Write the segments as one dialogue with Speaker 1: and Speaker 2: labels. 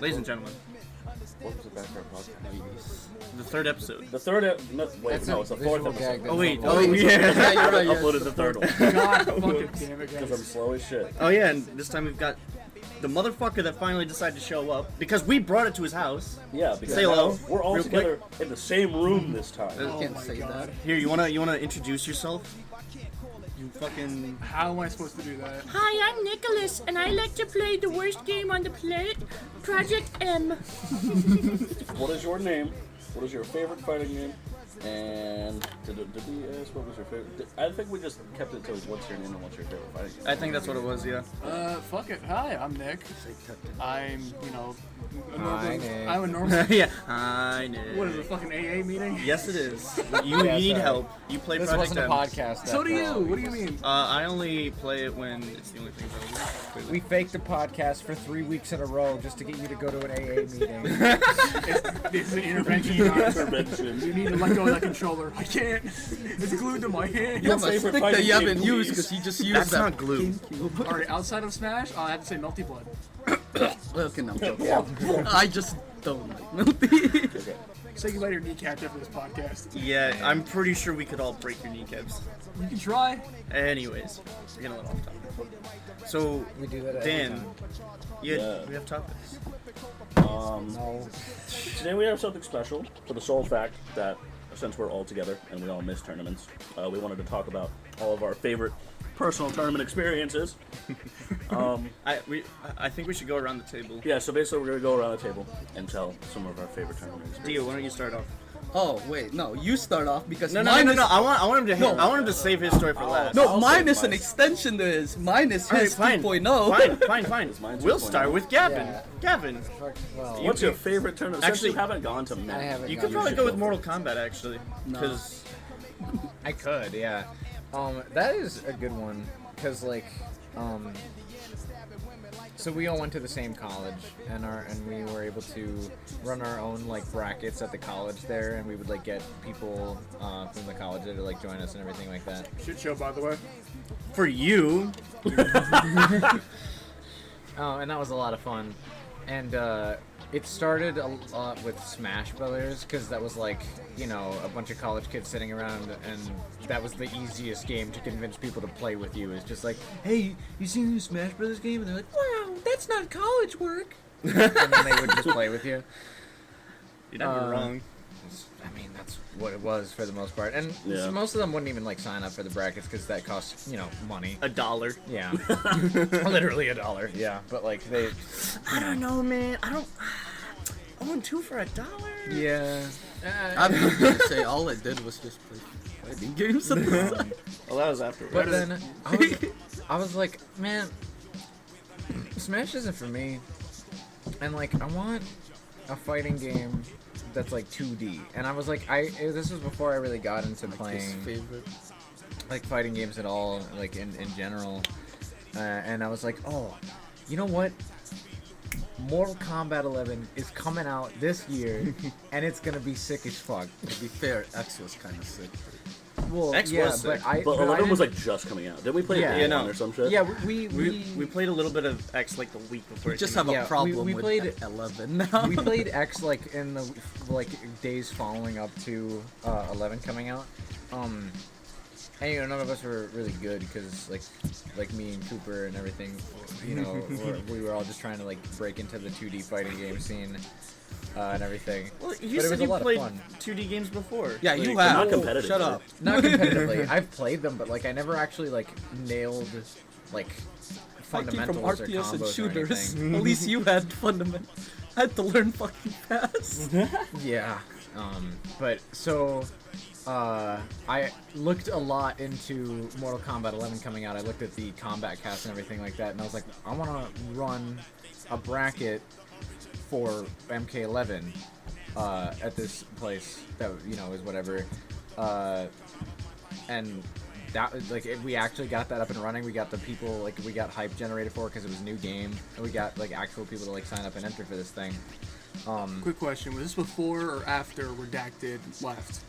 Speaker 1: Ladies and gentlemen,
Speaker 2: Welcome to the Background Podcast.
Speaker 1: the third episode.
Speaker 3: The third ep- no, wait,
Speaker 2: That's
Speaker 3: no,
Speaker 2: a
Speaker 3: it's the fourth
Speaker 2: visual gag
Speaker 3: episode.
Speaker 2: that-
Speaker 1: Oh wait,
Speaker 2: Oh,
Speaker 1: oh yeah.
Speaker 2: you're right,
Speaker 3: I
Speaker 2: yeah, it's
Speaker 3: uploaded the third one
Speaker 4: God fucking damn it,
Speaker 3: because I'm
Speaker 4: guys.
Speaker 3: slow as shit.
Speaker 1: Oh yeah, and this time we've got the motherfucker that finally decided to show up because we brought it to his house.
Speaker 3: Yeah, because
Speaker 1: Say hello,
Speaker 3: now we're all
Speaker 1: real quick.
Speaker 3: together in the same room this time.
Speaker 2: You
Speaker 4: Oh
Speaker 2: can't
Speaker 4: my
Speaker 2: say
Speaker 4: God.
Speaker 2: that.
Speaker 1: Here, you wanna you wanna introduce yourself? You fucking
Speaker 4: How am I supposed to do that?
Speaker 5: Hi, I'm Nicholas, and I like to play the worst game on the planet, Project M.
Speaker 3: What is your name? What is your favorite fighting game? And did, did we ask what was your favorite? Did, I think we just kept it to what's your name and what's your favorite fighting game.
Speaker 1: I think that's what it was, yeah.
Speaker 4: Uh, fuck it. Hi, I'm Nick. I'm, you know, a normal,
Speaker 2: Hi, Nick.
Speaker 4: I'm a normal.
Speaker 1: yeah. I know.
Speaker 4: what is it, fucking AA meeting?
Speaker 1: Yes it is. You
Speaker 2: Yeah,
Speaker 1: need
Speaker 2: sorry.
Speaker 1: help. You play
Speaker 2: This
Speaker 1: Project
Speaker 2: wasn't a
Speaker 1: M.
Speaker 2: podcast.
Speaker 4: So do
Speaker 2: after
Speaker 4: you.
Speaker 2: all.
Speaker 4: What do you mean?
Speaker 1: Uh, I only play it when it's the only thing
Speaker 2: We faked a podcast for three weeks in a row just to get you to go to an AA meeting.
Speaker 4: This is an intervention. doctor.
Speaker 3: Intervention.
Speaker 4: you need to let go of that controller. I can't. It's glued to my hand.
Speaker 3: Your favorite fighting game, please.
Speaker 6: you just
Speaker 1: that That's not glue.
Speaker 4: All right, outside of Smash, I have to say Melty Blood.
Speaker 6: Okay, no, I'm joking. I just don't like milk.
Speaker 3: Okay.
Speaker 4: Say goodbye to your kneecap after this podcast.
Speaker 1: Yeah, I'm pretty sure we could all break your kneecaps.
Speaker 4: You can try.
Speaker 1: Anyways, we're gonna let off topic. So
Speaker 2: we do that. every
Speaker 1: Dan,
Speaker 2: time.
Speaker 1: yeah,
Speaker 3: Yeah.
Speaker 1: we have topics.
Speaker 3: Um,
Speaker 2: No.
Speaker 3: Today we have something special for the sole fact that since we're all together and we all miss tournaments, uh, we wanted to talk about all of our favorite personal tournament experiences. um,
Speaker 1: I we I I think we should go around the table.
Speaker 3: yeah, so basically we're gonna go around the table and tell some of our favorite tournament experiences.
Speaker 1: Dio, why don't you start off?
Speaker 6: Oh wait, no, you start off because
Speaker 1: No, no, no,
Speaker 6: mine
Speaker 1: no,
Speaker 6: is
Speaker 1: no. I want I want him to
Speaker 6: No.
Speaker 1: I want him to save his story for last.
Speaker 6: no,
Speaker 3: I'll
Speaker 6: mine
Speaker 3: say
Speaker 6: is an
Speaker 3: mine.
Speaker 6: extension to his. Mine is
Speaker 1: All right,
Speaker 6: his oh.
Speaker 1: fine.
Speaker 6: 2.0.
Speaker 1: Fine, fine, fine.
Speaker 3: mine's
Speaker 1: We'll
Speaker 3: 2.0.
Speaker 1: start with Gavin.
Speaker 2: Yeah.
Speaker 1: Gavin,
Speaker 2: Fuck, well,
Speaker 3: What's your favorite tournament?
Speaker 1: Actually-
Speaker 3: Actually, since you haven't gone to many.
Speaker 2: I haven't
Speaker 1: you
Speaker 2: gone
Speaker 1: could
Speaker 2: to
Speaker 1: probably
Speaker 3: should
Speaker 1: go with
Speaker 3: go
Speaker 1: Mortal Kombat actually, because
Speaker 2: I could, yeah. Um, that is a good one because like, um, so we all went to the same college and our and we were able to run our own like brackets at the college there, and we would like get people uh, from the college to like join us and everything like that.
Speaker 4: Shit show, by the way.
Speaker 1: for you,
Speaker 2: Oh, and that was a lot of fun. And uh, it started a lot with Smash Brothers because that was like, you know, a bunch of college kids sitting around, and that was the easiest game to convince people to play with you. Is just like, hey, you seen the new Smash Brothers game? And they're like, wow, that's not college work. and then they would just play with you.
Speaker 1: you're never
Speaker 2: Uh,
Speaker 1: wrong.
Speaker 2: I mean, that's what it was for the most part. And
Speaker 3: Yeah.
Speaker 2: most of them wouldn't even like sign up for the brackets because that costs, you know, money.
Speaker 1: A dollar.
Speaker 2: Yeah, literally a dollar. Yeah, but like they
Speaker 1: I don't know, man. I don't. I want two for a dollar.
Speaker 2: Yeah.
Speaker 6: I'm just gonna say all I did was just play fighting games. at the time.
Speaker 1: Well, that was after.
Speaker 2: But then I was, I was like, man, Smash isn't for me. And like, I want a fighting game that's like 2D. And I was like, I this was before I really got into
Speaker 6: His
Speaker 2: playing
Speaker 6: favorite.
Speaker 2: like fighting games at all, like in, in general. Uh, and I was like, oh, you know what? Mortal Kombat 11 is coming out this year, and it's gonna be sick as fuck.
Speaker 6: To be fair, X was kind of sick.
Speaker 2: Well,
Speaker 1: X was
Speaker 2: yeah,
Speaker 1: sick,
Speaker 2: but I
Speaker 3: But
Speaker 2: but I
Speaker 3: 11 was
Speaker 2: didn't-
Speaker 3: like just coming out. Didn't we play
Speaker 2: Yeah.
Speaker 3: yeah,
Speaker 2: Yeah,
Speaker 1: no.
Speaker 3: or some shit?
Speaker 2: yeah, we
Speaker 1: We, we played a little bit of X like the week before.
Speaker 6: We
Speaker 1: it
Speaker 6: just
Speaker 1: came
Speaker 6: have
Speaker 1: out.
Speaker 2: Yeah,
Speaker 6: a
Speaker 2: we-
Speaker 6: problem
Speaker 2: we
Speaker 6: with
Speaker 2: played-
Speaker 6: eleven now.
Speaker 2: we played X like in the like days following up to uh, Eleven coming out. Um, and you know none of us were really good because like like me and Cooper and everything, you know, were, we were all just trying to like break into the 2D fighting game scene uh, and everything.
Speaker 1: Well,
Speaker 2: But
Speaker 1: you
Speaker 2: it was
Speaker 1: said
Speaker 2: a
Speaker 1: you
Speaker 2: lot of
Speaker 1: played
Speaker 2: fun.
Speaker 1: 2D games before.
Speaker 6: yeah,
Speaker 3: Like,
Speaker 6: you
Speaker 3: they're
Speaker 6: laugh.
Speaker 3: not competitive,
Speaker 6: Shut
Speaker 3: are
Speaker 6: up.
Speaker 2: Not competitively. I've played them, but like I never actually like nailed like
Speaker 6: Fighting from
Speaker 2: fundamentals or
Speaker 6: RTS
Speaker 2: combos
Speaker 6: and
Speaker 2: or
Speaker 6: shooters.
Speaker 2: anything.
Speaker 6: At least you had fundamentals. I had to learn fucking fast.
Speaker 2: Yeah. Um, but so uh, I looked a lot into Mortal Kombat 11 coming out. I looked at the combat cast and everything like that, and I was like, I want to run a bracket for MK11 uh, at this place that you know is whatever. Uh, and that was like it, we actually got that up and running. We got the people like we got hype generated for because it was a new game. And we got like actual people to like sign up and enter for this thing. Um,
Speaker 4: Quick question: Was this before or after Redacted left?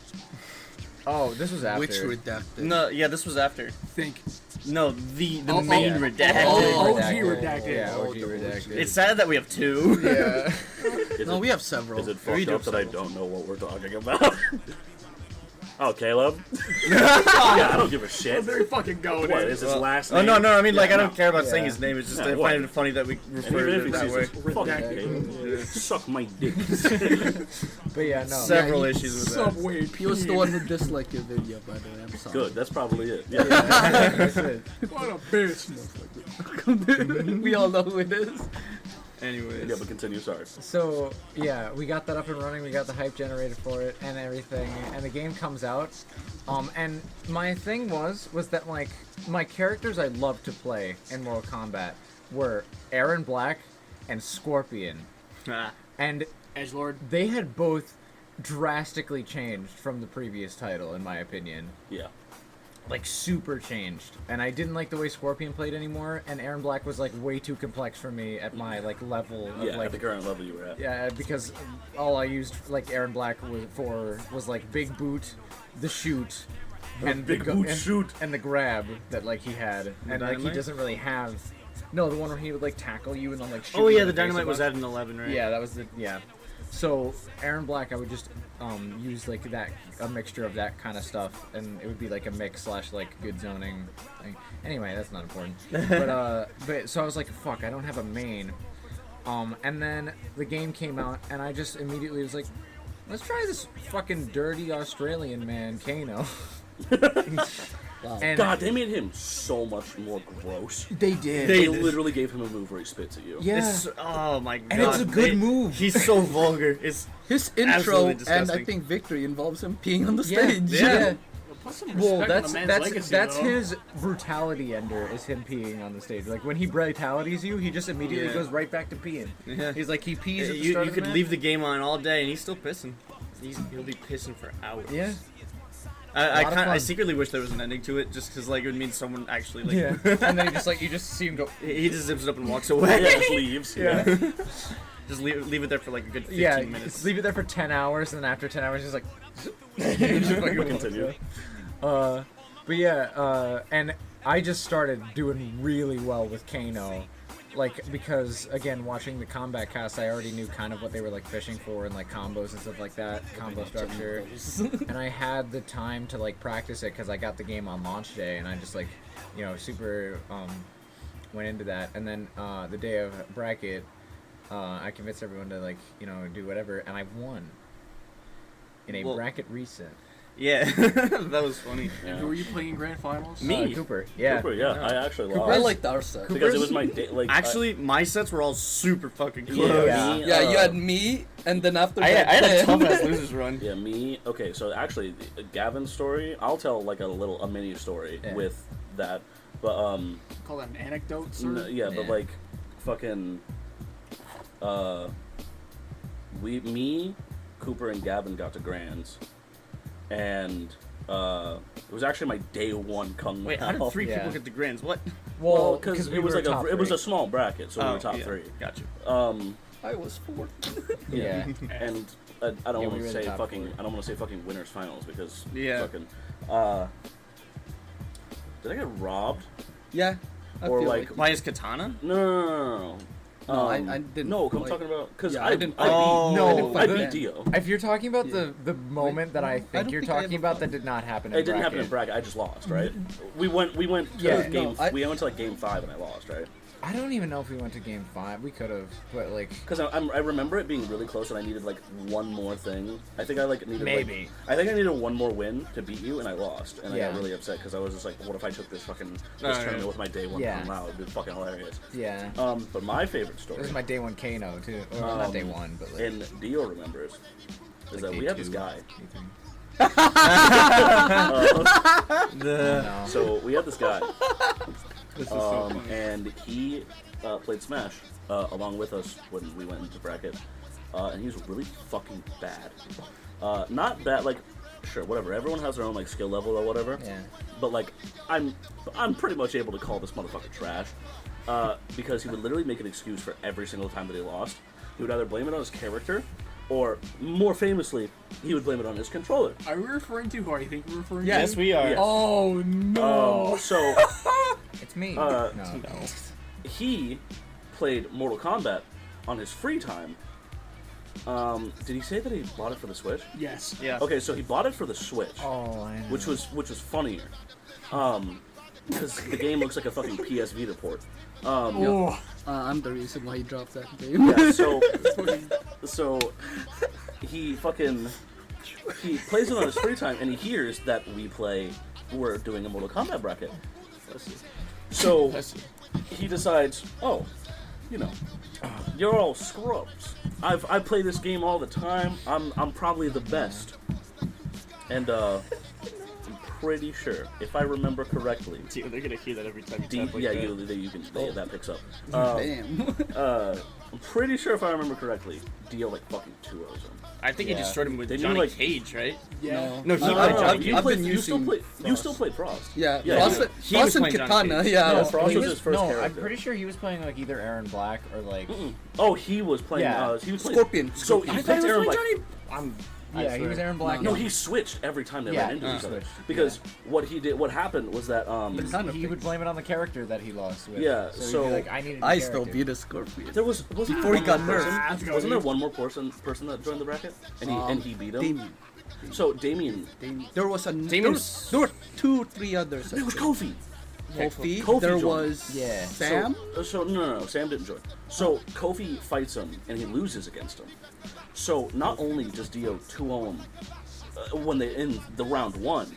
Speaker 2: oh, this was after.
Speaker 6: Which redacted.
Speaker 1: No, yeah, this was after.
Speaker 4: Think.
Speaker 1: No, the the
Speaker 4: Oh, oh,
Speaker 1: main
Speaker 4: yeah.
Speaker 1: redacted.
Speaker 4: Oh, OG redacted.
Speaker 2: Yeah,
Speaker 6: Oh,
Speaker 2: OG
Speaker 6: the
Speaker 2: redacted.
Speaker 1: It's sad that we have two.
Speaker 2: yeah.
Speaker 3: Is
Speaker 6: No,
Speaker 3: it,
Speaker 6: we have several.
Speaker 3: is it
Speaker 6: we
Speaker 3: fucked
Speaker 6: do
Speaker 3: up
Speaker 6: have
Speaker 3: that I
Speaker 6: several.
Speaker 3: don't know what we're talking about? oh, Caleb. yeah, I don't give a shit.
Speaker 4: Very fucking going
Speaker 3: What
Speaker 4: in.
Speaker 3: is his last
Speaker 1: Oh
Speaker 3: name?
Speaker 1: no, no, I mean like
Speaker 3: Yeah,
Speaker 1: I don't
Speaker 3: no.
Speaker 1: care about saying
Speaker 2: Yeah.
Speaker 1: his name. It's just
Speaker 3: Yeah,
Speaker 1: I
Speaker 3: what?
Speaker 1: find it funny that we
Speaker 3: And
Speaker 1: refer to
Speaker 3: even if
Speaker 1: it
Speaker 3: he
Speaker 1: that
Speaker 3: sees
Speaker 1: way.
Speaker 3: this, fuck Caleb. Suck my dick.
Speaker 2: But yeah, no.
Speaker 1: So- several
Speaker 6: he-
Speaker 1: issues with that.
Speaker 4: Subway
Speaker 6: He was the one who disliked your video, by the way. I'm sorry.
Speaker 3: Good, that's probably it. Yeah.
Speaker 2: that's it.
Speaker 4: What a bitch.
Speaker 6: we all know who it is.
Speaker 1: Anyways,
Speaker 3: yeah, but continue, sorry.
Speaker 2: So yeah, we got that up and running. We got the hype generated for it and everything, and the game comes out. Um, and my thing was was that like my characters I loved to play in Mortal Kombat were Aaron Black and Scorpion,
Speaker 1: Ah.
Speaker 2: and
Speaker 4: Edgelord.
Speaker 2: they had both drastically changed from the previous title, in my opinion.
Speaker 3: Yeah.
Speaker 2: Like super changed, and I didn't like the way Scorpion played anymore. And Aaron Black was like way too complex for me at my like level. Of,
Speaker 3: Yeah,
Speaker 2: like,
Speaker 3: at the current level you were at.
Speaker 2: yeah, because all I used like Aaron Black was for was like big boot, the shoot, and
Speaker 3: big
Speaker 2: the go-
Speaker 3: boot
Speaker 2: and,
Speaker 3: shoot.
Speaker 2: and the grab that like he had, and like he
Speaker 1: dynamite?
Speaker 2: doesn't really have. No, the one where he would like tackle you and then like shoot.
Speaker 1: oh
Speaker 2: you
Speaker 1: yeah,
Speaker 2: in
Speaker 1: the
Speaker 2: face a
Speaker 1: dynamite was
Speaker 2: bunch.
Speaker 1: at an eleven, right?
Speaker 2: Yeah, that was the yeah. So Aaron Black, I would just um, use like that a mixture of that kind of stuff, and it would be like a mix slash like good zoning. Thing. Anyway, that's not important. but uh, but so I was like, fuck, I don't have a main. Um, and then the game came out, and I just immediately was like, let's try this fucking dirty Australian man, Kano. and
Speaker 3: God, they made him so much more gross.
Speaker 2: they did.
Speaker 1: They-
Speaker 3: They literally gave him a move where he spits at you.
Speaker 2: yeah.
Speaker 1: It's, oh my god.
Speaker 2: it's a good
Speaker 1: they-
Speaker 2: move.
Speaker 1: He's so vulgar. It's
Speaker 6: His
Speaker 1: Absolutely
Speaker 6: intro and I
Speaker 1: disgusting.
Speaker 6: think victory involves him peeing on the
Speaker 2: yeah,
Speaker 6: stage.
Speaker 2: yeah.
Speaker 4: Put some
Speaker 2: Well,
Speaker 4: respect
Speaker 2: that's
Speaker 4: on the man's
Speaker 2: that's
Speaker 4: legacy,
Speaker 2: that's
Speaker 4: though.
Speaker 2: his brutality ender is him peeing on the stage. Like when he brutalities you, he just immediately
Speaker 1: Yeah.
Speaker 2: goes right back to peeing.
Speaker 1: Yeah.
Speaker 2: He's like he pees. at the
Speaker 1: you,
Speaker 2: start
Speaker 1: you
Speaker 2: of
Speaker 1: could
Speaker 2: the match.
Speaker 1: leave the game on all day and he's still pissing. He's, he'll be pissing for hours.
Speaker 2: Yeah.
Speaker 1: I, I,
Speaker 2: lot of
Speaker 1: kind I
Speaker 2: fun.
Speaker 1: secretly wish there was an ending to it, just because like it would mean someone actually like
Speaker 2: Yeah. and then you just like you just see him go.
Speaker 1: he he just zips it up and walks
Speaker 3: Yeah,
Speaker 1: away.
Speaker 3: just leaves. Yeah.
Speaker 1: Just leave, leave it there for like a good fifteen
Speaker 2: Yeah.
Speaker 1: minutes.
Speaker 2: Leave it there for ten hours, and then after ten hours, he's like.
Speaker 3: We'll continue.
Speaker 2: Uh, but yeah, uh, and I just started doing really well with Kano. Like, because again, watching the combat cast, I already knew kind of what they were like fishing for and like combos and stuff like that, combo structure. and I had the time to like practice it because I got the game on launch day and I just like, you know, super um, went into that. And then uh, the day of bracket, uh, I convinced everyone to like, you know, do whatever, and I won in a
Speaker 1: Well-
Speaker 2: bracket reset.
Speaker 1: Yeah, that was funny.
Speaker 4: Who were you playing in grand finals?
Speaker 1: Me.
Speaker 2: Uh, Cooper, yeah.
Speaker 3: Cooper, yeah, I actually
Speaker 6: I
Speaker 3: lost.
Speaker 6: liked our set.
Speaker 3: because it was my day. Like, I-
Speaker 1: Actually, my sets were all super fucking
Speaker 3: yeah,
Speaker 1: close.
Speaker 2: Yeah.
Speaker 3: me,
Speaker 6: Yeah,
Speaker 3: uh,
Speaker 6: you had me, and then after
Speaker 1: I, I
Speaker 6: that,
Speaker 1: had a
Speaker 6: Ben.
Speaker 1: tough ass losers run.
Speaker 3: Yeah, me. Okay, so actually, uh, Gavin's story. I'll tell like a little a mini story
Speaker 2: Yeah.
Speaker 3: with that, but um,
Speaker 4: Call that an anecdote, sir?
Speaker 3: No, yeah, but
Speaker 2: Yeah.
Speaker 3: like, fucking, uh, we, me, Cooper, and Gavin got to Grands, and uh, it was actually my day one come.
Speaker 1: Wait, how did three
Speaker 2: Yeah.
Speaker 1: people get the grins? What? Oh,
Speaker 3: Well, because it was
Speaker 2: were
Speaker 3: like a
Speaker 2: top
Speaker 3: it was a
Speaker 2: three.
Speaker 3: small bracket, so we were top
Speaker 1: yeah.
Speaker 3: three.
Speaker 1: Gotcha.
Speaker 3: Um,
Speaker 6: I was four.
Speaker 2: yeah.
Speaker 3: and I, I don't
Speaker 2: we
Speaker 3: want
Speaker 2: were
Speaker 3: to
Speaker 2: in
Speaker 3: say
Speaker 2: the top
Speaker 3: fucking.
Speaker 2: four.
Speaker 3: I don't want to say fucking winners finals because
Speaker 1: Yeah.
Speaker 3: fucking. Uh, did I get robbed?
Speaker 6: Yeah. I
Speaker 3: Or
Speaker 6: feel
Speaker 3: like-
Speaker 1: Why is Katana?
Speaker 3: No, no, no, no.
Speaker 6: No, I-
Speaker 3: Um,
Speaker 6: I didn't
Speaker 3: No, I'm
Speaker 6: like-
Speaker 3: talking about because
Speaker 6: Yeah,
Speaker 3: I,
Speaker 6: I didn't-
Speaker 3: didn't. I,
Speaker 1: Oh.
Speaker 3: beat,
Speaker 2: No,
Speaker 3: I, didn't, I
Speaker 2: I
Speaker 3: beat
Speaker 6: didn't.
Speaker 3: Dio.
Speaker 2: If you're talking about
Speaker 6: Yeah.
Speaker 2: the the moment that I
Speaker 6: don't
Speaker 2: think you're
Speaker 6: think I
Speaker 2: talking
Speaker 6: ever
Speaker 2: about, that
Speaker 6: played.
Speaker 2: did not happen. In
Speaker 3: It didn't happen in
Speaker 2: bracket.
Speaker 3: bracket. I just lost, right? We went. We went. To
Speaker 2: Yeah.
Speaker 3: game.
Speaker 6: No, I-
Speaker 3: we went to like game five, and I lost, right?
Speaker 2: I don't even know if we went to game five. We could have, but like,
Speaker 3: Because I, I'm- I remember it being really close, and I needed like one more thing. I think I like needed like-
Speaker 2: Maybe.
Speaker 3: I think I needed one more win to beat you, and I lost, and I
Speaker 2: Yeah.
Speaker 3: got really upset because I was just like, "What if I took this fucking this
Speaker 1: Alright.
Speaker 3: tournament with my day one
Speaker 2: Yeah.
Speaker 3: come out? It'd be fucking hilarious."
Speaker 2: yeah,
Speaker 3: Um, but my favorite story.
Speaker 2: this is my day one Kano too. Or
Speaker 3: Um,
Speaker 2: not day one, but like,
Speaker 3: and Dio remembers is that
Speaker 2: day
Speaker 3: we had this
Speaker 2: two.
Speaker 3: guy.
Speaker 2: anything.
Speaker 1: The
Speaker 3: So we had this guy.
Speaker 4: This is
Speaker 3: um, and he uh, played Smash uh, along with us when we went into bracket, uh, and he was really fucking bad. Uh, not bad, like sure, whatever. Everyone has their own like skill level or whatever.
Speaker 2: Yeah.
Speaker 3: But like, I'm I'm pretty much able to call this motherfucker trash uh, because he would literally make an excuse for every single time that he lost. He would either blame it on his character, or more famously, he would blame it on his controller.
Speaker 1: Oh.
Speaker 4: Are we referring to who I think we're referring
Speaker 1: yes,
Speaker 4: to?
Speaker 1: we are.
Speaker 3: Yes.
Speaker 4: Oh, no.
Speaker 3: Um, so
Speaker 2: It's me.
Speaker 3: Uh,
Speaker 2: no.
Speaker 4: No.
Speaker 3: he played Mortal Kombat on his free time. Um, did he say that he bought it for the Switch?
Speaker 4: Yes.
Speaker 1: Yeah.
Speaker 3: Okay, so he bought it for the Switch,
Speaker 2: Oh, I know.
Speaker 3: which was which was funnier, um, because the game looks like a fucking PS Vita port. Um,
Speaker 4: Oh,
Speaker 6: Uh, I'm the reason why he dropped that game.
Speaker 3: yeah, so so he fucking he plays it on his free time, and he hears that we play we're doing a Mortal Kombat bracket. So
Speaker 4: that's it.
Speaker 3: he decides, oh, you know, you're all scrubs. I've I play this game all the time. I'm I'm probably the best. And uh I'm pretty sure, if I remember correctly,
Speaker 1: Dude, they're gonna hear that every time you
Speaker 3: D,
Speaker 1: tap like
Speaker 3: yeah,
Speaker 1: that.
Speaker 3: you, you can they, that picks up. Uh,
Speaker 6: Oh. Damn.
Speaker 3: uh, I'm pretty sure if I remember correctly, Dio like fucking two O's him.
Speaker 1: I think he
Speaker 2: Yeah.
Speaker 1: destroyed him with
Speaker 3: Didn't you,
Speaker 1: Johnny
Speaker 3: like-
Speaker 1: Cage, right?
Speaker 4: Yeah.
Speaker 1: No, he played
Speaker 6: No, no, no,
Speaker 1: Johnny
Speaker 3: you
Speaker 1: Cage.
Speaker 6: I've
Speaker 3: played,
Speaker 6: been
Speaker 3: you still
Speaker 6: using
Speaker 3: played, you
Speaker 6: Frost.
Speaker 3: still played Frost.
Speaker 6: Yeah,
Speaker 3: yeah,
Speaker 6: Frost,
Speaker 3: yeah.
Speaker 1: He was
Speaker 6: Frost and
Speaker 1: playing John
Speaker 6: Katana.
Speaker 1: Cage.
Speaker 6: Yeah,
Speaker 3: No,
Speaker 6: I was
Speaker 3: Frost
Speaker 6: playing-
Speaker 3: was his first
Speaker 2: no, I'm
Speaker 3: character.
Speaker 2: pretty sure he was playing like either Aaron Black or like.
Speaker 3: Oh, he was playing.
Speaker 2: Yeah.
Speaker 3: Uh, he was playing
Speaker 6: Scorpion.
Speaker 3: So
Speaker 6: Scorpion.
Speaker 3: he played Aaron Black.
Speaker 1: I'm, I
Speaker 2: Yeah, he
Speaker 1: swear.
Speaker 2: was Aaron Black.
Speaker 3: No, he switched every time they
Speaker 2: Yeah,
Speaker 3: ran into
Speaker 2: he
Speaker 3: each other.
Speaker 2: switched,
Speaker 3: Because what he did, what happened was that um,
Speaker 6: Kind of
Speaker 2: He would
Speaker 6: things.
Speaker 2: blame it on the character that he lost with.
Speaker 3: Yeah,
Speaker 2: so, he'd be
Speaker 3: so-
Speaker 2: like, I need. A new
Speaker 6: I
Speaker 2: character.
Speaker 6: still beat a Scorpion.
Speaker 3: there was wasn't
Speaker 6: Before he
Speaker 3: there one
Speaker 6: got
Speaker 3: more person-
Speaker 6: nerfed.
Speaker 4: Let's go,
Speaker 3: Wasn't there
Speaker 4: dude.
Speaker 3: one more person person that joined the bracket and he and he beat him?
Speaker 6: Damien.
Speaker 3: So Damien.
Speaker 6: Damien. There was a there,
Speaker 1: Damien's-
Speaker 6: was, there were two, three others.
Speaker 3: It was Kofi.
Speaker 6: Kofi.
Speaker 3: Kofi
Speaker 6: there
Speaker 3: joined.
Speaker 6: was
Speaker 2: Yeah.
Speaker 6: Sam.
Speaker 3: So, Uh, so no, no, no, Sam didn't join. So Kofi fights him and he loses against him. So not only does Dio 2-0 him uh, when they in the round one,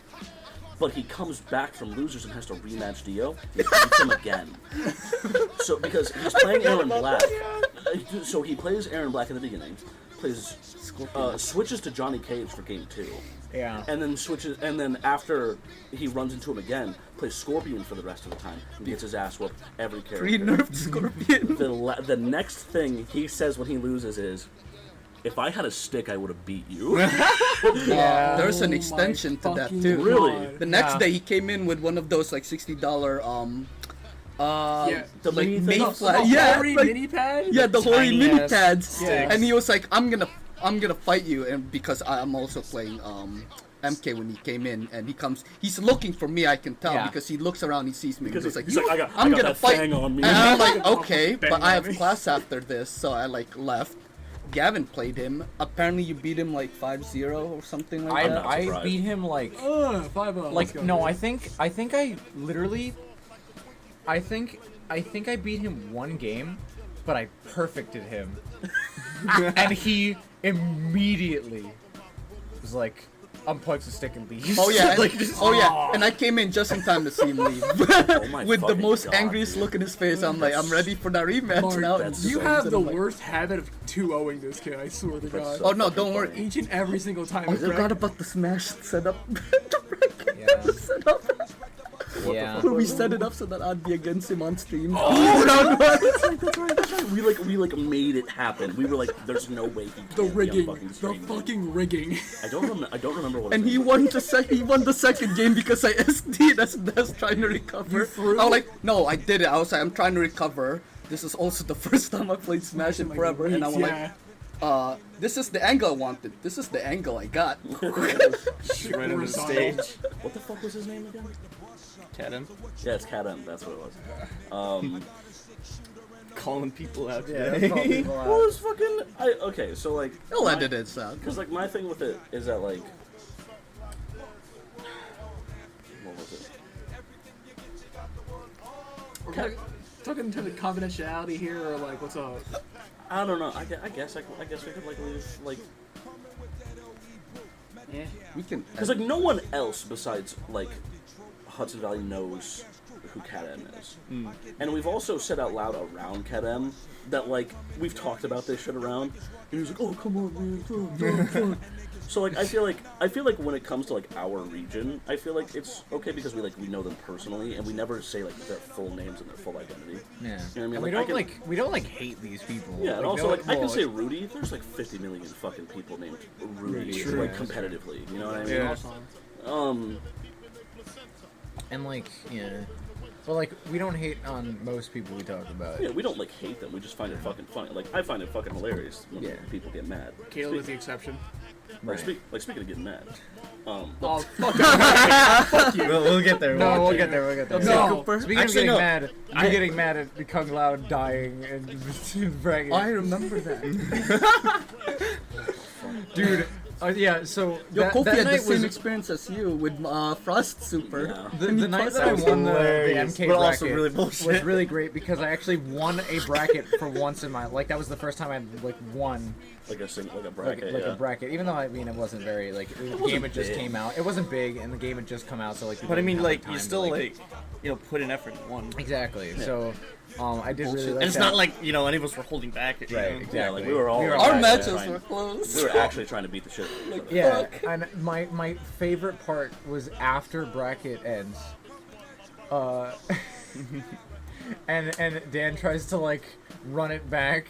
Speaker 3: but he comes back from losers and has to rematch Dio. He beats him again. So because he's playing Aaron Black, Uh, so he plays Aaron Black in the beginning, plays uh, switches to Johnny Cage for game two,
Speaker 2: Yeah.
Speaker 3: and then switches and then after he runs into him again, plays Scorpion for the rest of the time. and Gets his ass whooped every character
Speaker 6: Three nerfed Scorpion.
Speaker 3: the la- the next thing he says when he loses is, "If I had a stick, I would have beat you."
Speaker 2: yeah.
Speaker 6: There's an
Speaker 4: Oh my
Speaker 6: extension to that
Speaker 4: fucking
Speaker 6: too.
Speaker 3: Really?
Speaker 4: God.
Speaker 6: The next
Speaker 2: Yeah.
Speaker 6: day he came in with one of those like sixty dollar um uh
Speaker 4: Yeah.
Speaker 3: The
Speaker 6: like
Speaker 3: mini thing?
Speaker 6: Mayfly-
Speaker 3: Oh,
Speaker 6: yeah,
Speaker 4: Every
Speaker 6: like-
Speaker 4: mini pad.
Speaker 6: yeah, the Lori
Speaker 1: tiny
Speaker 6: mini
Speaker 1: ass
Speaker 6: pads.
Speaker 4: sticks.
Speaker 6: And he was like, I'm gonna I'm gonna fight you and because I, I'm also playing um MK when he came in and he comes he's looking for me I can tell
Speaker 2: Yeah.
Speaker 6: because he looks around he sees me
Speaker 3: Because
Speaker 6: and he's
Speaker 3: he-
Speaker 6: like,
Speaker 3: he's like,
Speaker 6: "You-
Speaker 3: I got- I
Speaker 6: I'm
Speaker 3: got
Speaker 6: gonna
Speaker 3: that
Speaker 6: fight
Speaker 3: thing on me.
Speaker 6: and I'm like okay
Speaker 4: Bang
Speaker 6: but I
Speaker 4: on
Speaker 6: have
Speaker 4: me.
Speaker 6: class after this so I like left Gavin played him apparently you beat him like 5-0 or something like that
Speaker 2: I, I
Speaker 3: surprised.
Speaker 2: beat him like
Speaker 4: Ugh, five oh.
Speaker 2: like no I think I think I literally I think I think I beat him one game but I perfected him and he immediately was like unplugs the stick and leaves
Speaker 6: Oh yeah, and,
Speaker 2: like just
Speaker 6: oh yeah, and I came in just in time to see him leave
Speaker 3: Oh my
Speaker 6: with the
Speaker 3: fucking
Speaker 6: most
Speaker 3: God,
Speaker 6: angriest
Speaker 3: dude.
Speaker 6: look in his face. I'm like, I'm ready for that rematch
Speaker 4: Mark,
Speaker 6: now.
Speaker 3: that's
Speaker 4: You
Speaker 3: so-
Speaker 4: have
Speaker 6: And
Speaker 4: the
Speaker 6: I'm like,
Speaker 4: worst habit of 2 0ing this kid, I swear to God.
Speaker 3: That's so
Speaker 6: Oh no,
Speaker 3: fucking
Speaker 6: don't worry.
Speaker 3: funny.
Speaker 4: Each and every single time.
Speaker 6: I
Speaker 4: it's
Speaker 6: forgot
Speaker 4: right.
Speaker 6: about the smash setup. The bracket
Speaker 2: Yeah.
Speaker 6: setup.
Speaker 2: yeah
Speaker 6: Where we set it up so that I'd be against him on stream.
Speaker 3: Oh.
Speaker 6: Round one.
Speaker 3: That's right. That's right. We like we like made it happen. We were like, "There's no way he can't
Speaker 4: the rigging.
Speaker 3: Be on fucking
Speaker 4: the
Speaker 3: stream.
Speaker 4: fucking rigging.
Speaker 3: I don't remember. I don't remember what.
Speaker 6: and
Speaker 3: his
Speaker 6: he
Speaker 3: name
Speaker 6: won the sec. He won the second game because I SD. That's that's trying to recover. I
Speaker 4: threw?
Speaker 6: was like, no, I did it. I was like, I'm trying to recover. This is also the first time I played Smash
Speaker 3: Oh
Speaker 6: in
Speaker 4: Like,
Speaker 6: forever, and I was like,
Speaker 4: yeah.
Speaker 6: uh, this is the angle I wanted. This is the angle I got.
Speaker 1: Just right on the
Speaker 4: Horizontal.
Speaker 1: stage.
Speaker 3: was. What the fuck was his name again?
Speaker 1: Cat him.
Speaker 3: Yeah, it's Cat M. That's what it was.
Speaker 1: Calling people out.
Speaker 2: Yeah, probably will
Speaker 3: Well, it
Speaker 2: have-
Speaker 3: was fucking. I okay. So like,
Speaker 6: He'll
Speaker 3: my-
Speaker 6: edit it out.
Speaker 3: Because like my thing with it is that like, what was it?
Speaker 4: We're talking- Talking to the confidentiality here, or like, what's up?
Speaker 3: I don't know. I, gue- I guess I, could- I guess we could like leave like
Speaker 6: We can.
Speaker 3: because like no one else besides like Hudson Valley knows who Cat M is,
Speaker 2: Hmm.
Speaker 3: and we've also said out loud around Cat M that like we've talked about this shit around, and he's like, oh come on man, come on, come on, come on." So like I feel like I feel like when it comes to like our region, I feel like it's okay because we like we know them personally and we never say like their full names and their full identity. You
Speaker 2: yeah.
Speaker 3: know what I mean? Like, I
Speaker 2: And we don't
Speaker 3: can-
Speaker 2: like we don't like hate these people
Speaker 3: Yeah, and also
Speaker 2: no-
Speaker 3: like I can
Speaker 2: well,
Speaker 3: say Rudy. There's like 50 million fucking people named Rudy,
Speaker 2: Rudy,
Speaker 3: like
Speaker 2: yeah.
Speaker 3: competitively. You know what I mean?
Speaker 1: Yeah.
Speaker 3: Um,
Speaker 2: and like yeah but like we don't hate on most people we talk about
Speaker 3: yeah, we don't like hate them. We just find it fucking funny. Like I find it fucking hilarious when
Speaker 2: Yeah.
Speaker 3: people get mad.
Speaker 4: Caleb is the exception.
Speaker 3: Like, speak, like speaking of getting mad, um,
Speaker 4: Oh, fuck
Speaker 1: We'll, we'll get there.
Speaker 2: No, we'll
Speaker 1: get
Speaker 2: get there. We'll get there.
Speaker 6: No.
Speaker 2: Speaking
Speaker 1: Actually,
Speaker 2: of getting
Speaker 1: no.
Speaker 2: mad, you're getting mad at the Kung Lao dying and bragging.
Speaker 6: I remember that.
Speaker 2: Dude, uh, yeah. So
Speaker 6: Yo,
Speaker 2: that,
Speaker 6: Kofi
Speaker 2: that
Speaker 6: had the
Speaker 2: night
Speaker 6: same
Speaker 2: was
Speaker 6: experience as you with uh, Frost Super.
Speaker 3: Yeah.
Speaker 2: the,
Speaker 6: And he
Speaker 2: the night
Speaker 6: buzzed
Speaker 2: that I
Speaker 6: out.
Speaker 2: won the, the
Speaker 1: Hilarious,
Speaker 2: MK
Speaker 1: but
Speaker 2: bracket
Speaker 1: also really
Speaker 2: was
Speaker 1: bullshit.
Speaker 2: really great because I actually won a bracket for once in my like that was the first time I like won
Speaker 3: like a sing, like a
Speaker 2: like,
Speaker 3: bracket.
Speaker 2: like
Speaker 3: yeah.
Speaker 2: a bracket. Even though I mean it wasn't very like the
Speaker 3: wasn't
Speaker 2: game had just
Speaker 3: big.
Speaker 2: came out. It wasn't big and the game had just come out, so like. people
Speaker 1: But I
Speaker 2: didn't
Speaker 1: mean,
Speaker 2: have the
Speaker 1: like
Speaker 2: time
Speaker 1: you
Speaker 2: to,
Speaker 1: still like, you know, put an effort in one.
Speaker 2: exactly. So, um, I did really
Speaker 6: Bullshit.
Speaker 2: like.
Speaker 1: And it's
Speaker 2: that.
Speaker 1: not like you know any of us were holding back. you
Speaker 2: right
Speaker 1: know?
Speaker 2: exactly.
Speaker 3: Yeah, like, we were all-
Speaker 6: Our
Speaker 3: Right,
Speaker 6: matches
Speaker 3: right.
Speaker 6: were close.
Speaker 3: We were actually trying to beat the shit. out of each other.
Speaker 2: Yeah,
Speaker 6: Fuck.
Speaker 2: and my my favorite part was after bracket ends. Uh, and and Dan tries to like run it back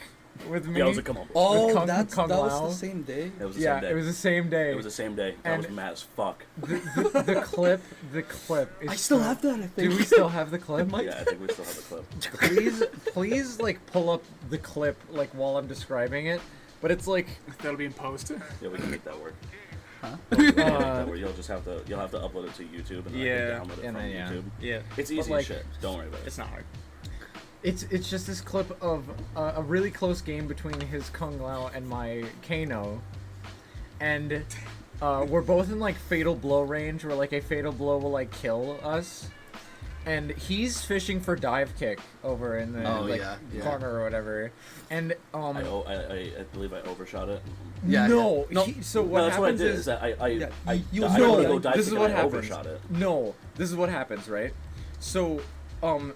Speaker 2: with me.
Speaker 3: Yeah, I was like, come on. bro.
Speaker 6: oh,
Speaker 2: Kung-
Speaker 6: that's,
Speaker 2: Kung
Speaker 6: that
Speaker 2: Lao.
Speaker 6: was the same day.
Speaker 3: It was the
Speaker 2: Yeah,
Speaker 3: same day.
Speaker 2: it was the same day.
Speaker 3: It was the same day. I was
Speaker 2: And-
Speaker 3: mad as fuck.
Speaker 2: the, the, the clip, the clip. Is
Speaker 6: I still
Speaker 2: so-
Speaker 6: have that. I think.
Speaker 2: Do we still have the clip?
Speaker 3: Yeah, I think we still have the clip.
Speaker 2: please, please, like pull up the clip like while I'm describing it. But it's like
Speaker 4: That'll be in post.
Speaker 3: Yeah, we can make that work. Huh? Well, we can make that work. You'll just have to you'll have to upload it to YouTube and then
Speaker 1: Yeah,
Speaker 3: I can download it from
Speaker 2: and then, Uh, yeah.
Speaker 3: YouTube.
Speaker 1: Yeah,
Speaker 3: It's easy
Speaker 2: like-
Speaker 3: as shit. Don't worry about it.
Speaker 1: it's not hard.
Speaker 2: It's it's just this clip of uh, a really close game between his Kung Lao and my Kano, and uh, we're both in like fatal blow range where like a fatal blow will like kill us, and he's fishing for dive kick over in the
Speaker 6: Oh,
Speaker 2: like
Speaker 6: yeah, yeah.
Speaker 2: corner or whatever, and um
Speaker 3: I, o- I, I, I believe I overshot it.
Speaker 6: Yeah,
Speaker 2: no,
Speaker 6: yeah. No.
Speaker 2: He, so what
Speaker 3: no, that's what I
Speaker 2: happens
Speaker 3: did.
Speaker 2: is
Speaker 3: Is that I I
Speaker 6: Yeah,
Speaker 3: I,
Speaker 6: you-
Speaker 3: I
Speaker 6: you-
Speaker 3: wanted to
Speaker 6: no,
Speaker 3: go dive
Speaker 2: this
Speaker 3: kick
Speaker 2: is
Speaker 3: and
Speaker 2: what
Speaker 3: I
Speaker 2: happens.
Speaker 3: overshot it.
Speaker 2: No, this is what happens, right? So, um,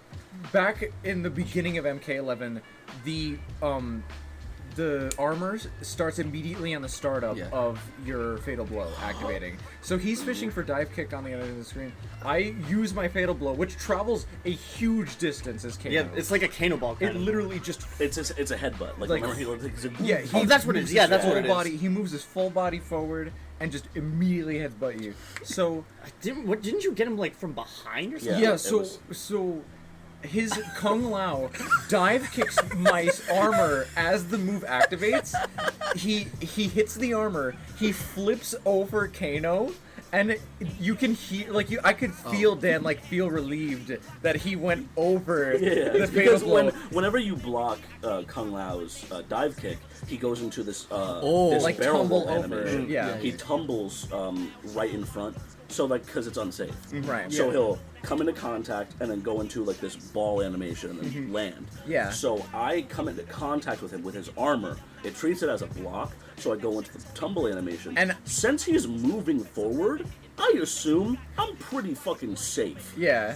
Speaker 2: back in the beginning of MK11, the um, the armor s- starts immediately on the startup
Speaker 6: Yeah.
Speaker 2: of your fatal blow activating. So he's fishing for dive kick on the other end of the screen. I use my fatal blow, which travels a huge distance as Kano.
Speaker 1: Yeah, it's like a Kano ball. Kind
Speaker 2: it
Speaker 1: of.
Speaker 2: literally just
Speaker 3: It's just, it's a headbutt. Like,
Speaker 2: Like-
Speaker 3: remember he looked like he's a-
Speaker 2: yeah. He
Speaker 1: Oh, that's what it
Speaker 2: moves
Speaker 1: is. Yeah,
Speaker 2: his
Speaker 1: that's what
Speaker 2: full
Speaker 1: it is.
Speaker 2: body, He moves his full body forward and just immediately headbutt you. So.
Speaker 1: Didn't what? Didn't you get him like from behind or
Speaker 3: Yeah,
Speaker 1: something?
Speaker 2: Yeah,
Speaker 3: it
Speaker 2: so
Speaker 3: was-
Speaker 2: so his Kung Lao dive kicks my armor as the move activates. He he hits the armor, he flips over Kano, and you can hear like you I could
Speaker 3: Oh.
Speaker 2: feel Dan like feel relieved that he went over
Speaker 3: Yeah,
Speaker 2: the
Speaker 3: it's
Speaker 2: fatal
Speaker 3: because
Speaker 2: blow.
Speaker 3: when, whenever you block uh, Kung Lao's uh, dive kick, he goes into this uh,
Speaker 6: Oh.
Speaker 3: this
Speaker 2: Like
Speaker 3: barrel
Speaker 2: tumble
Speaker 3: roll
Speaker 2: over,
Speaker 3: animation.
Speaker 2: yeah.
Speaker 3: he tumbles um, right in front. So like, because it's unsafe.
Speaker 2: Mm-hmm. Right.
Speaker 3: So
Speaker 2: Yeah.
Speaker 3: he'll come into contact and then go into like this ball animation and then land.
Speaker 2: Mm-hmm. Yeah.
Speaker 3: So I come into contact with him with his armor. It treats it as a block. So I go into the tumble animation.
Speaker 2: And-
Speaker 3: since he's moving forward, I assume I'm pretty fucking safe.
Speaker 2: Yeah.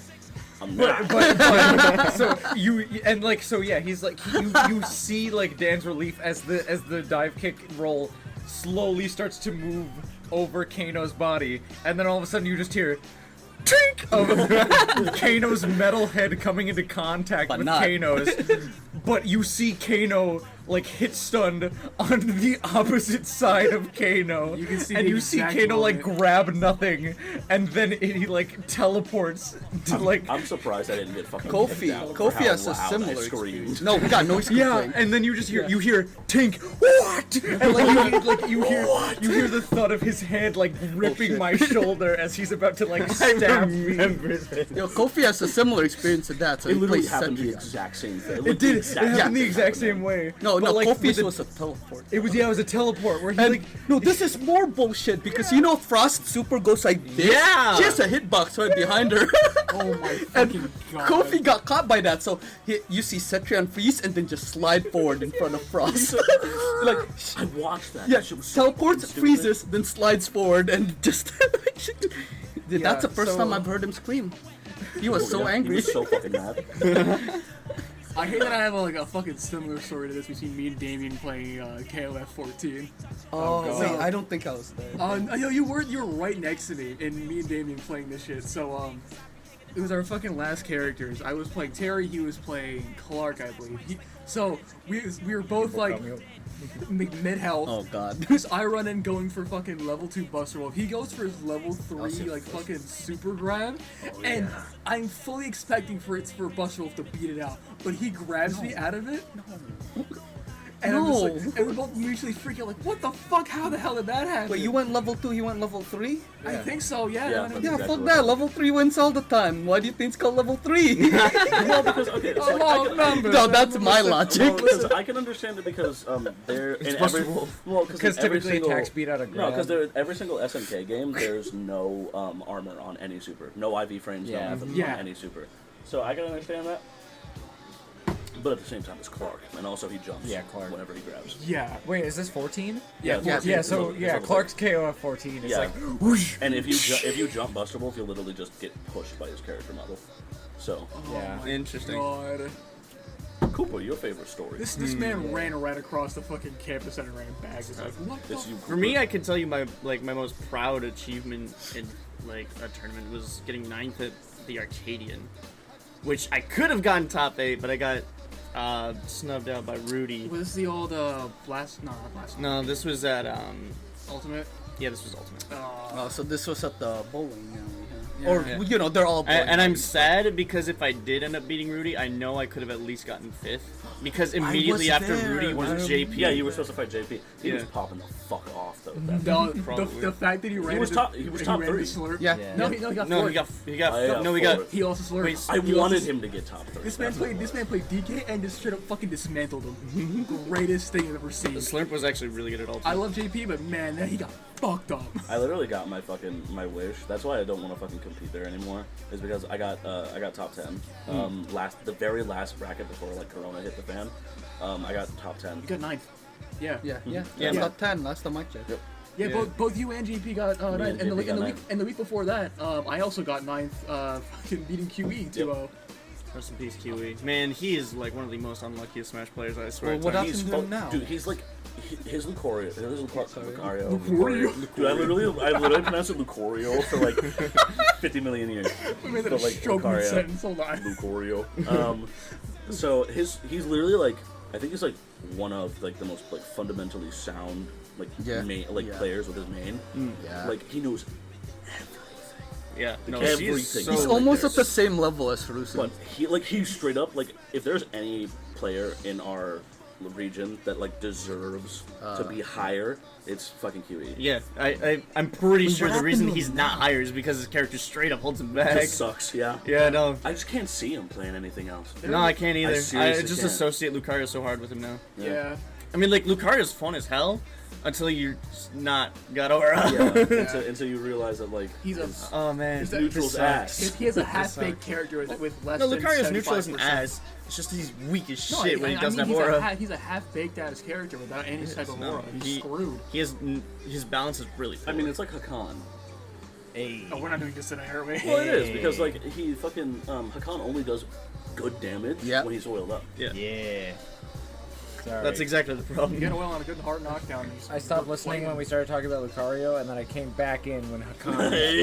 Speaker 3: I'm not.
Speaker 2: But, but so you and like so yeah, he's like you, you see like Dan's relief as the as the dive kick roll slowly starts to move over Kano's body, and then all of a sudden you just hear tink of Kano's metal head coming into contact
Speaker 6: But
Speaker 2: with
Speaker 6: not.
Speaker 2: Kano's, but you see Kano like hit stunned on the opposite side of Kano,
Speaker 4: You can see
Speaker 2: and
Speaker 4: the
Speaker 2: you see
Speaker 4: exact
Speaker 2: Kano like
Speaker 4: moment.
Speaker 2: grab nothing, and then it, he like teleports to like
Speaker 3: I'm surprised I didn't get fucking
Speaker 6: Kofi.
Speaker 3: kicked out for
Speaker 6: Kofi
Speaker 3: how
Speaker 6: has a
Speaker 3: loud I
Speaker 6: similar.
Speaker 3: screamed.
Speaker 6: experience. No, we got noise
Speaker 2: Yeah,
Speaker 6: complaint.
Speaker 2: and then you just hear you hear tink what, and like you, like you hear you hear the thud of his head like
Speaker 6: Oh, Bullshit.
Speaker 2: gripping my shoulder as he's about to like stab me.
Speaker 6: Yo, Kofi has a similar experience to that. So
Speaker 3: It
Speaker 6: he
Speaker 3: literally
Speaker 6: plays
Speaker 3: happened the
Speaker 6: Sentia.
Speaker 3: exact same thing.
Speaker 2: It
Speaker 3: looked the
Speaker 2: did. It
Speaker 3: exact
Speaker 2: happened the
Speaker 3: same
Speaker 2: exact
Speaker 3: thing.
Speaker 2: same way.
Speaker 6: No,
Speaker 2: But,
Speaker 6: no,
Speaker 2: like, with
Speaker 6: Kofi's
Speaker 2: the-
Speaker 6: was a teleport.
Speaker 2: It was yeah, it was a teleport where he
Speaker 6: And
Speaker 2: like
Speaker 6: no, this is more bullshit because you know Frost Super goes like this.
Speaker 2: Yeah.
Speaker 6: She has a hitbox right behind her.
Speaker 4: Oh my
Speaker 6: and
Speaker 4: fucking god.
Speaker 6: Kofi got caught by that, so he, you see Cetrion freeze and then just slide forward in front of Frost. like,
Speaker 3: I watched that.
Speaker 6: yeah,
Speaker 3: That shit was so
Speaker 6: teleports,
Speaker 3: fucking Oh,
Speaker 6: freezes, then slides forward and just. Dude,
Speaker 2: Yeah,
Speaker 6: that's the first
Speaker 2: so-
Speaker 6: time I've heard him scream. He was
Speaker 3: stupid.
Speaker 6: so
Speaker 3: Oh, Yeah, he
Speaker 6: angry.
Speaker 3: was so fucking mad.
Speaker 4: I hate that I have like a fucking similar story to this between me and Damien playing uh, KOF 14.
Speaker 6: oh, wait,
Speaker 4: God.
Speaker 6: I don't think I was there.
Speaker 4: Uh, yo, you were you were right next to me, and me and Damien playing this shit. So um, it was our fucking last characters. I was playing Terry, he was playing Clark, I believe. He, so we we were both like mid health.
Speaker 6: Oh god.
Speaker 4: Because I run in going for fucking level two Buster Wolf. He goes for his level three,
Speaker 6: see
Speaker 4: like
Speaker 6: first.
Speaker 4: fucking super grab,
Speaker 6: Oh,
Speaker 4: and I'm fully expecting for it for Buster Wolf to beat it out, but he grabs me out of it. And I'm just like,
Speaker 6: No.
Speaker 4: and we're both mutually freaking out, like, what the fuck? How the hell did that happen?
Speaker 6: Wait, you went level two, you went level three?
Speaker 4: I think so.
Speaker 3: Yeah,
Speaker 4: Yeah. no, no,
Speaker 3: but-
Speaker 6: Yeah,
Speaker 4: no.
Speaker 3: Exactly
Speaker 6: fuck
Speaker 3: what
Speaker 6: that.
Speaker 3: happened.
Speaker 6: Level three wins all the time. Why do you think it's called level three?
Speaker 3: No, because okay, it's like, I, can, I,
Speaker 6: Oh, no, that's my
Speaker 3: well,
Speaker 6: logic.
Speaker 3: listen, I can understand it because um, they're in every
Speaker 1: possible.
Speaker 3: well because
Speaker 2: Because
Speaker 3: every
Speaker 2: typically
Speaker 3: single
Speaker 2: attacks beat out a
Speaker 3: no
Speaker 2: grab.
Speaker 3: because they're every single SMK game there's no um, armor on any super, no IV frames, no
Speaker 2: Yeah.
Speaker 3: nothing
Speaker 4: Yeah.
Speaker 3: on any super. So I can understand that, but at the same time, it's Clark, and also he jumps.
Speaker 2: Yeah, Clark.
Speaker 3: Whenever he grabs.
Speaker 4: Yeah.
Speaker 2: Wait, is this 14?
Speaker 3: Yeah,
Speaker 6: yeah,
Speaker 2: Yeah, so yeah, Clark's KOF 14. It's
Speaker 3: Yeah.
Speaker 2: like,
Speaker 3: And if you ju- if you jump bustables, you'll literally just get pushed by his character model. So,
Speaker 2: yeah.
Speaker 1: Interesting.
Speaker 4: God.
Speaker 3: Cooper, your favorite story?
Speaker 4: This this man ran right across the fucking campus and ran back. It's like what the
Speaker 3: It's you,
Speaker 1: For me, I can tell you my like my most proud achievement in like a tournament was getting ninth at the Arcadian, which I could have gotten top eight, but I got uh, snubbed out by Rudy.
Speaker 4: was this the old uh blast? No, not blast.
Speaker 1: No, this was at um,
Speaker 4: Ultimate.
Speaker 1: yeah, this was ultimate.
Speaker 4: Uh,
Speaker 6: Oh, so this was at the bowling alley, huh?
Speaker 4: Yeah.
Speaker 6: or
Speaker 1: Yeah.
Speaker 6: you know, they're all.
Speaker 1: I,
Speaker 6: bowling
Speaker 1: and I'm
Speaker 6: alleys.
Speaker 1: sad because if I did end up beating Rudy, I know I could have at least gotten fifth. Because
Speaker 6: was
Speaker 1: immediately after
Speaker 6: there,
Speaker 1: Rudy was
Speaker 6: I
Speaker 1: JP,
Speaker 3: Yeah, you were supposed to fight JP. He was
Speaker 1: Yeah.
Speaker 3: popping the fuck off though. That
Speaker 4: the, the,
Speaker 1: Probably.
Speaker 4: the fact that he ran.
Speaker 3: was
Speaker 4: into-
Speaker 3: top- he was top
Speaker 4: ran into
Speaker 3: three.
Speaker 4: Slurp.
Speaker 6: Yeah.
Speaker 2: Yeah.
Speaker 4: No, he, no, he got
Speaker 1: no,
Speaker 4: fourth.
Speaker 1: he got he got
Speaker 3: I got
Speaker 1: no, he got
Speaker 3: fourth.
Speaker 4: He also slurped.
Speaker 1: Wait,
Speaker 3: I
Speaker 4: He also
Speaker 3: wanted
Speaker 4: slurped.
Speaker 3: him to get top three.
Speaker 4: This man
Speaker 3: That's what
Speaker 4: played.
Speaker 3: it
Speaker 4: This
Speaker 3: was.
Speaker 4: man played DK and just straight up fucking dismantled him. Greatest thing I've ever seen.
Speaker 1: Slurp was actually really good at ultimate.
Speaker 4: I love JP, but man, that he got fucked up.
Speaker 3: I literally got my fucking my wish. That's why I don't want to fucking compete there anymore. Is because I got uh, I got top ten.
Speaker 4: Hmm.
Speaker 3: Um, last the very last bracket before like Corona hit the fan. Um, I got top ten.
Speaker 4: You got ninth. Yeah.
Speaker 6: Yeah, yeah.
Speaker 1: Yeah.
Speaker 6: yeah. Top ten last time I checked.
Speaker 3: Yep.
Speaker 4: Yeah,
Speaker 1: Yeah.
Speaker 4: both both you and JP got uh,
Speaker 3: and
Speaker 4: ninth, and, the,
Speaker 3: JP
Speaker 4: and, the
Speaker 3: got
Speaker 4: week,
Speaker 3: ninth.
Speaker 4: and the week before that, um, I also got ninth, uh, fucking beating E QE 2 0.
Speaker 1: Rest in peace, Kiwi. Man, he is like one of the most unluckiest Smash players. I swear.
Speaker 6: Well,
Speaker 1: to
Speaker 6: what
Speaker 1: God.
Speaker 6: else
Speaker 3: He's
Speaker 6: is
Speaker 3: fu-
Speaker 6: there now?
Speaker 3: Dude, he's like he- his Lucario. His Lucar-
Speaker 6: Lucario.
Speaker 3: Lucario. Lucario. Dude, I literally I literally pronounced it Lucario for like fifty million years.
Speaker 4: I made that
Speaker 3: But,
Speaker 4: a
Speaker 3: like,
Speaker 4: stroke
Speaker 3: Lucario.
Speaker 4: sentence, hold on.
Speaker 3: Lucario. Um, so his he's literally like I think he's like one of like the most like fundamentally sound like
Speaker 6: Yeah.
Speaker 3: main, like
Speaker 6: Yeah.
Speaker 3: players with his main.
Speaker 6: Yeah.
Speaker 3: Like he knows,
Speaker 1: Yeah, no,
Speaker 3: everything.
Speaker 1: he's so
Speaker 3: He's
Speaker 6: He's
Speaker 1: good.
Speaker 6: almost
Speaker 3: there's-
Speaker 6: at the same level as Rusin.
Speaker 3: but he like he straight up like if there's any player in our region that like deserves to
Speaker 6: Uh,
Speaker 3: be higher, it's fucking E. QE.
Speaker 1: Yeah, I, I I'm pretty sure the
Speaker 6: happened
Speaker 1: reason
Speaker 6: to
Speaker 1: he's
Speaker 6: him?
Speaker 1: not higher is because his character straight up holds him
Speaker 3: That
Speaker 1: back.
Speaker 3: sucks. Yeah.
Speaker 1: Yeah, no,
Speaker 3: I just can't see him playing anything else.
Speaker 1: no, I can't either. I,
Speaker 3: seriously
Speaker 1: just
Speaker 3: can't.
Speaker 1: associate Lucario so hard with him now.
Speaker 4: Yeah. yeah.
Speaker 1: I mean, like Lucario's fun as hell until you're s- not got aura.
Speaker 3: Yeah, until, until you realize that like
Speaker 4: He's a.
Speaker 3: his-
Speaker 1: oh man,
Speaker 4: Is
Speaker 1: that,
Speaker 4: that-
Speaker 3: neutral's
Speaker 4: this
Speaker 3: ass.
Speaker 4: If he has a half baked
Speaker 1: sucks.
Speaker 4: character with, with less
Speaker 1: no,
Speaker 4: than
Speaker 1: Lucario's neutral is an
Speaker 4: 75%.
Speaker 1: ass. It's just he's weak as
Speaker 4: No,
Speaker 1: shit
Speaker 4: I,
Speaker 1: when he
Speaker 4: I
Speaker 1: doesn't
Speaker 4: mean,
Speaker 1: have
Speaker 4: he's
Speaker 1: aura.
Speaker 4: A, ha- he's a half baked ass character without any type of
Speaker 1: No,
Speaker 4: aura. He's
Speaker 1: he-
Speaker 4: screwed.
Speaker 1: He has n- his balance is really.
Speaker 3: I mean,
Speaker 1: poor.
Speaker 3: it's like Hakan.
Speaker 4: Oh, we're not doing this in a hair way.
Speaker 3: Well, it is because like he fucking um, Hakan only does good damage
Speaker 6: Yeah.
Speaker 3: when he's oiled up.
Speaker 2: Yeah. Sorry.
Speaker 1: that's exactly the problem.
Speaker 4: You gotta well on a good hard knockdown. and just-
Speaker 2: I stopped listening when we started talking about Lucario, and then I came back in when Hakan.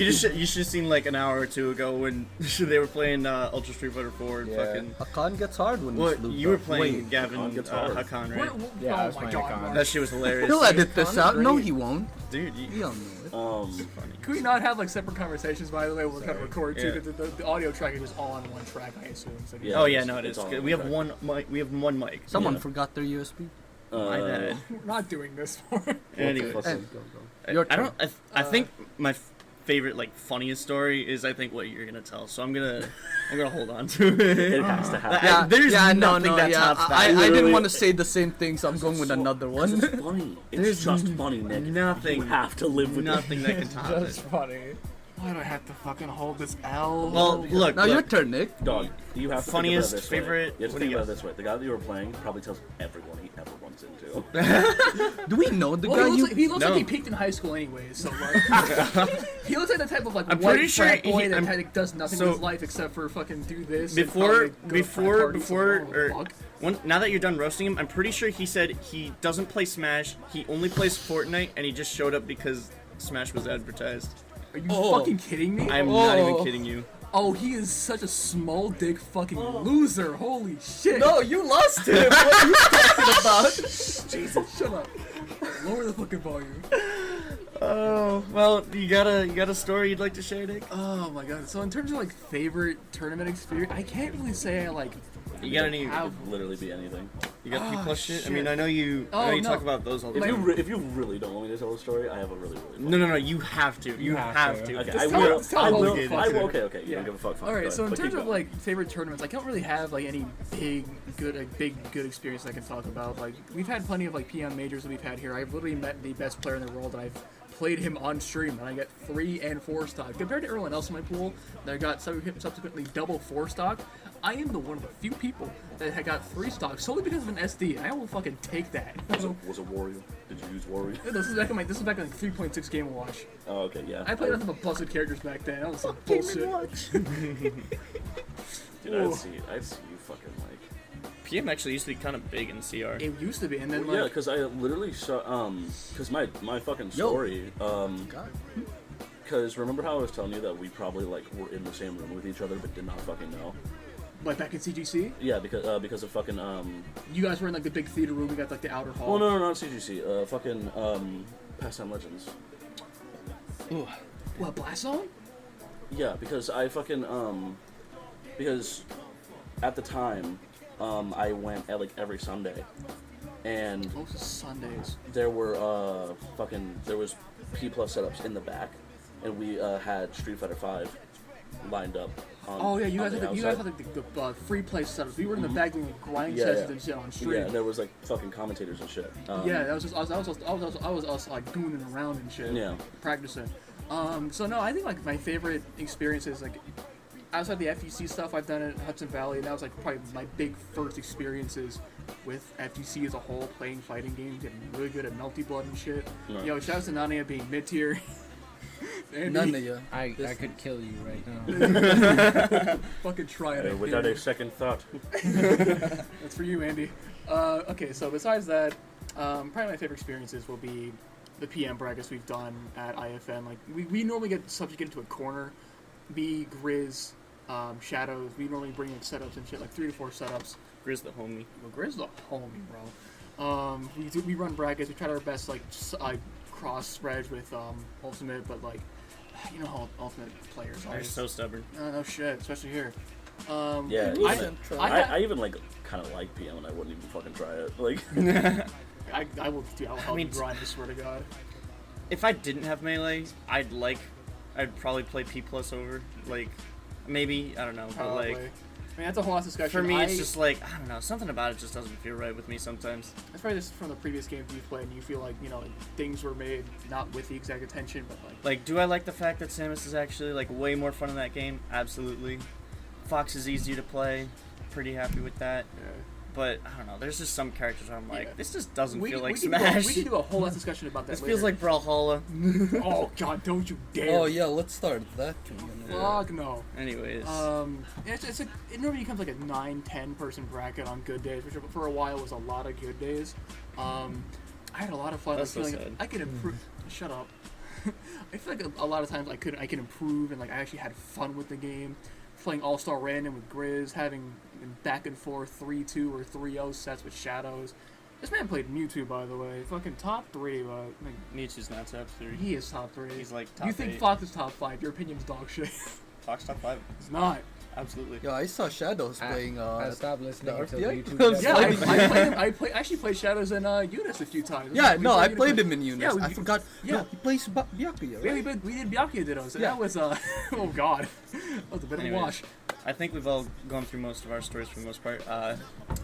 Speaker 1: you should you should have seen like an hour or two ago when they were playing uh, Ultra Street Fighter 4 and
Speaker 2: Yeah.
Speaker 1: fucking.
Speaker 6: Hakan gets hard when
Speaker 1: What
Speaker 6: he's Luca.
Speaker 1: you were playing,
Speaker 6: Wait,
Speaker 1: Gavin
Speaker 3: Hakan
Speaker 1: uh,
Speaker 3: gets hard.
Speaker 1: Hakan,
Speaker 4: We're,
Speaker 1: right?
Speaker 4: we're,
Speaker 2: Yeah, I
Speaker 4: oh
Speaker 2: was
Speaker 4: my
Speaker 2: playing
Speaker 4: god.
Speaker 2: Akon.
Speaker 4: Mark.
Speaker 1: That shit was hilarious,
Speaker 6: He'll edit this
Speaker 4: Hakan's
Speaker 6: out. No,
Speaker 4: great.
Speaker 6: he won't.
Speaker 1: dude. You,
Speaker 6: We all know it.
Speaker 3: Um,
Speaker 4: Can we not have like separate conversations? By the way, we're gonna record too.
Speaker 1: Yeah.
Speaker 4: The, the, the audio track is just all on one track, I assume. So
Speaker 3: Yeah.
Speaker 1: Oh yeah, no, it
Speaker 3: It's
Speaker 1: is.
Speaker 3: all
Speaker 1: We have
Speaker 3: right.
Speaker 1: one mic. We have one mic.
Speaker 6: Someone
Speaker 3: Yeah.
Speaker 6: forgot their USB.
Speaker 1: My
Speaker 3: uh,
Speaker 1: bad.
Speaker 4: we're not doing this for.
Speaker 1: Anyway,
Speaker 3: fuck?
Speaker 6: Hey, go, go. Your
Speaker 1: I
Speaker 6: turn.
Speaker 1: don't. I, th- I think my f- favorite, like, funniest story is I think what you're gonna tell. So I'm gonna, I'm gonna hold on to it.
Speaker 3: it has to happen.
Speaker 1: Yeah, there's
Speaker 6: yeah,
Speaker 1: nothing
Speaker 6: no, no,
Speaker 1: that
Speaker 6: yeah.
Speaker 1: tops that.
Speaker 6: I, I didn't
Speaker 3: Literally.
Speaker 6: want to say the same thing, so I'm going with another
Speaker 3: Because
Speaker 6: one.
Speaker 3: It's funny. It's
Speaker 1: There's
Speaker 3: just funny, Nick.
Speaker 1: nothing-
Speaker 3: You have to live with it.
Speaker 1: Nothing that can top
Speaker 2: That's
Speaker 1: it.
Speaker 2: funny.
Speaker 4: Why do I have to fucking hold this L?
Speaker 1: Well, look.
Speaker 6: now your
Speaker 1: look.
Speaker 6: turn, Nick.
Speaker 3: Dog, you have to
Speaker 1: Funniest,
Speaker 3: think about it this way.
Speaker 1: favorite-
Speaker 3: You have to
Speaker 1: what do
Speaker 3: think
Speaker 1: you
Speaker 3: about
Speaker 1: got?
Speaker 3: it this way. The guy that you were playing probably tells everyone he ever runs into.
Speaker 6: Do we know the
Speaker 4: Well,
Speaker 6: guy?
Speaker 4: he looks,
Speaker 6: you...
Speaker 4: like, he looks
Speaker 1: No.
Speaker 4: like he peaked in high school anyway, so like he looks like the type of like
Speaker 1: I'm pretty
Speaker 4: white
Speaker 1: sure
Speaker 4: frat boy
Speaker 1: he-
Speaker 4: that
Speaker 1: I'm-
Speaker 4: kinda does nothing
Speaker 1: so-
Speaker 4: with his life except for fucking do this. and
Speaker 1: before
Speaker 4: probably go to frat
Speaker 1: before
Speaker 4: parties
Speaker 1: before er,
Speaker 4: and-
Speaker 1: or
Speaker 4: oh, fuck.
Speaker 1: one, now that you're done roasting him i'm pretty sure he said he doesn't play smash he only plays fortnite and he just showed up because smash was advertised
Speaker 4: Are you
Speaker 6: Oh.
Speaker 4: fucking kidding me?
Speaker 1: i'm not even
Speaker 6: Oh.
Speaker 1: kidding you
Speaker 4: oh, he is such a small dick fucking loser. Holy shit.
Speaker 6: No, Oh, you lost him. what are you talking about?
Speaker 4: Jesus, shut up. Lower the fucking volume.
Speaker 1: oh well you got a you got a story you'd like to share nick
Speaker 4: Oh my god. So in terms of like favorite tournament experience, I can't really say I like
Speaker 1: You got any?
Speaker 4: Ow.
Speaker 3: Could literally be anything.
Speaker 1: You got P
Speaker 4: Ah,
Speaker 1: plus Oh, shit?
Speaker 4: shit.
Speaker 1: I mean, I know you. I
Speaker 4: Oh,
Speaker 1: know you
Speaker 4: no.
Speaker 1: talk about those all the
Speaker 3: If you
Speaker 1: time.
Speaker 3: re- if you really don't want me to tell the story, I have a really really.
Speaker 1: No, no, no. You have to. You
Speaker 2: have
Speaker 1: have
Speaker 2: to.
Speaker 1: to.
Speaker 3: Okay,
Speaker 4: Just
Speaker 3: I
Speaker 4: tell-
Speaker 3: will.
Speaker 4: just tell
Speaker 3: I
Speaker 4: them
Speaker 3: will.
Speaker 4: all the
Speaker 3: I
Speaker 1: fucks.
Speaker 3: will. Okay, okay. You don't give a fuck. fine,
Speaker 4: All
Speaker 3: go
Speaker 4: right. So in
Speaker 3: ahead, but
Speaker 4: terms
Speaker 3: keep
Speaker 4: of
Speaker 3: going.
Speaker 4: like favorite tournaments, like I don't really have like any big good a big good experience I can talk about. Like we've had plenty of like PM majors that we've had here. I've literally met the best player in the world, and I've played him on stream, and I got three and four stock compared to everyone else in my pool. That I got sub- subsequently double four stock. I am the one of the few people that had got three stock solely because of an SD, and I will fucking take that.
Speaker 3: was a, was a warrior? Did you use warrior?
Speaker 4: this is back in my this is back in like 3.6 Game Watch.
Speaker 3: Oh, okay, yeah.
Speaker 4: I played nothing but busted characters back then. That was some bullshit.
Speaker 3: Dude, I'd see. I'd see you fucking like.
Speaker 1: PM actually used to be kind of big in CR.
Speaker 4: It used to be, and then
Speaker 3: Yeah,
Speaker 4: like
Speaker 3: because I literally saw um, because my my fucking story um,
Speaker 6: God.
Speaker 3: because remember how I was telling you that we probably like were in the same room with each other but did not fucking know.
Speaker 4: like back in CGC.
Speaker 3: Yeah, because uh, because of fucking um,
Speaker 4: You guys were in like the big theater room. We got like the outer hall.
Speaker 3: oh no no not CGC uh fucking um, pastime legends.
Speaker 4: What blast zone?
Speaker 3: Yeah, because I fucking um, because at the time um I went at like every Sunday, and
Speaker 4: Most Sundays.
Speaker 3: there were uh fucking there was P plus setups in the back, and we uh, had Street Fighter Five lined up. On,
Speaker 4: Oh yeah, you
Speaker 3: on
Speaker 4: guys had the, you guys
Speaker 3: outside.
Speaker 4: had like, the, the uh, free play setup. We were in the back doing like, grind
Speaker 3: Mm-hmm. Yeah,
Speaker 4: sets
Speaker 3: yeah.
Speaker 4: and shit on
Speaker 3: yeah,
Speaker 4: stream.
Speaker 3: and there was like fucking commentators and shit. Um,
Speaker 4: Yeah, that was just us. That was us. I was, us- I was us like gooning around and shit.
Speaker 3: Yeah.
Speaker 4: Practicing. Um. So no, I think like my favorite experience is like outside the FEC stuff I've done at Hudson Valley, and that was like probably my big first experiences with FTC as a whole, playing fighting games, getting really good at Melty Blood and shit.
Speaker 3: Right.
Speaker 4: Yo, shout out to Nania being mid tier.
Speaker 6: None of you.
Speaker 7: I, I
Speaker 6: This-
Speaker 7: could kill you right now.
Speaker 4: Fucking try it.
Speaker 3: Uh,
Speaker 4: I
Speaker 3: without
Speaker 4: dare
Speaker 3: a second thought.
Speaker 4: That's for you, Andy. Uh, okay, so besides that, um, probably my favorite experiences will be the PM brackets we've done at IFN. Like we, we normally get subject into a corner, me, Grizz, um, Shadows. We normally bring in setups and shit, like three to four setups.
Speaker 1: Grizz the homie.
Speaker 4: Well, Grizz the homie, bro. Um, we do, we run brackets. We tried our best, like s- uh, cross spreads with um, Ultimate, but like you know how Ultimate players are.
Speaker 1: They're so stubborn.
Speaker 4: No, no shit, especially here. Um,
Speaker 3: Yeah,
Speaker 6: I-
Speaker 3: even-
Speaker 6: I-
Speaker 3: I,
Speaker 4: I-
Speaker 3: I even like kind of like PM and I wouldn't even fucking try it. Like,
Speaker 4: I, I will do. I'll help
Speaker 1: mean,
Speaker 4: you grind. I swear to God.
Speaker 1: If I didn't have melee, I'd like. I'd probably play P plus over. Like, maybe I don't know, but
Speaker 4: Probably. I
Speaker 1: like.
Speaker 4: mean, that's a whole lot of discussion.
Speaker 1: For me,
Speaker 4: I,
Speaker 1: it's just like I don't know. Something about it just doesn't feel right with me sometimes.
Speaker 4: that's probably just from the previous games you played, and you feel like you know things were made not with the exact intention, but like
Speaker 1: Like, do I like the fact that Samus is actually like way more fun in that game? Absolutely. Fox is easy to play. Pretty happy with that.
Speaker 4: yeah.
Speaker 1: But I don't know. There's just some characters where I'm like,
Speaker 4: Yeah.
Speaker 1: this just doesn't
Speaker 4: we,
Speaker 1: feel
Speaker 4: can-
Speaker 1: like
Speaker 4: we Can do, a-
Speaker 1: Smash.
Speaker 4: we can do a whole lot of discussion about that.
Speaker 1: this feels like
Speaker 4: later.
Speaker 1: Brawlhalla.
Speaker 4: oh god, don't you dare!
Speaker 6: Oh yeah, let's start that. one.
Speaker 4: Fuck no.
Speaker 1: Anyways,
Speaker 4: Um, it's, it's a, it normally becomes like a 9 10 person bracket on good days, which for a while was a lot of good days. Um, I had a lot of fun.
Speaker 1: That's
Speaker 4: like,
Speaker 1: so
Speaker 4: feeling
Speaker 1: sad.
Speaker 4: I could improve. Shut up. I feel like a, a lot of times I could I can improve and like I actually had fun with the game, playing All Star Random with Grizz, having back and forth three two or three zero sets with Shadows. This man played Mewtwo by the way, fucking top three. But like,
Speaker 1: Mewtwo's not top three.
Speaker 4: he is top three.
Speaker 1: Mm-hmm. He's like top
Speaker 4: you think
Speaker 1: eight.
Speaker 4: Fox is top five? Your opinion's dog shit.
Speaker 1: Fox top five.
Speaker 4: it's not.
Speaker 1: Absolutely.
Speaker 6: Yo, I saw Shadows
Speaker 7: I-
Speaker 6: playing.
Speaker 7: I
Speaker 6: Uh,
Speaker 7: stopped listening
Speaker 6: the
Speaker 7: until
Speaker 6: RPI?
Speaker 7: YouTube.
Speaker 6: I'm
Speaker 7: just-
Speaker 4: Yeah, I, I, played, I play, I actually played Shadows and uh, Eunice a few times.
Speaker 6: yeah,
Speaker 4: We
Speaker 6: no, I
Speaker 4: Eunice-
Speaker 6: played him in Eunice.
Speaker 4: Yeah, we-
Speaker 6: I forgot.
Speaker 4: yeah.
Speaker 6: No, he plays Ba- Byakuya,
Speaker 4: Yeah, we
Speaker 6: right?
Speaker 4: did, we did Byakuya Dittos, and
Speaker 6: Yeah.
Speaker 4: that was, uh, oh god, that was a bit
Speaker 1: Anyways.
Speaker 4: of a wash.
Speaker 1: I think we've all gone through most of our stories for the most part. Uh,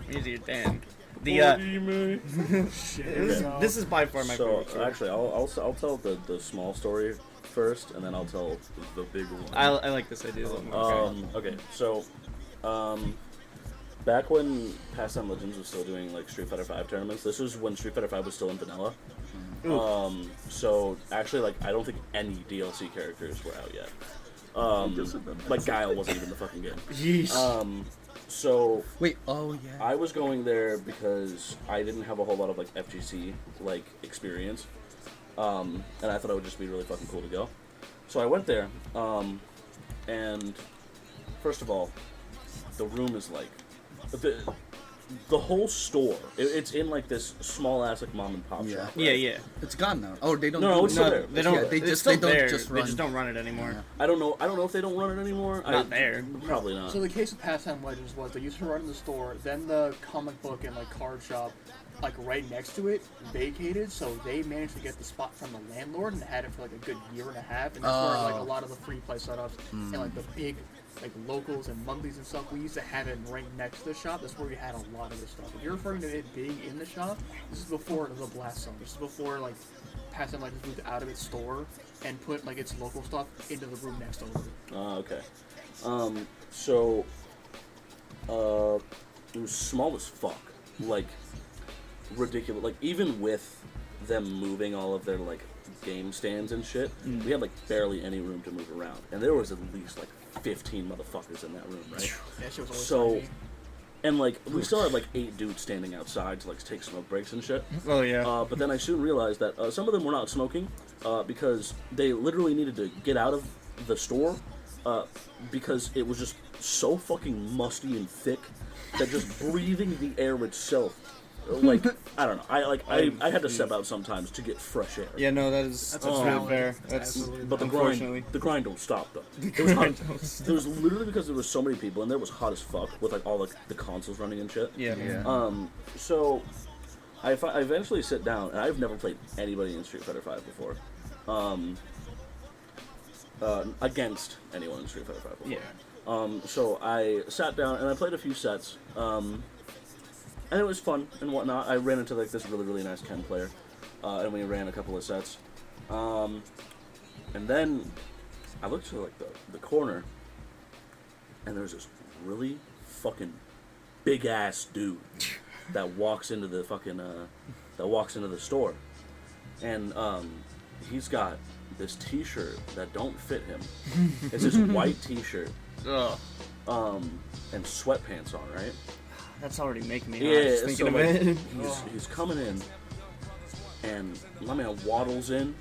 Speaker 1: we need to get Dan. The uh, this,
Speaker 4: So-
Speaker 1: this is by far my
Speaker 3: so
Speaker 1: favorite. Story.
Speaker 3: actually, I'll, I'll si will tell the the small story first, and then I'll tell the big one.
Speaker 1: I, I like this idea a lot more.
Speaker 3: Um, okay, so, um, back when Pastime Legends was still doing like Street Fighter Five tournaments, this was when Street Fighter Five was still in vanilla. Um, so actually, like, I don't think any DLC characters were out yet. Um, like Guile wasn't even in the fucking game.
Speaker 1: Yeesh.
Speaker 3: Um, so
Speaker 6: Wait, oh yeah.
Speaker 3: I was going there because I didn't have a whole lot of like FGC like experience, um, and I thought it would just be really fucking cool to go. So I went there, um, and first of all, the room is like the the whole store. It, it's in like this small ass like mom and pop
Speaker 6: Yeah.
Speaker 3: shop.
Speaker 1: Yeah, yeah.
Speaker 6: It's gone now. Oh, they don't.
Speaker 3: No,
Speaker 6: do
Speaker 3: it's
Speaker 6: it.
Speaker 3: not
Speaker 1: No, they don't.
Speaker 6: Yeah, they
Speaker 1: it's
Speaker 6: just-
Speaker 1: still
Speaker 6: they don't
Speaker 1: there.
Speaker 6: just
Speaker 1: They just
Speaker 6: run.
Speaker 1: don't run it anymore.
Speaker 3: I don't know. I don't know if they don't run it anymore. I-
Speaker 1: Not there.
Speaker 3: Probably not.
Speaker 4: So the case with Pastime Legends was they used to run in the store, then the comic book and like card shop, like right next to it, vacated. So they managed to get the spot from the landlord and had it for like a good year and a half. And that's where like
Speaker 6: Oh.
Speaker 4: a lot of the free play setups and like the big like locals and monthlies and stuff. We used to have it right next to the shop. That's where we had a lot of this stuff. If you're referring to it being in the shop, this is before the blast zone. This is before like Pastime Legends moved out of its store and put like its local stuff into the room next over.
Speaker 3: Ah, okay. Um, so, uh, it was small as fuck. Like, ridiculous. Like, even with them moving all of their, like, game stands and shit, we had, like, barely any room to move around. And there was at least, like, 15 motherfuckers in that room, right?
Speaker 4: That shit was always
Speaker 3: So,
Speaker 4: crazy.
Speaker 3: and, like, we still had, like, eight dudes standing outside to, like, take smoke breaks and shit.
Speaker 1: Oh yeah.
Speaker 3: Uh, but then I soon realized that uh, some of them were not smoking uh, because they literally needed to get out of the store uh, because it was just so fucking musty and thick that just breathing the air itself, uh, like I don't know, I like I, I had to step out sometimes to get fresh air.
Speaker 1: yeah, no, that is that's not
Speaker 4: valid.
Speaker 1: fair.
Speaker 4: That's
Speaker 1: That's
Speaker 4: absolutely
Speaker 3: But the
Speaker 1: unfortunately.
Speaker 3: grind, the grind don't stop though. It was, hot, it was literally because there was so many people and there was hot as fuck with like all like the consoles running and shit.
Speaker 1: Yeah.
Speaker 6: Yeah.
Speaker 3: Um, so I, fi- I eventually sit down, and I've never played anybody in Street Fighter Five before. Um, uh, against anyone in Street Fighter Five before.
Speaker 1: Yeah.
Speaker 3: Um, so I sat down and I played a few sets, um, and it was fun and whatnot. I ran into like this really really nice Ken player, uh, and we ran a couple of sets, um, and then I looked to like the, the corner, and there's this really fucking big ass dude that walks into the fucking uh, that walks into the store, and um, he's got this T-shirt that don't fit him. It's this white T-shirt
Speaker 1: Ugh,
Speaker 3: and sweatpants on, right?
Speaker 1: that's already making me.
Speaker 3: Yeah,
Speaker 1: Yeah, just thinking
Speaker 3: so
Speaker 1: of
Speaker 3: like,
Speaker 1: it.
Speaker 3: he's, he's coming in, and my man waddles in,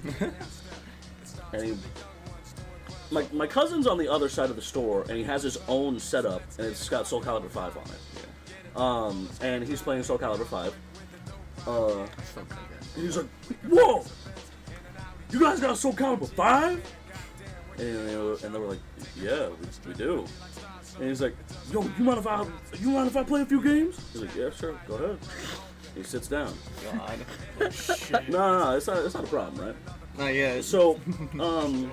Speaker 3: and he. My, my cousin's on the other side of the store, and he has his own setup, and it's got Soul Calibur 5 on it. Um, and he's playing Soul Calibur 5. And he's like, "Whoa, you guys got Soul Calibur 5? And they were, and they were like, "Yeah, we, we do." And he's like, "Yo, you mind if I you mind if I play a few games?" He's like, "Yeah, sure, go ahead." He sits down.
Speaker 1: God.
Speaker 3: No, no, no, it's not it's not a problem, right?
Speaker 1: Not yet.
Speaker 3: So, um,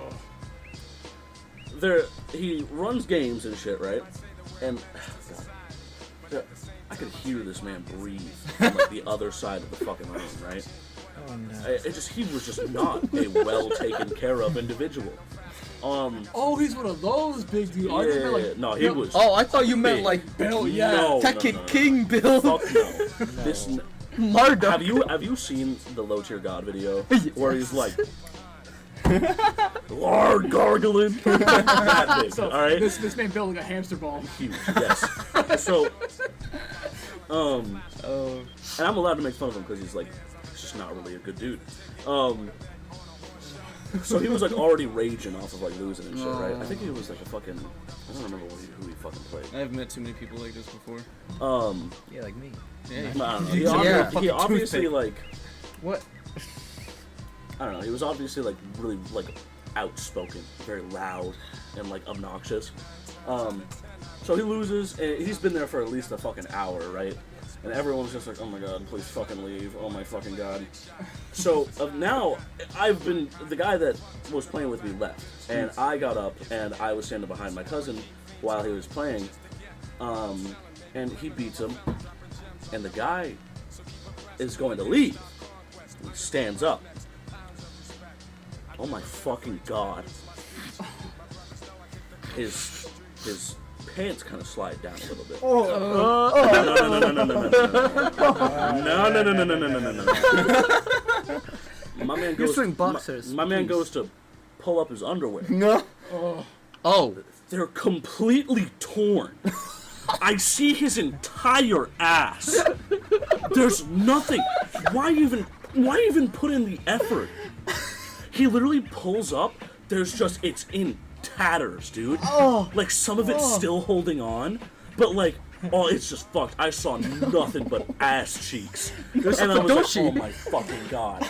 Speaker 3: there he runs games and shit, right? And God, I could hear this man breathe from like the other side of the fucking room, right? Oh no! It, it just he was just not a well taken care of individual. Um,
Speaker 4: Oh, he's one of those big dudes.
Speaker 3: yeah,
Speaker 4: I just meant, like,
Speaker 3: no, he was.
Speaker 6: Oh, I thought you meant
Speaker 3: Big.
Speaker 6: like
Speaker 4: Bill,
Speaker 3: yeah. No, no,
Speaker 6: Tekken
Speaker 3: no, no.
Speaker 6: King Bill
Speaker 3: Fuck no. This n-
Speaker 6: Mardo.
Speaker 3: have you have you seen the low tier god video where he's like Lord gargling that big, all right
Speaker 4: This, this man built like a hamster ball.
Speaker 3: huge yes so um
Speaker 1: Oh,
Speaker 3: and I'm allowed to make fun of him because he's like, he's just not really a good dude. Um, so he was like already raging off of like losing and shit, right? I think he was like a fucking, I don't remember what he, who he fucking played.
Speaker 1: I've met too many people like this before.
Speaker 3: Um,
Speaker 2: Yeah, like me.
Speaker 1: Yeah.
Speaker 3: I don't know. He,
Speaker 6: Yeah.
Speaker 3: obvi- he obviously
Speaker 1: Fucking
Speaker 3: like,
Speaker 2: What?
Speaker 3: I don't know. He was obviously like really like outspoken, very loud, and like obnoxious. Um, so he loses, and he's been there for at least a fucking hour, right? And everyone's just like, "Oh my god, please fucking leave! Oh my fucking god!" So uh, now I've been the guy that was playing with me left, and I got up and I was standing behind my cousin while he was playing, um, and he beats him, and the guy is going to leave. He stands up. Oh my fucking god! His his pants kind of slide down a little bit. Oh, no, no, no, no, no, no, no, no, no, no, no, no, no, no, no, no, no. My man goes.
Speaker 2: saying
Speaker 3: my-
Speaker 2: boxers,
Speaker 3: My, man goes to pull up his underwear.
Speaker 2: No.
Speaker 6: Oh,
Speaker 3: They're completely torn. I see his entire ass. There's nothing. Why even? Why even put in the effort? He literally pulls up. There's just
Speaker 6: Oh.
Speaker 3: it's in tatters, dude. Oh, like some of it's still holding on, but like Oh, it's just fucked. I saw nothing but ass cheeks.
Speaker 6: There's
Speaker 3: and
Speaker 6: a
Speaker 3: I was
Speaker 6: Fudoshi.
Speaker 3: like, oh my fucking god.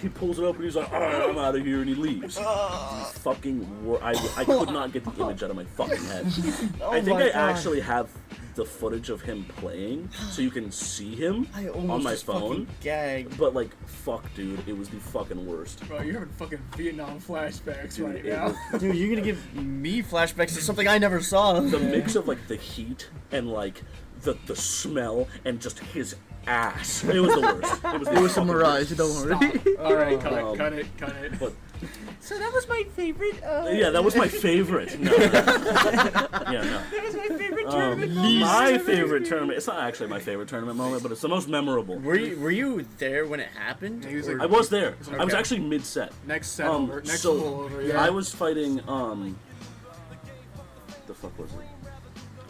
Speaker 3: he pulls it up and he's like, all right, I'm out of here, and he leaves.
Speaker 6: Oh.
Speaker 3: The fucking war. I, I could not get the image out of my fucking head.
Speaker 6: Oh
Speaker 3: I think
Speaker 2: my
Speaker 3: I
Speaker 2: God.
Speaker 3: actually have the footage of him playing, so you can see him
Speaker 6: I almost
Speaker 3: on my
Speaker 6: just fucking
Speaker 3: phone.
Speaker 1: Gag.
Speaker 3: But like, fuck, dude, it was the fucking worst.
Speaker 4: Bro, you're having fucking Vietnam flashbacks
Speaker 3: Dude,
Speaker 4: right
Speaker 3: it
Speaker 4: now.
Speaker 3: was-
Speaker 1: Dude, you're gonna give me flashbacks to something I never saw.
Speaker 3: the mix of like the heat and like the the smell and just his ass. It was the worst. It was, the
Speaker 6: It was a
Speaker 3: fucking
Speaker 6: mirage, don't worry.
Speaker 4: All right, cut
Speaker 3: Um,
Speaker 4: it, cut it, cut it.
Speaker 3: worst.
Speaker 5: So that was my favorite. Uh,
Speaker 3: But yeah, that was my favorite. No. yeah, no.
Speaker 5: That was my favorite
Speaker 3: Um,
Speaker 5: tournament. moment I've
Speaker 3: my
Speaker 5: ever
Speaker 3: favorite
Speaker 5: experienced.
Speaker 3: tournament. It's not actually my favorite tournament moment, but it's the most memorable.
Speaker 1: Were you were you there when it happened?
Speaker 4: he was like-
Speaker 1: Or-
Speaker 3: I was there. I was
Speaker 1: Okay.
Speaker 3: actually mid set.
Speaker 4: Next set
Speaker 3: Um,
Speaker 4: over. Next
Speaker 3: so
Speaker 4: pull over. Yeah.
Speaker 3: I was fighting. Um, the fuck was it?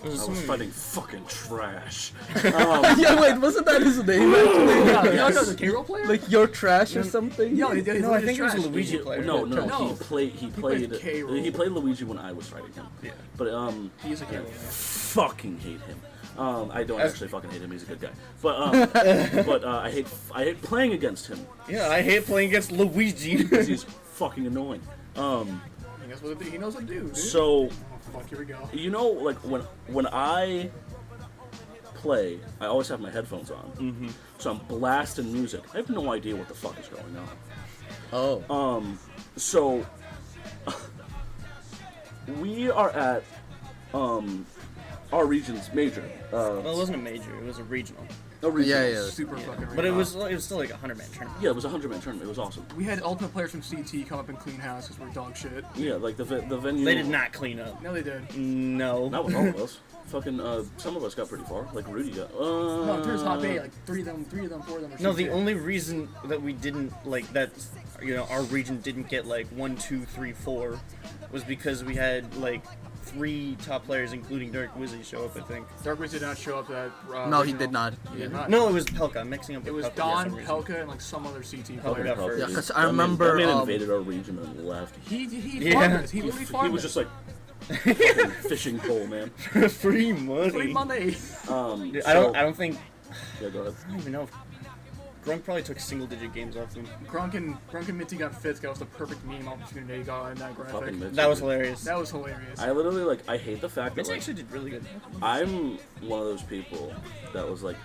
Speaker 3: I
Speaker 4: Hmm.
Speaker 3: was fighting fucking trash.
Speaker 6: yeah, wait, wasn't that his name actually?
Speaker 4: yeah, yeah, no, the K-roll player.
Speaker 6: Like your trash or something?
Speaker 4: no, he,
Speaker 1: no, I think it was a Luigi
Speaker 3: He-
Speaker 1: player.
Speaker 3: No, no,
Speaker 4: No.
Speaker 3: he played. He
Speaker 4: played
Speaker 3: played.
Speaker 4: K-Rool.
Speaker 3: he played Luigi when I was fighting him.
Speaker 4: Yeah.
Speaker 3: But um,
Speaker 4: He's a K-roll.
Speaker 3: fucking hate him. Um, I don't actually fucking hate him. He's a good guy. But um, but uh, I hate I hate playing against him.
Speaker 1: Yeah, I hate playing against Luigi.
Speaker 3: 'cause He's fucking annoying. Um,
Speaker 4: He knows what to do. He knows what to do. Dude.
Speaker 3: so
Speaker 4: oh, fuck, here we go.
Speaker 3: you know, like when when I play, I always have my headphones on, mm-hmm. so I'm blasting music. I have no idea what the fuck is going on.
Speaker 6: Oh.
Speaker 3: Uh, so we are at um our region's major uh
Speaker 1: well, it wasn't a major; it was a regional.
Speaker 3: no
Speaker 6: yeah,
Speaker 3: regions.
Speaker 6: yeah.
Speaker 4: Super fucking.
Speaker 1: But it
Speaker 4: random.
Speaker 1: was it was still like a hundred man tournament.
Speaker 3: yeah it was a 100 man tournament it was awesome
Speaker 4: We had ultimate players from CT come up and clean house because we're dog shit.
Speaker 3: yeah like the ve- the venue
Speaker 1: They did not clean up.
Speaker 4: No, they did.
Speaker 3: Mm.
Speaker 1: No.
Speaker 3: not with all of us fucking uh some of us got pretty far like Rudy got uh
Speaker 4: No, there's hot bay. Like three of them, three of them, four of them. were
Speaker 1: No, the
Speaker 4: CT.
Speaker 1: only reason that we didn't like that, you know, our region didn't get like one, two, three, four, was because we had like three top players, including Dirk Wizzy, show up. I think.
Speaker 4: Dark Wizard did not show up. That uh,
Speaker 6: No, he
Speaker 4: original-
Speaker 6: did not.
Speaker 4: He
Speaker 6: Yeah.
Speaker 4: did not.
Speaker 1: No, it was Pelka. I'm mixing up.
Speaker 4: It
Speaker 1: with
Speaker 4: was
Speaker 1: Pelka for
Speaker 4: Don
Speaker 1: some reason.
Speaker 4: Pelka and like some other CT
Speaker 1: Pelka
Speaker 4: player.
Speaker 1: got first.
Speaker 6: Yeah, 'cause I
Speaker 3: That man-
Speaker 6: remember,
Speaker 3: that man
Speaker 6: um,
Speaker 3: invaded our region and left
Speaker 4: He he
Speaker 1: Yeah.
Speaker 4: farmed us. He literally
Speaker 3: he
Speaker 4: farmed
Speaker 3: was
Speaker 4: us.
Speaker 3: just like fucking fishing pole man
Speaker 1: free money.
Speaker 4: Free money.
Speaker 3: um
Speaker 1: Dude, I don't.
Speaker 3: so-
Speaker 1: I don't think.
Speaker 3: yeah go ahead
Speaker 1: I don't even know. if Grunk probably took single-digit games off them.
Speaker 4: Gronk and Gronk and Minty got fifth. That was the perfect meme opportunity he got in that graphic.
Speaker 3: fucking Mitch.
Speaker 1: That was hilarious.
Speaker 4: That was hilarious.
Speaker 3: I literally like I hate the fact that
Speaker 1: Mitch
Speaker 3: like,
Speaker 1: actually did really good.
Speaker 3: I'm one of those people that was like,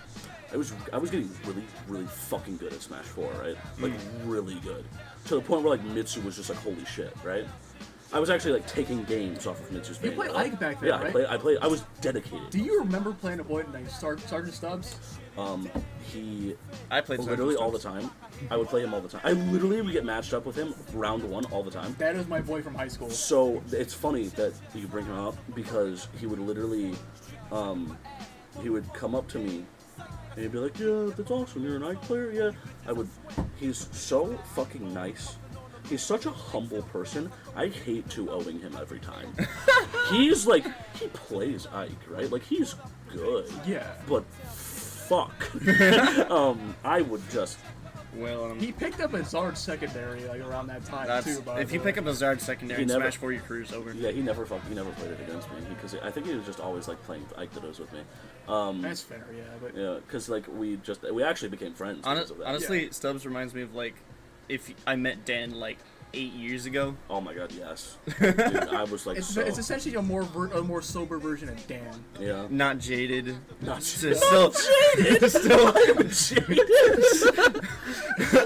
Speaker 3: I was I was getting really really fucking good at Smash Four, right? Like
Speaker 4: Mm.
Speaker 3: really good, to the point where like Mitsu was just like, holy shit, right? I was actually like taking games off of Mitsu's. You
Speaker 4: played Ike back then,
Speaker 3: yeah, I
Speaker 4: right?
Speaker 3: played. I played. I was dedicated.
Speaker 4: Do you remember playing a boy named Sar- Sergeant Stubbs?
Speaker 3: um, he
Speaker 1: I played
Speaker 3: Oh, literally all the time. I would play him all the time. I literally would get matched up with him round one all the time.
Speaker 4: That is my boy from high school.
Speaker 3: So it's funny that you bring him up because he would literally, um, he would come up to me and he'd be like, "Yeah, that's awesome. You're an Ike player. Yeah." I would. He's so fucking nice. He's such a humble person. I hate to owing him every time. he's like, he plays Ike, right? Like he's good.
Speaker 4: Yeah.
Speaker 3: But fuck, um, I would just.
Speaker 1: Well, um,
Speaker 4: He picked up a Zard secondary like around that time
Speaker 1: that's-
Speaker 4: too. By
Speaker 1: if
Speaker 4: the
Speaker 1: you
Speaker 4: way.
Speaker 1: pick up a Zard secondary
Speaker 3: He
Speaker 1: and
Speaker 3: never-
Speaker 1: Smash 4, your career's over.
Speaker 3: Yeah, he never fuck. He never played it against me because I think he was just always like playing Ike Dittos with me.
Speaker 4: that's fair, yeah. But
Speaker 3: Yeah, because like we just we actually became friends
Speaker 1: Hon-
Speaker 3: because of that.
Speaker 1: honestly, Stubbs reminds me of like if I met Dan like eight years ago.
Speaker 3: oh my god, yes. Dude, I was like
Speaker 4: it's,
Speaker 3: so
Speaker 4: it's essentially a more ver- a more sober version of Dan.
Speaker 3: yeah.
Speaker 1: Not jaded.
Speaker 3: Not
Speaker 1: Still, still, still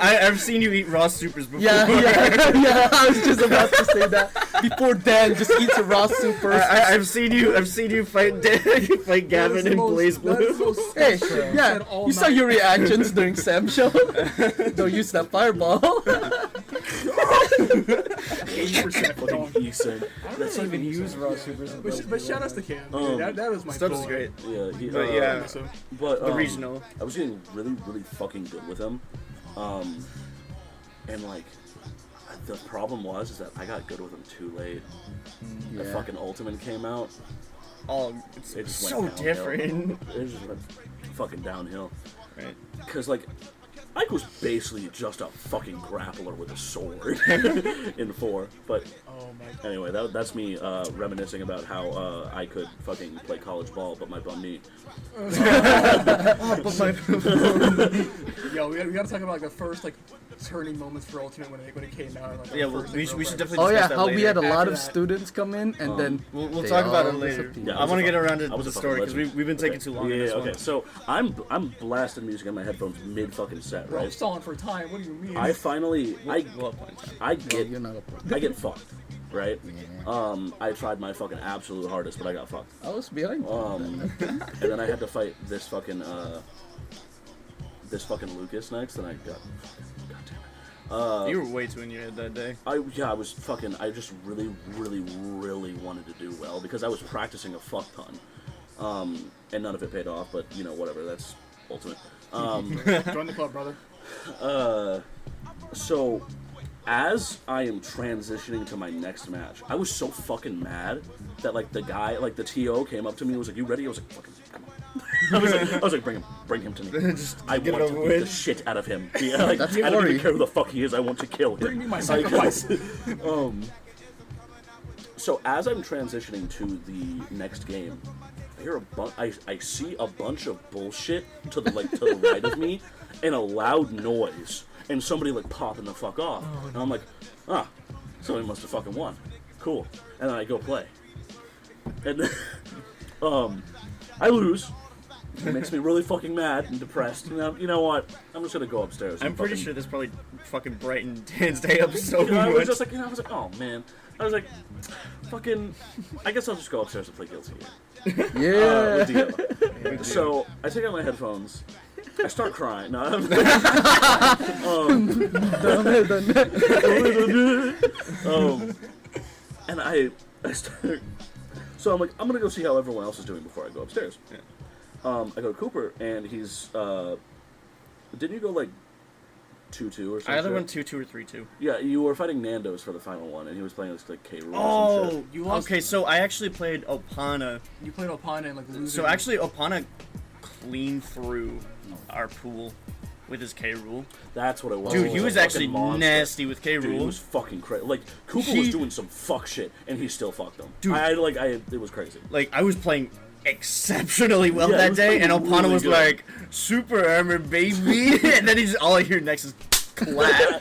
Speaker 1: I, I've seen you eat raw supers before.
Speaker 6: Yeah, yeah, yeah. I was just about to say that. Before Dan just eats a raw super.
Speaker 1: I, I- I've seen you. I've seen you fight Dan, fight Gavin
Speaker 4: That is
Speaker 1: and
Speaker 4: the most-
Speaker 1: Blaze
Speaker 4: that is the
Speaker 1: Blue.
Speaker 4: most-
Speaker 6: Hey,
Speaker 4: Said
Speaker 6: yeah,
Speaker 4: all
Speaker 6: you saw
Speaker 4: night.
Speaker 6: your reactions during Sam show. Don't use that fireball.
Speaker 3: fucking Eason. That's
Speaker 2: I even use raw supers.
Speaker 1: Oh,
Speaker 2: in
Speaker 4: But, sh-
Speaker 2: Blaze
Speaker 4: but
Speaker 2: Blue.
Speaker 4: shout out to Cam. dude.
Speaker 3: Um,
Speaker 4: that, that was my
Speaker 1: Stubbs
Speaker 4: boy.
Speaker 1: is great.
Speaker 3: Yeah, he,
Speaker 1: But
Speaker 3: uh,
Speaker 1: yeah,
Speaker 4: So,
Speaker 3: but
Speaker 1: the
Speaker 3: um,
Speaker 1: regional.
Speaker 3: I was getting really, really fucking good with him, um, and like the problem was is that I got good with him too late. The
Speaker 6: Yeah.
Speaker 3: fucking ultimate came out.
Speaker 1: Oh, it's
Speaker 3: It just
Speaker 1: so
Speaker 3: went downhill.
Speaker 1: different.
Speaker 3: It just went fucking downhill.
Speaker 1: Right.
Speaker 3: Because, like, Ike was basically just a fucking grappler with a sword in four. But
Speaker 4: Oh my god.
Speaker 3: anyway, that, that's me uh, reminiscing about how uh, I could fucking play college ball, but my bum knee.
Speaker 2: But my,
Speaker 4: Yo, we gotta, we gotta talk about like the first like turning moments for Ultimate when it when it came out. Like, our
Speaker 1: Yeah, well,
Speaker 4: first,
Speaker 1: we
Speaker 4: like,
Speaker 1: should, we should
Speaker 4: real
Speaker 1: definitely.
Speaker 6: Oh yeah,
Speaker 1: discuss that
Speaker 6: how we
Speaker 1: later.
Speaker 6: had a lot
Speaker 4: After
Speaker 6: of
Speaker 4: that-
Speaker 6: students come in, and then
Speaker 1: We'll, we'll
Speaker 6: they
Speaker 1: talk about it
Speaker 6: all
Speaker 1: later.
Speaker 6: disappeared.
Speaker 3: Yeah, I
Speaker 1: I
Speaker 3: was
Speaker 1: want
Speaker 3: a
Speaker 1: to get
Speaker 3: fucking-
Speaker 1: around to
Speaker 3: I was a
Speaker 1: the
Speaker 3: fucking
Speaker 1: story because we,
Speaker 3: legend.
Speaker 1: we've been taking
Speaker 3: Okay.
Speaker 1: too long.
Speaker 3: Yeah,
Speaker 1: in this
Speaker 3: okay.
Speaker 1: One.
Speaker 3: So I'm I'm blasting music in my headphones mid fucking set,
Speaker 4: Bro, I'm
Speaker 3: right?
Speaker 4: stalling for time. What do you mean?
Speaker 3: I finally I
Speaker 1: We'll have plenty of time.
Speaker 3: I
Speaker 6: Oh,
Speaker 3: get
Speaker 6: you're not a pro.
Speaker 3: I get fucked, right? Um, I tried my fucking absolute hardest, but I got fucked.
Speaker 6: I was behind. you.
Speaker 3: Um, and then I had to fight this fucking uh, this fucking Lucas next, and I got. God damn it.
Speaker 1: you were way too in your head that day.
Speaker 3: I yeah, I was fucking. I just really, really, really wanted to do well because I was practicing a fuck ton, um, and none of it paid off. But you know, whatever. That's ultimate. Um,
Speaker 4: Join the club, brother.
Speaker 3: so, as I am transitioning to my next match, I was so fucking mad that like the guy, like the TO, came up to me and was like, "You ready?" I was like, "Fucking." Come on. I was like, I was like, bring him, bring him to me. I
Speaker 1: get it
Speaker 3: want
Speaker 1: over
Speaker 3: to beat the
Speaker 1: with.
Speaker 3: shit out of him. Yeah, like,
Speaker 6: That's
Speaker 3: I don't
Speaker 6: Ori.
Speaker 3: even care who the fuck he is. I want to kill him.
Speaker 4: Bring me my
Speaker 3: Like,
Speaker 4: sacrifice.
Speaker 3: um, so as I'm transitioning to the next game, I hear a bu- I, I see a bunch of bullshit to the like to the right of me, and a loud noise, and somebody like popping the fuck off,
Speaker 4: Oh,
Speaker 3: and I'm like, ah, somebody must have fucking won, cool, and then I go play, and then, um, I lose. It makes me really fucking mad and depressed. And I'm, you know what? I'm just gonna go upstairs. and
Speaker 1: I'm pretty
Speaker 3: fucking-
Speaker 1: sure this probably fucking brightened Dan's day up so
Speaker 3: and I was
Speaker 1: much.
Speaker 3: just like, you know, I was like, oh man. I was like, fucking. I guess I'll just go upstairs and play guilty. Uh,
Speaker 6: yeah.
Speaker 3: with Diablo. so I take out my headphones. I start crying. No, I'm- um, and I, I start. So I'm like, I'm gonna go see how everyone else is doing before I go upstairs. Um, I go to Cooper, and he's. Uh, didn't you go like two two or something?
Speaker 1: I either went two two or three two.
Speaker 3: Yeah, you were fighting Nando's for the final one, and he was playing this like K rules. and shit.
Speaker 1: Oh,
Speaker 4: You lost-
Speaker 1: okay. So I actually played Opana.
Speaker 4: You played Opana and like losing.
Speaker 3: Mm-hmm.
Speaker 1: So actually, Opana cleaned through our pool with his K rule.
Speaker 3: that's what it was.
Speaker 1: Dude,
Speaker 3: It
Speaker 1: he was
Speaker 3: a fucking
Speaker 1: actually
Speaker 3: monster.
Speaker 1: nasty with K
Speaker 3: Dude, he
Speaker 1: rule.
Speaker 3: was fucking crazy. Like Cooper was
Speaker 1: He-
Speaker 3: doing some fuck shit, and he still fucked him.
Speaker 1: Dude.
Speaker 3: I like I it was crazy.
Speaker 1: Like I was playing exceptionally well
Speaker 3: Yeah, he
Speaker 1: that
Speaker 3: was
Speaker 1: day, and
Speaker 3: playing
Speaker 1: Opana
Speaker 3: really
Speaker 1: was
Speaker 3: good.
Speaker 1: like super armor baby, and then he's all I hear next is clap.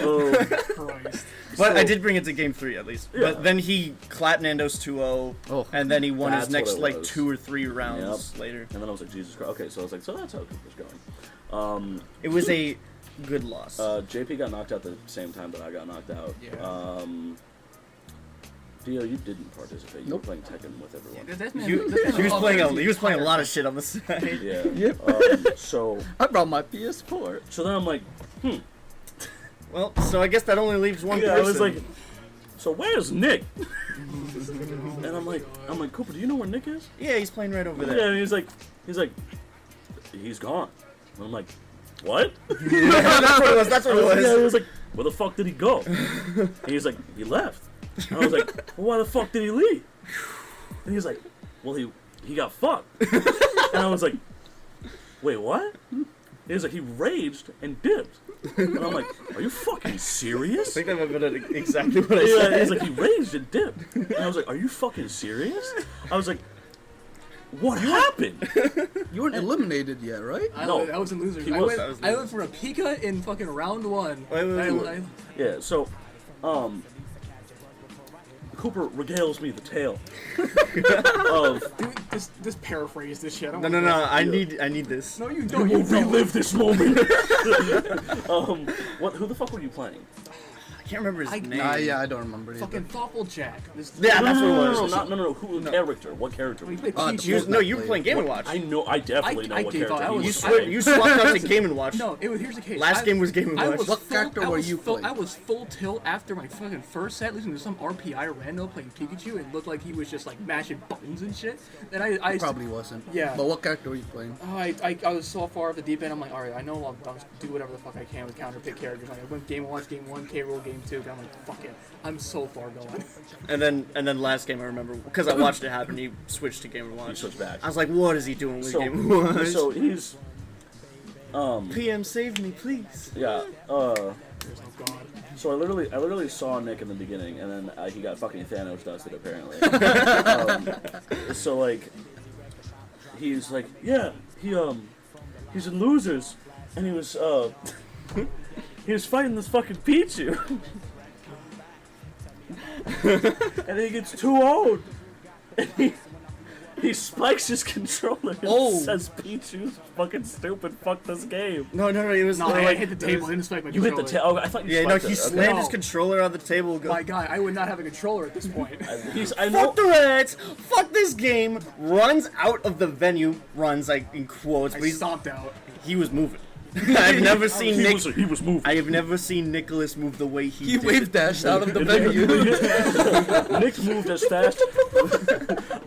Speaker 3: Oh,
Speaker 4: Christ.
Speaker 1: But I
Speaker 3: So-
Speaker 1: did bring it to game three at least.
Speaker 3: Yeah.
Speaker 1: But then he clapped Nando's 2 0,
Speaker 6: Oh.
Speaker 1: and then he won his
Speaker 3: That's
Speaker 1: next
Speaker 3: what it
Speaker 1: like
Speaker 3: was.
Speaker 1: two or three
Speaker 3: yep.
Speaker 1: rounds later.
Speaker 3: and then I was like, Jesus Christ. Okay, so I was like, so that's how Cooper's going.
Speaker 1: It was a good loss.
Speaker 3: Uh, JP got knocked out the same time that I got knocked out.
Speaker 4: Yeah.
Speaker 3: Um, Dio, you didn't participate. You
Speaker 6: Nope.
Speaker 3: were playing Tekken with everyone.
Speaker 4: Dude, that man-
Speaker 1: You-
Speaker 4: that man
Speaker 1: he was
Speaker 4: lost
Speaker 1: playing a
Speaker 4: his
Speaker 1: he was playing a
Speaker 4: entire
Speaker 1: lot of shit on the side.
Speaker 3: Yeah.
Speaker 6: Yep.
Speaker 3: Um, so
Speaker 6: I brought my PS4.
Speaker 3: so then I'm like,
Speaker 1: Well, so I guess that only leaves one
Speaker 3: Yeah, I
Speaker 1: person.
Speaker 3: was like, so where's Nick? and I'm like, I'm like, Cooper, do you know where Nick is?
Speaker 1: yeah, he's playing right over
Speaker 3: Yeah,
Speaker 1: there.
Speaker 3: and he's like, he's like, he's gone. And I'm like, what?
Speaker 1: that's what it was. That's what
Speaker 3: I was,
Speaker 1: it
Speaker 3: yeah,
Speaker 1: was.
Speaker 3: I was like, where the fuck did he go? and he's like, he left. And I was like, well, why the fuck did he leave? And he's like, well, he he got fucked. and I was like, wait, what? And He was like, he raged and dipped. And I'm like, are you fucking serious?
Speaker 1: I think that might have been exactly what I
Speaker 3: Yeah,
Speaker 1: said.
Speaker 3: he's like, he raised and dipped. And I was like, are you fucking serious? I was like, what happened?
Speaker 6: You weren't eliminated yet, right?
Speaker 4: I,
Speaker 3: No.
Speaker 4: no, I was in losers.
Speaker 3: He
Speaker 4: I,
Speaker 3: was.
Speaker 4: went,
Speaker 1: I was
Speaker 4: I went for a Pika in fucking round one.
Speaker 1: Wait, wait,
Speaker 4: I-
Speaker 1: wait.
Speaker 4: I-
Speaker 3: Yeah, so, um, Cooper regales me the tale of
Speaker 4: dude, just, just paraphrase this shit. I don't
Speaker 1: No, no,
Speaker 4: wanna-
Speaker 1: no. I need I need this.
Speaker 4: No, you don't.
Speaker 3: we'll
Speaker 4: You don't.
Speaker 3: Oh, relive this moment. um, what? Who the fuck were you playing?
Speaker 1: I can't remember his
Speaker 4: I-
Speaker 1: name.
Speaker 6: Nah, Ah, yeah, I don't remember either.
Speaker 4: Fucking thoughtful Jack. This,
Speaker 1: Yeah,
Speaker 3: no,
Speaker 1: that's
Speaker 3: no,
Speaker 1: what
Speaker 3: uh, no,
Speaker 1: it was.
Speaker 3: no, no, not, no, no, no. Who character? What character?
Speaker 4: When he played
Speaker 6: Uh,
Speaker 4: Peach,
Speaker 6: the
Speaker 4: he
Speaker 1: You
Speaker 4: was-
Speaker 1: was- no, you were playing Game and Watch.
Speaker 3: I know. I definitely
Speaker 4: I-
Speaker 3: know
Speaker 4: I
Speaker 3: what
Speaker 4: gave
Speaker 3: character.
Speaker 4: up. I
Speaker 3: he
Speaker 4: was-
Speaker 1: you
Speaker 3: was
Speaker 4: I-
Speaker 1: swear,
Speaker 3: playing.
Speaker 1: you swapped out to Game and Watch.
Speaker 4: No, it was here's the case.
Speaker 1: Last
Speaker 4: I-
Speaker 1: game was Game and
Speaker 4: I
Speaker 1: Watch.
Speaker 4: was
Speaker 6: What
Speaker 4: full-
Speaker 6: character
Speaker 4: I
Speaker 6: were
Speaker 4: was
Speaker 6: you
Speaker 4: full-
Speaker 6: playing?
Speaker 4: I was full tilt after my fucking first set, losing to some RPI rando playing Pikachu, and it looked like he was just like mashing buttons and shit. And I, I
Speaker 6: Probably wasn't.
Speaker 4: Yeah.
Speaker 6: But what character were you playing?
Speaker 4: Oh, I, I, I was so far off the deep end. I'm like, all right, I know I'll, I'll just do whatever the fuck I can with counter pick characters. Like, I went game one, game one, K roll, game two. and I'm like, fuck it, I'm so far going.
Speaker 1: And then and then last game I remember because I watched it happen. He switched to Game and Watch.
Speaker 3: switched back.
Speaker 1: I was like, what is he doing with Game and
Speaker 3: So,
Speaker 1: Watch?
Speaker 3: so he's Um,
Speaker 1: PM, save me, please.
Speaker 3: yeah. Uh,
Speaker 4: There's no God.
Speaker 3: so I literally, I literally saw Nick in the beginning, and then uh, he got fucking Thanos dusted apparently. um, so like, he's like, yeah, he um, he's in losers, and he was uh, he was fighting this fucking Pichu, and then he gets too old, and he. He spikes his controller and
Speaker 6: Oh.
Speaker 3: says, Pichu's fucking stupid, fuck this game.
Speaker 1: No, no, no. It was
Speaker 4: No,
Speaker 1: not.
Speaker 4: I,
Speaker 1: Like,
Speaker 4: hit the table. I didn't spike my
Speaker 3: You hit the tail.
Speaker 4: controller.
Speaker 3: Oh, I thought you
Speaker 1: yeah, no.
Speaker 3: spiked
Speaker 1: He
Speaker 3: it. Okay.
Speaker 1: slammed his
Speaker 4: No.
Speaker 1: controller on the table. Go,
Speaker 4: My God, I would not have a controller at this point.
Speaker 3: He's, I know,
Speaker 1: Fuck the Reds! Fuck this game! Runs out of the venue. Runs like in quotes,
Speaker 4: I
Speaker 1: but he's,
Speaker 4: stomped out.
Speaker 1: he was moving. I've never seen Nick.
Speaker 3: he was moving.
Speaker 1: I have never seen Nicholas move the way he.
Speaker 6: He
Speaker 1: did.
Speaker 6: wave dashed out of the venue.
Speaker 3: Nick moved as fast.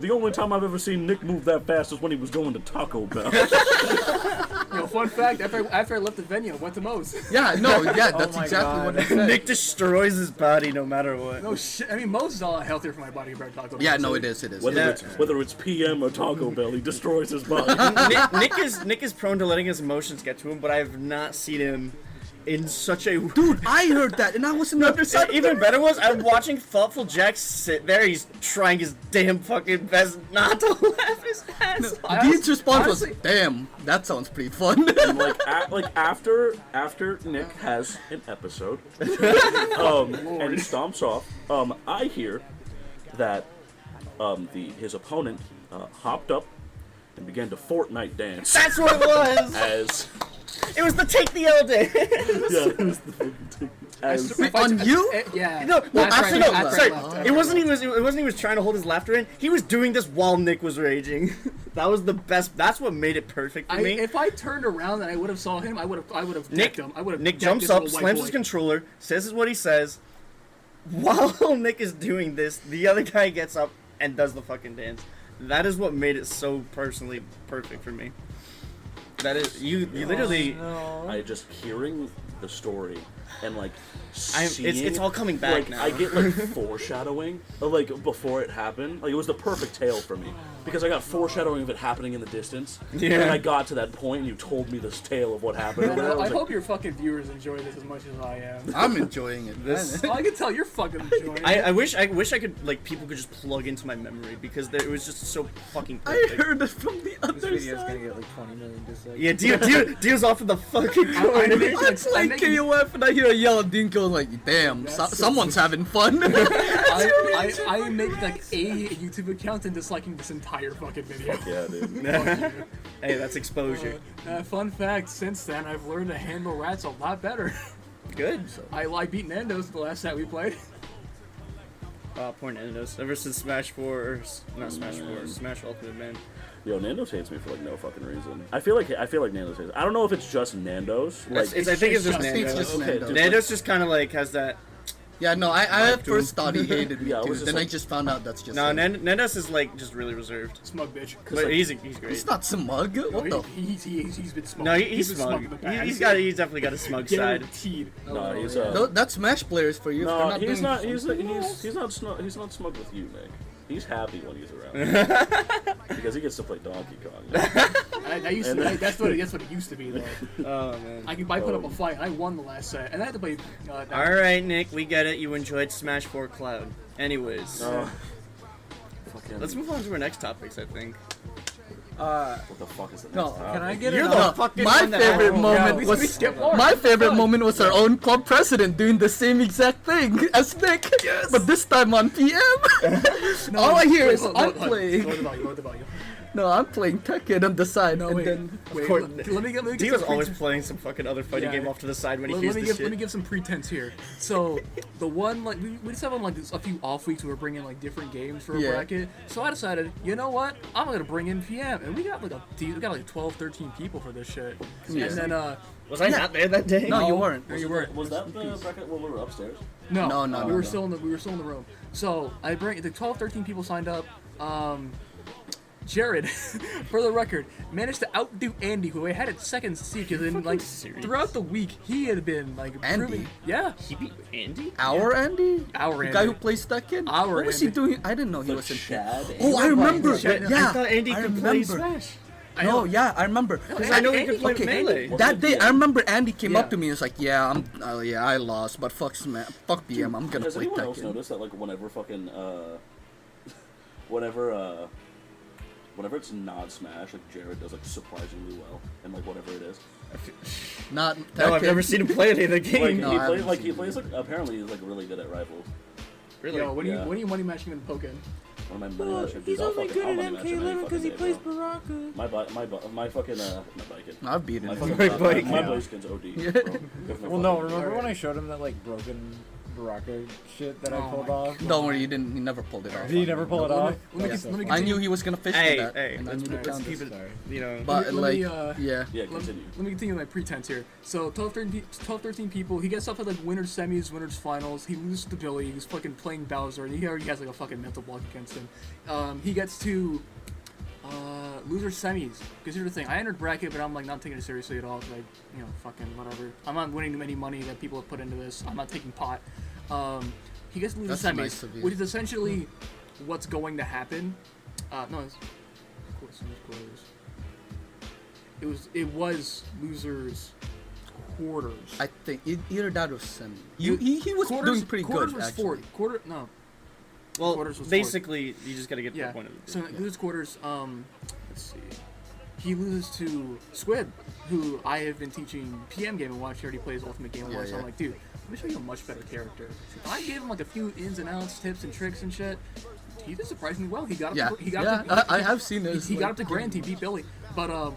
Speaker 3: the only time I've ever seen Nick move that fast is when he was going to Taco Bell.
Speaker 4: You know, fun fact: after, after I left the venue, I went to Moe's.
Speaker 6: yeah, no, yeah, that's
Speaker 2: my
Speaker 6: exactly
Speaker 2: God.
Speaker 6: what he said.
Speaker 1: Nick destroys his body no matter what.
Speaker 4: No shit. I mean, Moe's is a lot healthier for my body compared to Taco Bell.
Speaker 6: yeah, no, it is, it is.
Speaker 3: Whether
Speaker 1: Yeah.
Speaker 3: it's whether it's PM or Taco Bell, he destroys his body.
Speaker 1: Nick, Nick is Nick is prone to letting his emotions get to him, but I have not seen him in such a e-,
Speaker 6: Dude, I heard that, and I wasn't on the side.
Speaker 1: Even better was I'm watching thoughtful Jack sit there. He's trying his damn fucking best not to laugh his ass off.
Speaker 6: Dean's response was,
Speaker 4: honestly-
Speaker 6: "Damn, that sounds pretty fun."
Speaker 3: And like, a, like after after Nick has an episode,
Speaker 1: Oh,
Speaker 3: um, and he stomps off, um, I hear that um, the his opponent uh, hopped up and began to Fortnite dance
Speaker 1: That's what it was.
Speaker 3: as.
Speaker 1: It was the take the L day.
Speaker 3: Yeah, it was the fucking thing. As-
Speaker 4: If I-
Speaker 6: on you?
Speaker 4: eh, yeah.
Speaker 1: Um, no, no,
Speaker 4: That's right,
Speaker 1: actually
Speaker 4: that's
Speaker 1: no.
Speaker 4: right,
Speaker 1: Sorry,
Speaker 4: left, uh,
Speaker 1: it
Speaker 4: that's
Speaker 1: wasn't. He was. It wasn't. He was trying to hold his laughter in. He was doing this while Nick was raging. that was the best. That's what made it perfect for
Speaker 4: I,
Speaker 1: me.
Speaker 4: if I turned around and I would have saw him, I would have, I would have
Speaker 1: Nick,
Speaker 4: decked him. I would have.
Speaker 1: Nick
Speaker 4: decked
Speaker 1: jumps
Speaker 4: this
Speaker 1: up,
Speaker 4: little white
Speaker 1: slams
Speaker 4: boy.
Speaker 1: his controller, says what he says. While Nick is doing this, the other guy gets up and does the fucking dance. That is what made it so personally perfect for me. That is you. You literally.
Speaker 3: I just hearing the story and like
Speaker 1: I'm- it's-
Speaker 3: seeing,
Speaker 1: it's all coming back
Speaker 3: like,
Speaker 1: now.
Speaker 3: I get like foreshadowing of, like before it happened. Like it was the perfect tale for me because I got foreshadowing of it happening in the distance.
Speaker 1: Yeah.
Speaker 3: And I got to that point and you told me this tale of what happened. and I
Speaker 4: Well, I
Speaker 3: was like,
Speaker 4: hope your fucking viewers enjoy this as much as I am.
Speaker 6: I'm enjoying it.
Speaker 1: This-
Speaker 4: Well, I can tell you're fucking enjoying.
Speaker 1: I,
Speaker 4: it.
Speaker 1: I wish I wish I could like people could just plug into my memory because there, it was just so fucking
Speaker 6: I
Speaker 1: perfect.
Speaker 6: heard it from the
Speaker 2: This
Speaker 6: other
Speaker 2: video's gonna
Speaker 6: side.
Speaker 2: get like 20 million dislikes.
Speaker 1: Yeah, Dio, Dio, Dio's off in the fucking
Speaker 4: I
Speaker 1: corner.
Speaker 4: think-
Speaker 6: I'm playing
Speaker 4: making-
Speaker 6: KOF and I hear a yell at Dean goes like, "Damn, so-
Speaker 4: That's so-
Speaker 6: someone's having fun." That's your
Speaker 4: I,
Speaker 6: reaction.
Speaker 4: I, I make like a YouTube account and disliking this entire fucking video.
Speaker 3: yeah, dude.
Speaker 1: hey, that's exposure.
Speaker 4: Uh, fun fact: Since then, I've learned to handle rats a lot better.
Speaker 1: Good.
Speaker 4: I, I beat Nando's the last time we played.
Speaker 1: Uh, poor Nandos. Ever since Smash 4, or, s- not Smash 4, Smash Ultimate Man.
Speaker 3: Yo, Nando's hates me for like no fucking reason. I feel like I feel like Nando's hates. I don't know if it's just Nando's. Like
Speaker 1: It's, it's, I think it's just
Speaker 6: I
Speaker 1: Nandos.
Speaker 6: think it's just
Speaker 3: Okay,
Speaker 6: Nando.
Speaker 3: dude.
Speaker 1: Nando's just kind of like has that.
Speaker 6: Yeah, no, I, I at first thought he hated me
Speaker 3: Yeah, I
Speaker 6: too.
Speaker 3: was just
Speaker 6: Then I
Speaker 3: like-
Speaker 6: just found out that's just.
Speaker 1: No,
Speaker 6: him.
Speaker 1: Nan- Nando's is like just really reserved.
Speaker 4: Smug bitch.
Speaker 1: But he's he's great.
Speaker 6: It's not smug.
Speaker 4: No,
Speaker 6: What the?
Speaker 4: he, he's, he, he's, he's been smug.
Speaker 1: no, he, he's,
Speaker 4: been
Speaker 1: smug.
Speaker 4: in the
Speaker 1: He,
Speaker 4: past.
Speaker 1: he's got he's definitely got a smug side.
Speaker 4: Guaranteed.
Speaker 3: No, he's uh,
Speaker 6: No, that's Smash players for you. if
Speaker 3: No,
Speaker 6: they're not
Speaker 3: he's
Speaker 6: doing
Speaker 3: not. He's not.
Speaker 6: something
Speaker 3: He's
Speaker 6: else.
Speaker 3: he's not. Snu- he's not smug with you, Nick. He's happy when he's around because he gets to play Donkey Kong.
Speaker 4: I, I used to, I, that's what it- that's what it used to be though.
Speaker 1: Oh man.
Speaker 4: I can I put up a fight. I won the last set, and I had to play. Uh, that-
Speaker 1: All right, Nick, we get it. You enjoyed Smash 4 Cloud. Anyways,
Speaker 4: Uh,
Speaker 3: Oh. Fucking,
Speaker 1: let's move on to our next topics. I think.
Speaker 3: What the fuck is the
Speaker 2: No,
Speaker 3: next topic?
Speaker 2: can I get
Speaker 1: You're
Speaker 2: it?
Speaker 1: the
Speaker 6: No,
Speaker 1: fucking
Speaker 6: my
Speaker 1: one that
Speaker 6: favorite
Speaker 1: had-
Speaker 6: moment
Speaker 4: we- we
Speaker 6: was
Speaker 4: skipped Lauren.
Speaker 6: my favorite
Speaker 4: Done.
Speaker 6: moment was our own club president doing the same exact thing as Nick, but this time on PM. All I hear
Speaker 4: Wait,
Speaker 6: is
Speaker 4: hold on,
Speaker 6: I'm
Speaker 4: hold on. Lower the
Speaker 6: playing.
Speaker 4: volume, lower the volume.
Speaker 6: No, I'm playing Tekken on the side,
Speaker 4: No,
Speaker 6: and
Speaker 4: wait.
Speaker 6: then
Speaker 4: wait
Speaker 1: course,
Speaker 4: let, let me get. Let me get
Speaker 1: Dio's
Speaker 4: some
Speaker 1: always
Speaker 4: pre-
Speaker 1: playing some fucking other fighting
Speaker 4: Yeah.
Speaker 1: game off to the side when he
Speaker 4: let,
Speaker 1: hears
Speaker 4: let me
Speaker 1: this
Speaker 4: give. Let me
Speaker 1: shit.
Speaker 4: give some pretense here. So the one like we, we just have on like this, a few off weeks where we're bringing like different games for a
Speaker 6: Yeah.
Speaker 4: bracket. So I decided, you know what? I'm gonna bring in PM, and we got like a we got like 12, 13 people for this shit.
Speaker 6: Yeah.
Speaker 4: And then uh,
Speaker 1: Was I not there that day?
Speaker 6: no, you weren't.
Speaker 4: no, you weren't.
Speaker 3: Was that the bracket when we were upstairs?
Speaker 4: No,
Speaker 6: No, no,
Speaker 4: We
Speaker 6: no,
Speaker 4: were
Speaker 6: no.
Speaker 4: still in the we were still in the room. So I bring the 12, 13 people signed up. Um, Jared, for the record, managed to outdo Andy, who I had at second seat. And then, like
Speaker 1: serious?
Speaker 4: throughout the week, he had been like
Speaker 6: Andy?
Speaker 4: proving- yeah,
Speaker 1: He beat Andy.
Speaker 6: Our Andy,
Speaker 4: Our
Speaker 6: the guy
Speaker 4: Andy.
Speaker 6: who plays Tekken.
Speaker 4: Our
Speaker 6: what was he
Speaker 4: Andy.
Speaker 6: doing? I didn't know he
Speaker 3: The
Speaker 6: was in.
Speaker 3: Chad
Speaker 6: Oh, I remember.
Speaker 1: I
Speaker 6: Yeah,
Speaker 1: thought Andy
Speaker 6: I
Speaker 1: could
Speaker 6: remember.
Speaker 1: play Smash.
Speaker 4: I
Speaker 6: no,
Speaker 4: know.
Speaker 6: yeah, I remember.
Speaker 1: Because I know we could play
Speaker 6: Okay.
Speaker 1: melee.
Speaker 6: That day, I remember Andy came up
Speaker 1: Yeah.
Speaker 6: to me and was like, "Yeah, I'm, uh, yeah, I lost, but fuck, sma- fuck BM, I'm gonna
Speaker 3: Has
Speaker 6: play
Speaker 3: anyone else
Speaker 6: Tekken."
Speaker 3: noticed that like whenever fucking uh, whenever uh, whenever it's not Smash, like Jared does like surprisingly well, and like whatever it is,
Speaker 6: Not Tekken.
Speaker 1: No, I've never seen him play any of the
Speaker 3: like
Speaker 1: game.
Speaker 6: No,
Speaker 3: he
Speaker 6: I
Speaker 3: plays
Speaker 6: haven't
Speaker 3: like
Speaker 6: seen
Speaker 3: he
Speaker 6: it.
Speaker 3: plays like apparently he's like really good at rivals.
Speaker 1: Really?
Speaker 4: Yo, when
Speaker 3: yeah.
Speaker 4: are you when are you money matching in Pokemon?
Speaker 3: One of my money match dudes, I'll fucking- I'll money match him any fucking day, bro.
Speaker 5: Baraka.
Speaker 3: My bi- my bi- my fucking uh, my bike.
Speaker 6: I've beaten
Speaker 3: My
Speaker 6: him.
Speaker 3: fucking
Speaker 1: My
Speaker 3: my,
Speaker 1: bike.
Speaker 3: my Blaziken's OD. bro. There's
Speaker 2: Well, no,
Speaker 3: fucking-
Speaker 2: remember when I showed him that like broken Baraka shit that I
Speaker 4: Oh
Speaker 2: pulled
Speaker 4: my
Speaker 2: off?
Speaker 6: Don't worry, he didn't. He never pulled it off.
Speaker 2: Did he never pull it off?
Speaker 4: Let me,
Speaker 2: Yeah.
Speaker 4: let me, let me
Speaker 6: I
Speaker 4: continue.
Speaker 6: knew he was gonna fish
Speaker 1: Hey,
Speaker 6: for that,
Speaker 1: hey,
Speaker 6: and I
Speaker 1: let's-
Speaker 6: knew the
Speaker 4: let's
Speaker 6: counter.
Speaker 4: keep it-
Speaker 2: Sorry.
Speaker 1: You know.
Speaker 6: But
Speaker 4: Let me,
Speaker 6: like,
Speaker 4: uh,
Speaker 6: yeah,
Speaker 3: Yeah,
Speaker 4: Let me,
Speaker 3: continue.
Speaker 4: let me continue my pretense here. So 12 13, pe- 12, 13 people, he gets up at like winners semis, winners finals. He loses to Billy. He's fucking playing Bowser, and he already has like a fucking mental block against him. Um, he gets to uh, loser semis. Because here's the thing: I entered bracket, but I'm like not taking it seriously at all. 'cause I, you know, fucking whatever. I'm not winning any money that people have put into this. I'm not taking pot. Um, he gets to loser
Speaker 6: That's
Speaker 4: semis,
Speaker 6: nice of you.
Speaker 4: which is essentially what's going to happen. Uh, no, it's, of course, it was quarters. It was it was losers quarters.
Speaker 6: I think e- either that or semi. You, he, he was
Speaker 4: quarters,
Speaker 6: doing pretty
Speaker 4: quarters
Speaker 6: good
Speaker 4: was
Speaker 6: actually.
Speaker 4: fourth. Quarter no
Speaker 1: Well,
Speaker 4: quarters was
Speaker 1: basically, you just gotta get to
Speaker 4: yeah.
Speaker 1: the point of the
Speaker 4: So lose quarters. Um, let's see. He loses to Squid, who I have been teaching PM game and watch. He already plays Ultimate Game
Speaker 6: Yeah,
Speaker 4: Watch. So
Speaker 6: yeah.
Speaker 4: I'm like, dude, let me show you a much better character. And I gave him like a few ins and outs, tips and tricks and shit. He did surprisingly well. He got up.
Speaker 6: Yeah,
Speaker 4: to, he got
Speaker 6: yeah,
Speaker 4: up to,
Speaker 6: I, I have seen
Speaker 4: he,
Speaker 6: this.
Speaker 4: he got
Speaker 6: like,
Speaker 4: up to Grant. He beat Billy. But um,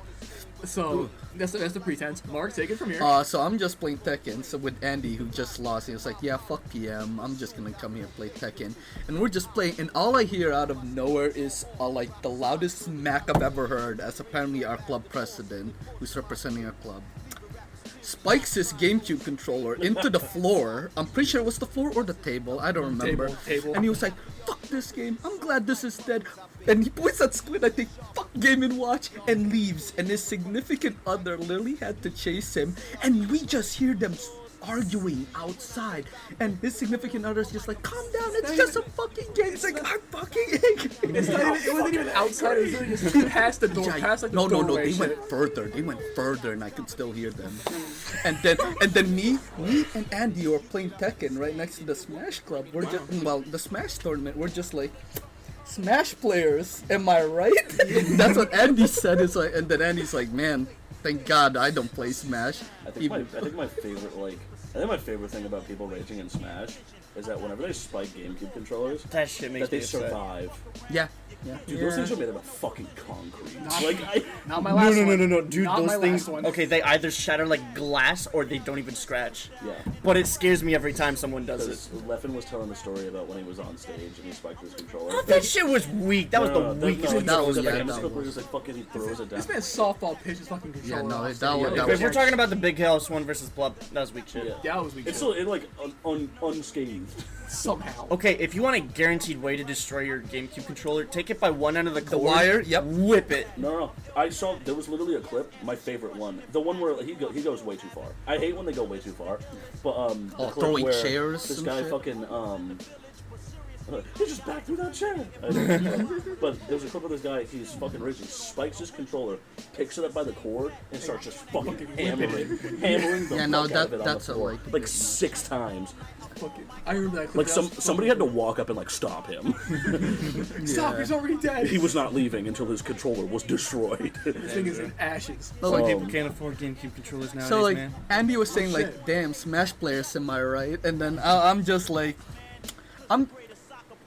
Speaker 4: so that's the, that's the pretense. Mark, take it from here.
Speaker 6: Uh, so I'm just playing Tekken. So with Andy, who just lost, he was like, "Yeah, fuck PM. I'm just gonna come here and play Tekken." And we're just playing, and all I hear out of nowhere is uh, like the loudest smack I've ever heard, as apparently our club president, who's representing our club, spikes his GameCube controller into the floor. I'm pretty sure it was the floor or the table. I don't remember.
Speaker 4: Table, table.
Speaker 6: And he was like, "Fuck this game. I'm glad this is dead." And he points at Squid. I think, "Fuck Game and Watch," and leaves. And his significant other Lily had to chase him. And we just hear them arguing outside. And his significant other's just like, "Calm down. It's just a fucking game." It's like, "I'm fucking."
Speaker 4: It's not even, it wasn't even outside. It was literally just past the door, past like the
Speaker 6: no, no, no.
Speaker 4: doorway
Speaker 6: They
Speaker 4: shit.
Speaker 6: went further. They went further, and I could still hear them. And then, and then me, me and Andy were playing Tekken right next to the Smash Club. We're just well, the Smash tournament. We're just like. Smash players, am I right? That's what Andy said. It's like, and then Andy's like, "Man, thank God I don't play Smash."
Speaker 3: I think my I
Speaker 6: Even-
Speaker 3: think my favorite like I think my favorite thing about people raging in Smash is that whenever they spike GameCube controllers,
Speaker 1: That shit makes
Speaker 3: that they
Speaker 1: me upset.
Speaker 3: survive.
Speaker 6: yeah, yeah.
Speaker 3: Dude, those things are made out of fucking concrete.
Speaker 4: Not-
Speaker 3: like I,
Speaker 4: Not my
Speaker 1: No,
Speaker 4: last
Speaker 1: no, no,
Speaker 4: one.
Speaker 1: no, no, dude.
Speaker 4: Not my
Speaker 1: those things.
Speaker 4: last one.
Speaker 1: Okay, they either shatter like glass or they don't even scratch.
Speaker 3: Yeah.
Speaker 1: But it scares me every time someone does it.
Speaker 3: because Leffen was telling the story about when he was on stage and he spiked his controller.
Speaker 1: That shit was weak. That was
Speaker 3: No, no,
Speaker 1: the
Speaker 3: no,
Speaker 1: weakest
Speaker 3: no,
Speaker 1: one.
Speaker 6: that was-
Speaker 3: like,
Speaker 6: yeah,
Speaker 3: I'm
Speaker 6: that
Speaker 3: just gonna
Speaker 6: was-
Speaker 3: believe it's like fucking he throws it down.
Speaker 4: This man softball pitches fucking controller.
Speaker 6: no,
Speaker 4: off.
Speaker 6: that was-
Speaker 4: Yeah,
Speaker 6: that
Speaker 1: If
Speaker 6: was-
Speaker 1: we're talking about the big house one versus Blub, that was weak shit.
Speaker 3: Yeah.
Speaker 4: That was weak.
Speaker 3: It's
Speaker 4: shit.
Speaker 3: still it, like un, un, unscathed.
Speaker 4: somehow.
Speaker 1: Okay, if you want a guaranteed way to destroy your GameCube controller, take it by one end of the cord.
Speaker 6: wire, yep.
Speaker 1: Whip it.
Speaker 3: No, no, no. I saw there was literally a clip, my favorite one, the one where he go, he goes way too far. I hate when they go way too far, but um, the
Speaker 6: Oh,
Speaker 3: clip
Speaker 6: throwing
Speaker 3: where
Speaker 6: chairs
Speaker 3: This
Speaker 6: and
Speaker 3: guy
Speaker 6: shit?
Speaker 3: fucking um, uh, he just backed through that chair. I don't- but there's a clip of this guy. He's fucking raging, spikes his controller, picks it up by the cord, and starts just fucking hammering, hammering the
Speaker 6: Yeah,
Speaker 3: fuck
Speaker 6: no,
Speaker 3: out
Speaker 6: that-
Speaker 3: of it on
Speaker 6: that's
Speaker 3: the
Speaker 6: a,
Speaker 3: floor,
Speaker 6: like-
Speaker 3: like six times.
Speaker 4: Fucking- I remember that. clip.
Speaker 3: Like
Speaker 4: That
Speaker 3: some
Speaker 4: was fucking-
Speaker 3: somebody had to walk up and like stop him.
Speaker 4: Stop! He's already dead.
Speaker 3: he was not leaving until his controller was destroyed.
Speaker 4: This thing is in ashes.
Speaker 6: No, like,
Speaker 3: Oh.
Speaker 1: people can't afford GameCube controllers nowadays,
Speaker 6: So like Andy was saying like,
Speaker 4: shit.
Speaker 6: "Damn, Smash players, am I right?" And then I, I'm just like, I'm,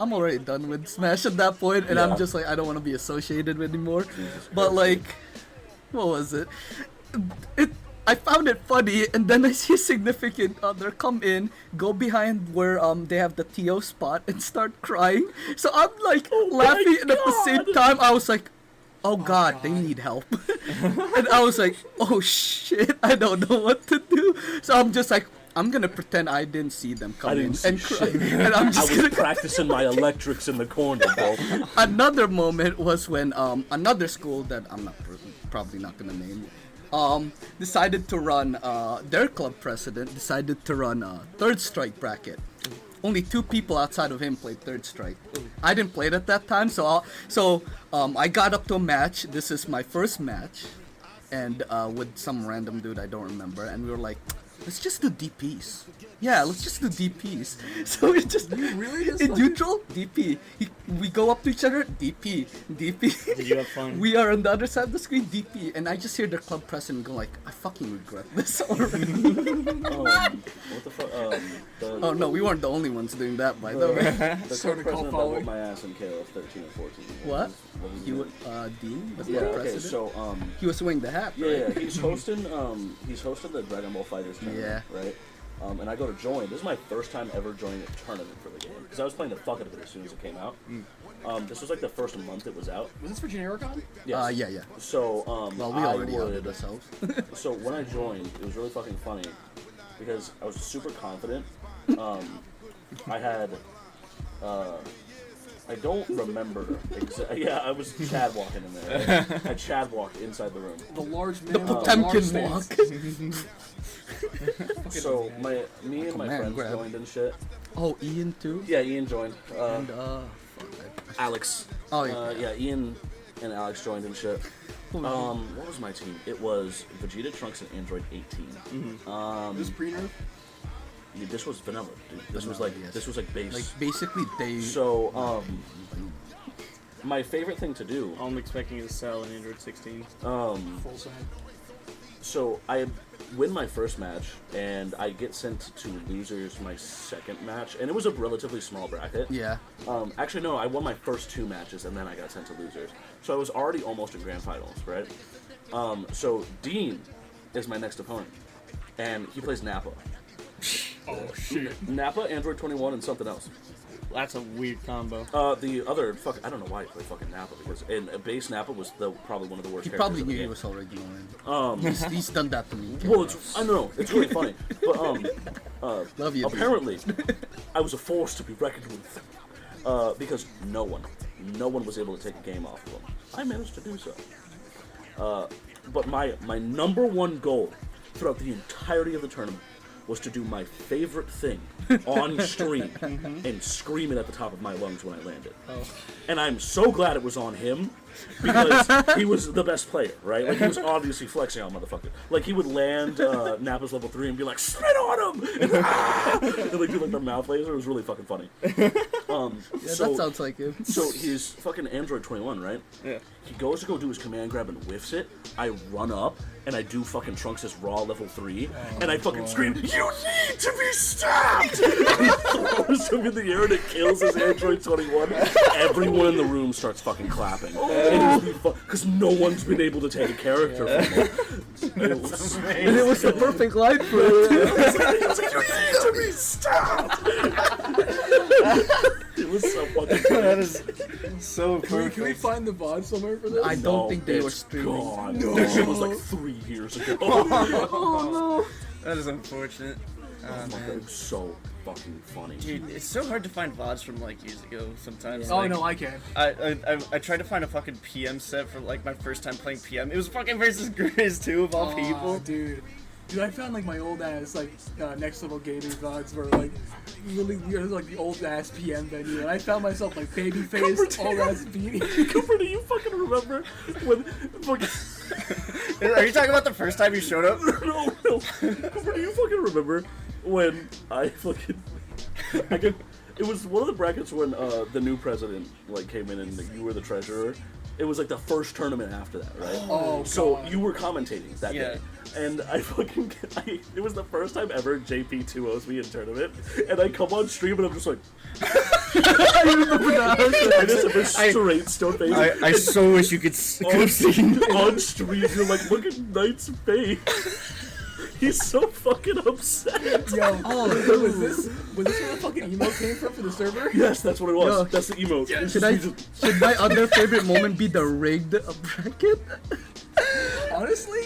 Speaker 6: I'm already done with Smash at that point, and
Speaker 3: Yeah.
Speaker 6: I'm just like, I don't want to be associated with anymore. But like, what was it? It. I found it funny, and then I see significant other come in, go behind where um they have the to spot, and start crying. So I'm like laughing, and at the same time I was like, "Oh God, they need help." and I was like, oh shit, I don't know what to do. So I'm just like, I'm gonna pretend I didn't see them come
Speaker 3: I
Speaker 6: in
Speaker 3: didn't see
Speaker 6: and cry.
Speaker 3: shit.
Speaker 6: And I'm
Speaker 3: I
Speaker 6: just
Speaker 3: was
Speaker 6: gonna.
Speaker 3: practicing my electrics in the corner, bro. Um,
Speaker 6: Another moment was when um another school that I'm not pr- probably not gonna name. Um, decided to run. Uh, their club president decided to run a third strike bracket, only two people outside of him played Third Strike. I didn't play it at that time, so i so um, I got up to a match. This is my first match, and uh, with some random dude I don't remember, and we were like, let's just do DPS. Yeah, let's just do DPS. So we just
Speaker 4: really just
Speaker 6: in
Speaker 4: like-
Speaker 6: neutral DP. He, we go up to each other DP DP.
Speaker 1: Did you have fun?
Speaker 6: We are on the other side of the screen DP, and I just hear the club president go like, I fucking regret this already.
Speaker 3: Um, what the fuck? Um, the,
Speaker 6: oh no, we weren't the only ones doing that by the way.
Speaker 3: the
Speaker 4: Sort
Speaker 3: president
Speaker 4: of call
Speaker 3: that whooped
Speaker 4: following.
Speaker 3: my ass in KOF 13 and 14.
Speaker 6: What?
Speaker 3: What was his
Speaker 6: He
Speaker 3: name?
Speaker 6: wa- uh, Dean, the
Speaker 3: yeah.
Speaker 6: club
Speaker 3: Okay.
Speaker 6: president.
Speaker 3: So um,
Speaker 6: he was wearing the hat.
Speaker 3: Yeah,
Speaker 6: right?
Speaker 3: yeah, he's hosting. Um, he's hosting the Dragon Ball Fighters tournament, right? Um, and I go to join. This is my first time ever joining a tournament for the game because I was playing the fuck out of it as soon as it came out.
Speaker 6: Mm.
Speaker 3: Um, this was like the first month it was out.
Speaker 4: Was this for Genericon?
Speaker 3: Yes.
Speaker 6: Uh, yeah, yeah.
Speaker 3: So um,
Speaker 6: Well, we
Speaker 3: I
Speaker 6: already outed
Speaker 3: would,
Speaker 6: ourselves.
Speaker 3: so when I joined, it was really fucking funny because I was super confident. Um, I had, uh, I don't remember. Exa- yeah, I was Chad walking in there. right? I Chad walked inside the room.
Speaker 4: The large man.
Speaker 6: the
Speaker 3: Oh,
Speaker 4: with large
Speaker 6: Potemkin
Speaker 4: stance.
Speaker 6: walk.
Speaker 3: So my, me and my
Speaker 6: man
Speaker 3: friends
Speaker 6: grab.
Speaker 3: joined and shit.
Speaker 6: oh, Ian too.
Speaker 3: Yeah, Ian joined. Uh,
Speaker 6: And, uh, fuck, I-
Speaker 3: Alex.
Speaker 6: Oh, yeah.
Speaker 3: Uh, yeah, Ian and Alex joined and shit.
Speaker 6: Holy
Speaker 3: Um, what was my team? It was Vegeta, Trunks, and Android 18.
Speaker 4: Mm-hmm. This pre-nerf.
Speaker 3: Yeah, this was vanilla, dude. This was
Speaker 6: Vanilla,
Speaker 3: like
Speaker 6: yes.
Speaker 3: this was like base.
Speaker 6: Like basically they.
Speaker 3: so, um, my favorite thing to do. um,
Speaker 1: All I'm expecting is Cell and Android 16.
Speaker 4: Full side.
Speaker 3: So I win my first match, and I get sent to losers my second match, and it was a relatively small bracket.
Speaker 6: yeah.
Speaker 3: Um, actually, no, I won my first two matches and then I got sent to losers. So I was already almost in grand finals, right? Um, so Dean is my next opponent, and he plays Napa.
Speaker 4: Oh shit.
Speaker 3: Napa, Android 21, and something else.
Speaker 1: That's a weird combo.
Speaker 3: Uh, the other fuck, I don't know why he played fucking Napa because and uh, base Napa was the probably one of the worst.
Speaker 6: He
Speaker 3: characters
Speaker 6: probably
Speaker 3: in the
Speaker 6: knew he
Speaker 3: game.
Speaker 6: was already known. Um, he's, he's done that to me.
Speaker 3: Well, it's, I don't know. It's really funny, but um,
Speaker 6: Love you. dude.
Speaker 3: apparently, I was a force to be reckoned with uh, because no one, no one was able to take a game off of him. I managed to do so. Uh, but my my number one goal throughout the entirety of the tournament was to do my favorite thing on stream
Speaker 6: Mm-hmm.
Speaker 3: and scream it at the top of my lungs when I landed.
Speaker 6: Oh.
Speaker 3: And I'm so glad it was on him because he was the best player, right? Like he was obviously flexing on motherfucker. Like he would land uh, Napa's level three and be like, "Spit on him!" and, "Ah!" and like do like the mouth laser. It was really fucking funny. Um,
Speaker 6: Yeah,
Speaker 3: so,
Speaker 6: that sounds like him.
Speaker 3: so he's fucking Android 21, right?
Speaker 1: Yeah.
Speaker 3: He goes to go do his command grab and whiffs it. I run up and I do fucking Trunks' raw level three, and I fucking scream, "You need to be stabbed!" and he throws him in the air and it kills his Android 21. Everyone in the room starts fucking clapping because no one's been able to take a character from him. It was-
Speaker 6: And it was the perfect line for it.
Speaker 3: it was so fucking funny.
Speaker 1: That is so
Speaker 4: Can we, can we
Speaker 1: perfect.
Speaker 4: find the VOD somewhere for this?
Speaker 6: I don't
Speaker 3: No,
Speaker 6: think they were
Speaker 3: it's
Speaker 6: streaming. Oh
Speaker 3: Gone. That shit was like three years ago.
Speaker 1: That is unfortunate.
Speaker 3: Oh my god, it was so fucking funny.
Speaker 1: Dude, it's so hard to find VODs from like years ago sometimes.
Speaker 4: Oh
Speaker 1: like,
Speaker 4: no, I can.
Speaker 1: I, I, I, I tried to find a fucking PM set for like my first time playing PM. It was fucking versus Grizz 2 of all
Speaker 4: Aw,
Speaker 1: people.
Speaker 4: dude. Dude, I found like my old ass like uh, next level gaming VODs were like really weird, like the old ass PM venue, and I found myself like baby faced, old ass beanie.
Speaker 3: Cooper, do you fucking remember when fucking
Speaker 1: Are you talking about the first time you showed up?
Speaker 3: no no Cooper, do you fucking remember when I fucking I could it was one of the brackets when uh, the new president like came in and like, you were the treasurer. It was like the first tournament after that, right?
Speaker 4: Oh,
Speaker 3: so
Speaker 4: God.
Speaker 3: you were commentating that
Speaker 1: Yeah.
Speaker 3: day. And I fucking, I, it was the first time ever JP 2 O's me in tournament, and I come on stream and I'm just like, I just have a straight stone face.
Speaker 1: I so wish you could,
Speaker 3: on, on stream, you're like, look at Knight's face. He's so fucking upset.
Speaker 4: Yo, oh, was this was this where the fucking emo came from for the server?
Speaker 3: Yes, that's what it was.
Speaker 6: Yo.
Speaker 3: That's the emote. It's
Speaker 6: Should
Speaker 3: just-
Speaker 6: I?
Speaker 3: you just-
Speaker 6: Should my other favorite moment be the rigged bracket?
Speaker 4: Honestly,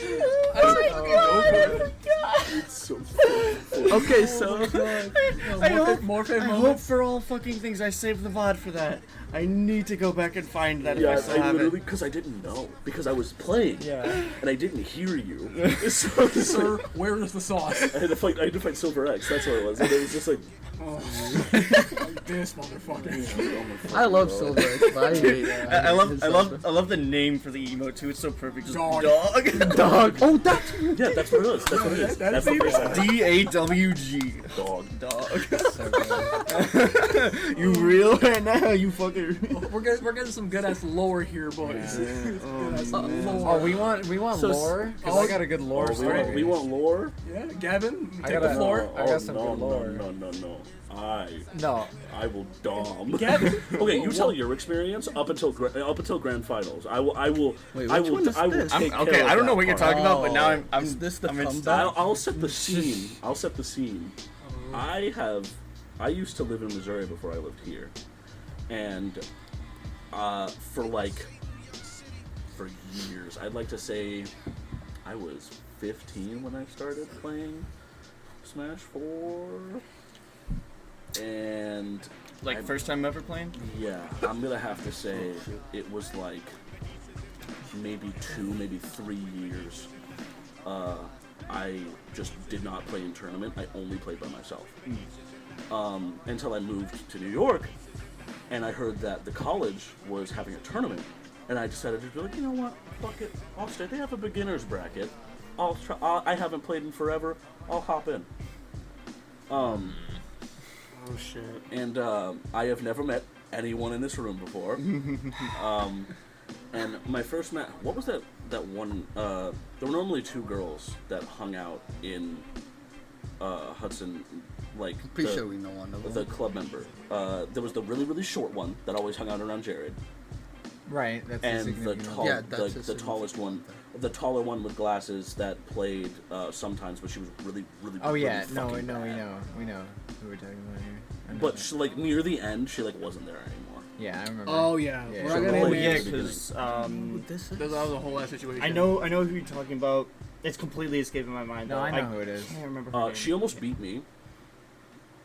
Speaker 4: I was like, okay, go
Speaker 3: it's so fucking funny.
Speaker 6: Okay, so
Speaker 4: for it. More fa- more favorite
Speaker 1: I hope
Speaker 4: moments.
Speaker 1: for all fucking things I saved the VOD for that. I need to go back and find that
Speaker 3: Yeah,
Speaker 1: if I still
Speaker 3: I
Speaker 1: have
Speaker 3: literally
Speaker 1: it.
Speaker 3: because I didn't know because I was playing
Speaker 1: Yeah.
Speaker 3: and I didn't hear you. So I was like,
Speaker 4: Sir, where is the sauce?
Speaker 3: I had to fight. I had to fight Silver X. That's what it was. And it was just like,
Speaker 4: Oh, like this motherfucker.
Speaker 6: I love Silver. but I, hate, uh,
Speaker 1: I, I love
Speaker 6: his
Speaker 1: I love
Speaker 6: Silver.
Speaker 1: I love the name for the emote too. It's so perfect. Just
Speaker 4: Dog.
Speaker 1: dog.
Speaker 6: Dog. Oh, that's
Speaker 3: Yeah, that's what it is. That's what it is.
Speaker 4: That-
Speaker 3: That's
Speaker 4: that's
Speaker 3: the first time.
Speaker 1: D A W G.
Speaker 3: Dog.
Speaker 1: Dog.
Speaker 8: So good.
Speaker 1: You real right now, you fucker.
Speaker 4: We're getting we're getting some good ass lore here, boys. Good-ass lore.
Speaker 8: Oh, we want we want
Speaker 6: So s-
Speaker 8: lore. Cause I got a good lore
Speaker 3: Oh, we,
Speaker 8: story.
Speaker 3: want, we want lore. Oh,
Speaker 4: Yeah, Gavin,
Speaker 8: I
Speaker 4: take
Speaker 8: gotta-
Speaker 4: the Oh, floor.
Speaker 8: I got some
Speaker 3: no,
Speaker 8: good lore.
Speaker 3: No, no, no, no. I,
Speaker 8: no.
Speaker 3: I will dom.
Speaker 4: Gavin,
Speaker 3: Okay, you tell your experience up until gra- up until grand finals. I will. I will.
Speaker 6: Wait,
Speaker 3: I
Speaker 6: which
Speaker 3: will.
Speaker 6: one is
Speaker 3: I will
Speaker 6: this?
Speaker 3: take care
Speaker 1: okay,
Speaker 3: of
Speaker 1: I don't know
Speaker 3: that
Speaker 1: what you're
Speaker 3: part.
Speaker 1: talking about, but now I'm.
Speaker 6: Oh,
Speaker 1: I'm
Speaker 6: is this the
Speaker 1: I'm in-
Speaker 6: comeback?
Speaker 3: I'll, I'll set the scene. I'll set the scene. I have. I used to live in Missouri before I lived here, and uh, for like for years, I'd like to say I was 15 when I started playing Smash 4, and
Speaker 1: Like first time ever playing.
Speaker 3: yeah, I'm gonna have to say it was like maybe two, maybe three years. Uh, I just did not play in tournament. I only played by myself um, until I moved to New York, and I heard that the college was having a tournament, and I decided to be like, you know what, fuck it, I'll stay. They have a beginners bracket. I'll try. I'll, I haven't played in forever. I'll hop in. Um,
Speaker 4: Oh shit.
Speaker 3: and um, I have never met anyone in this room before. um, and my first met, what was that? That one? Uh, there were normally two girls that hung out in uh, Hudson, like
Speaker 6: pretty
Speaker 3: the-
Speaker 6: sure we know one of
Speaker 3: the
Speaker 6: them.
Speaker 3: club member. Uh, there was the really really short one that always hung out around Jared,
Speaker 8: Right. That's a
Speaker 3: and the
Speaker 8: significant
Speaker 3: tall,
Speaker 6: Yeah,
Speaker 3: the,
Speaker 6: that's a
Speaker 3: the tallest one, the taller one with glasses that played uh, sometimes, but she was really really.
Speaker 8: Oh yeah.
Speaker 3: really
Speaker 8: No.
Speaker 3: fucking
Speaker 8: No. We
Speaker 3: bad.
Speaker 8: know. We know who we're talking about here. I know.
Speaker 3: But she, like near the end, she like wasn't there anymore.
Speaker 8: yeah, I remember.
Speaker 4: Oh yeah.
Speaker 8: Yeah.
Speaker 4: We're
Speaker 8: So
Speaker 4: not gonna
Speaker 1: Oh
Speaker 4: end
Speaker 1: yeah,
Speaker 4: this.
Speaker 1: because um,
Speaker 6: This is.
Speaker 4: That was a whole ass situation.
Speaker 1: I know I know who you're talking about. It's completely escaping my mind.
Speaker 8: No,
Speaker 1: though.
Speaker 8: I know who it is.
Speaker 1: can't remember. Her
Speaker 3: Uh,
Speaker 1: name.
Speaker 3: she almost beat me.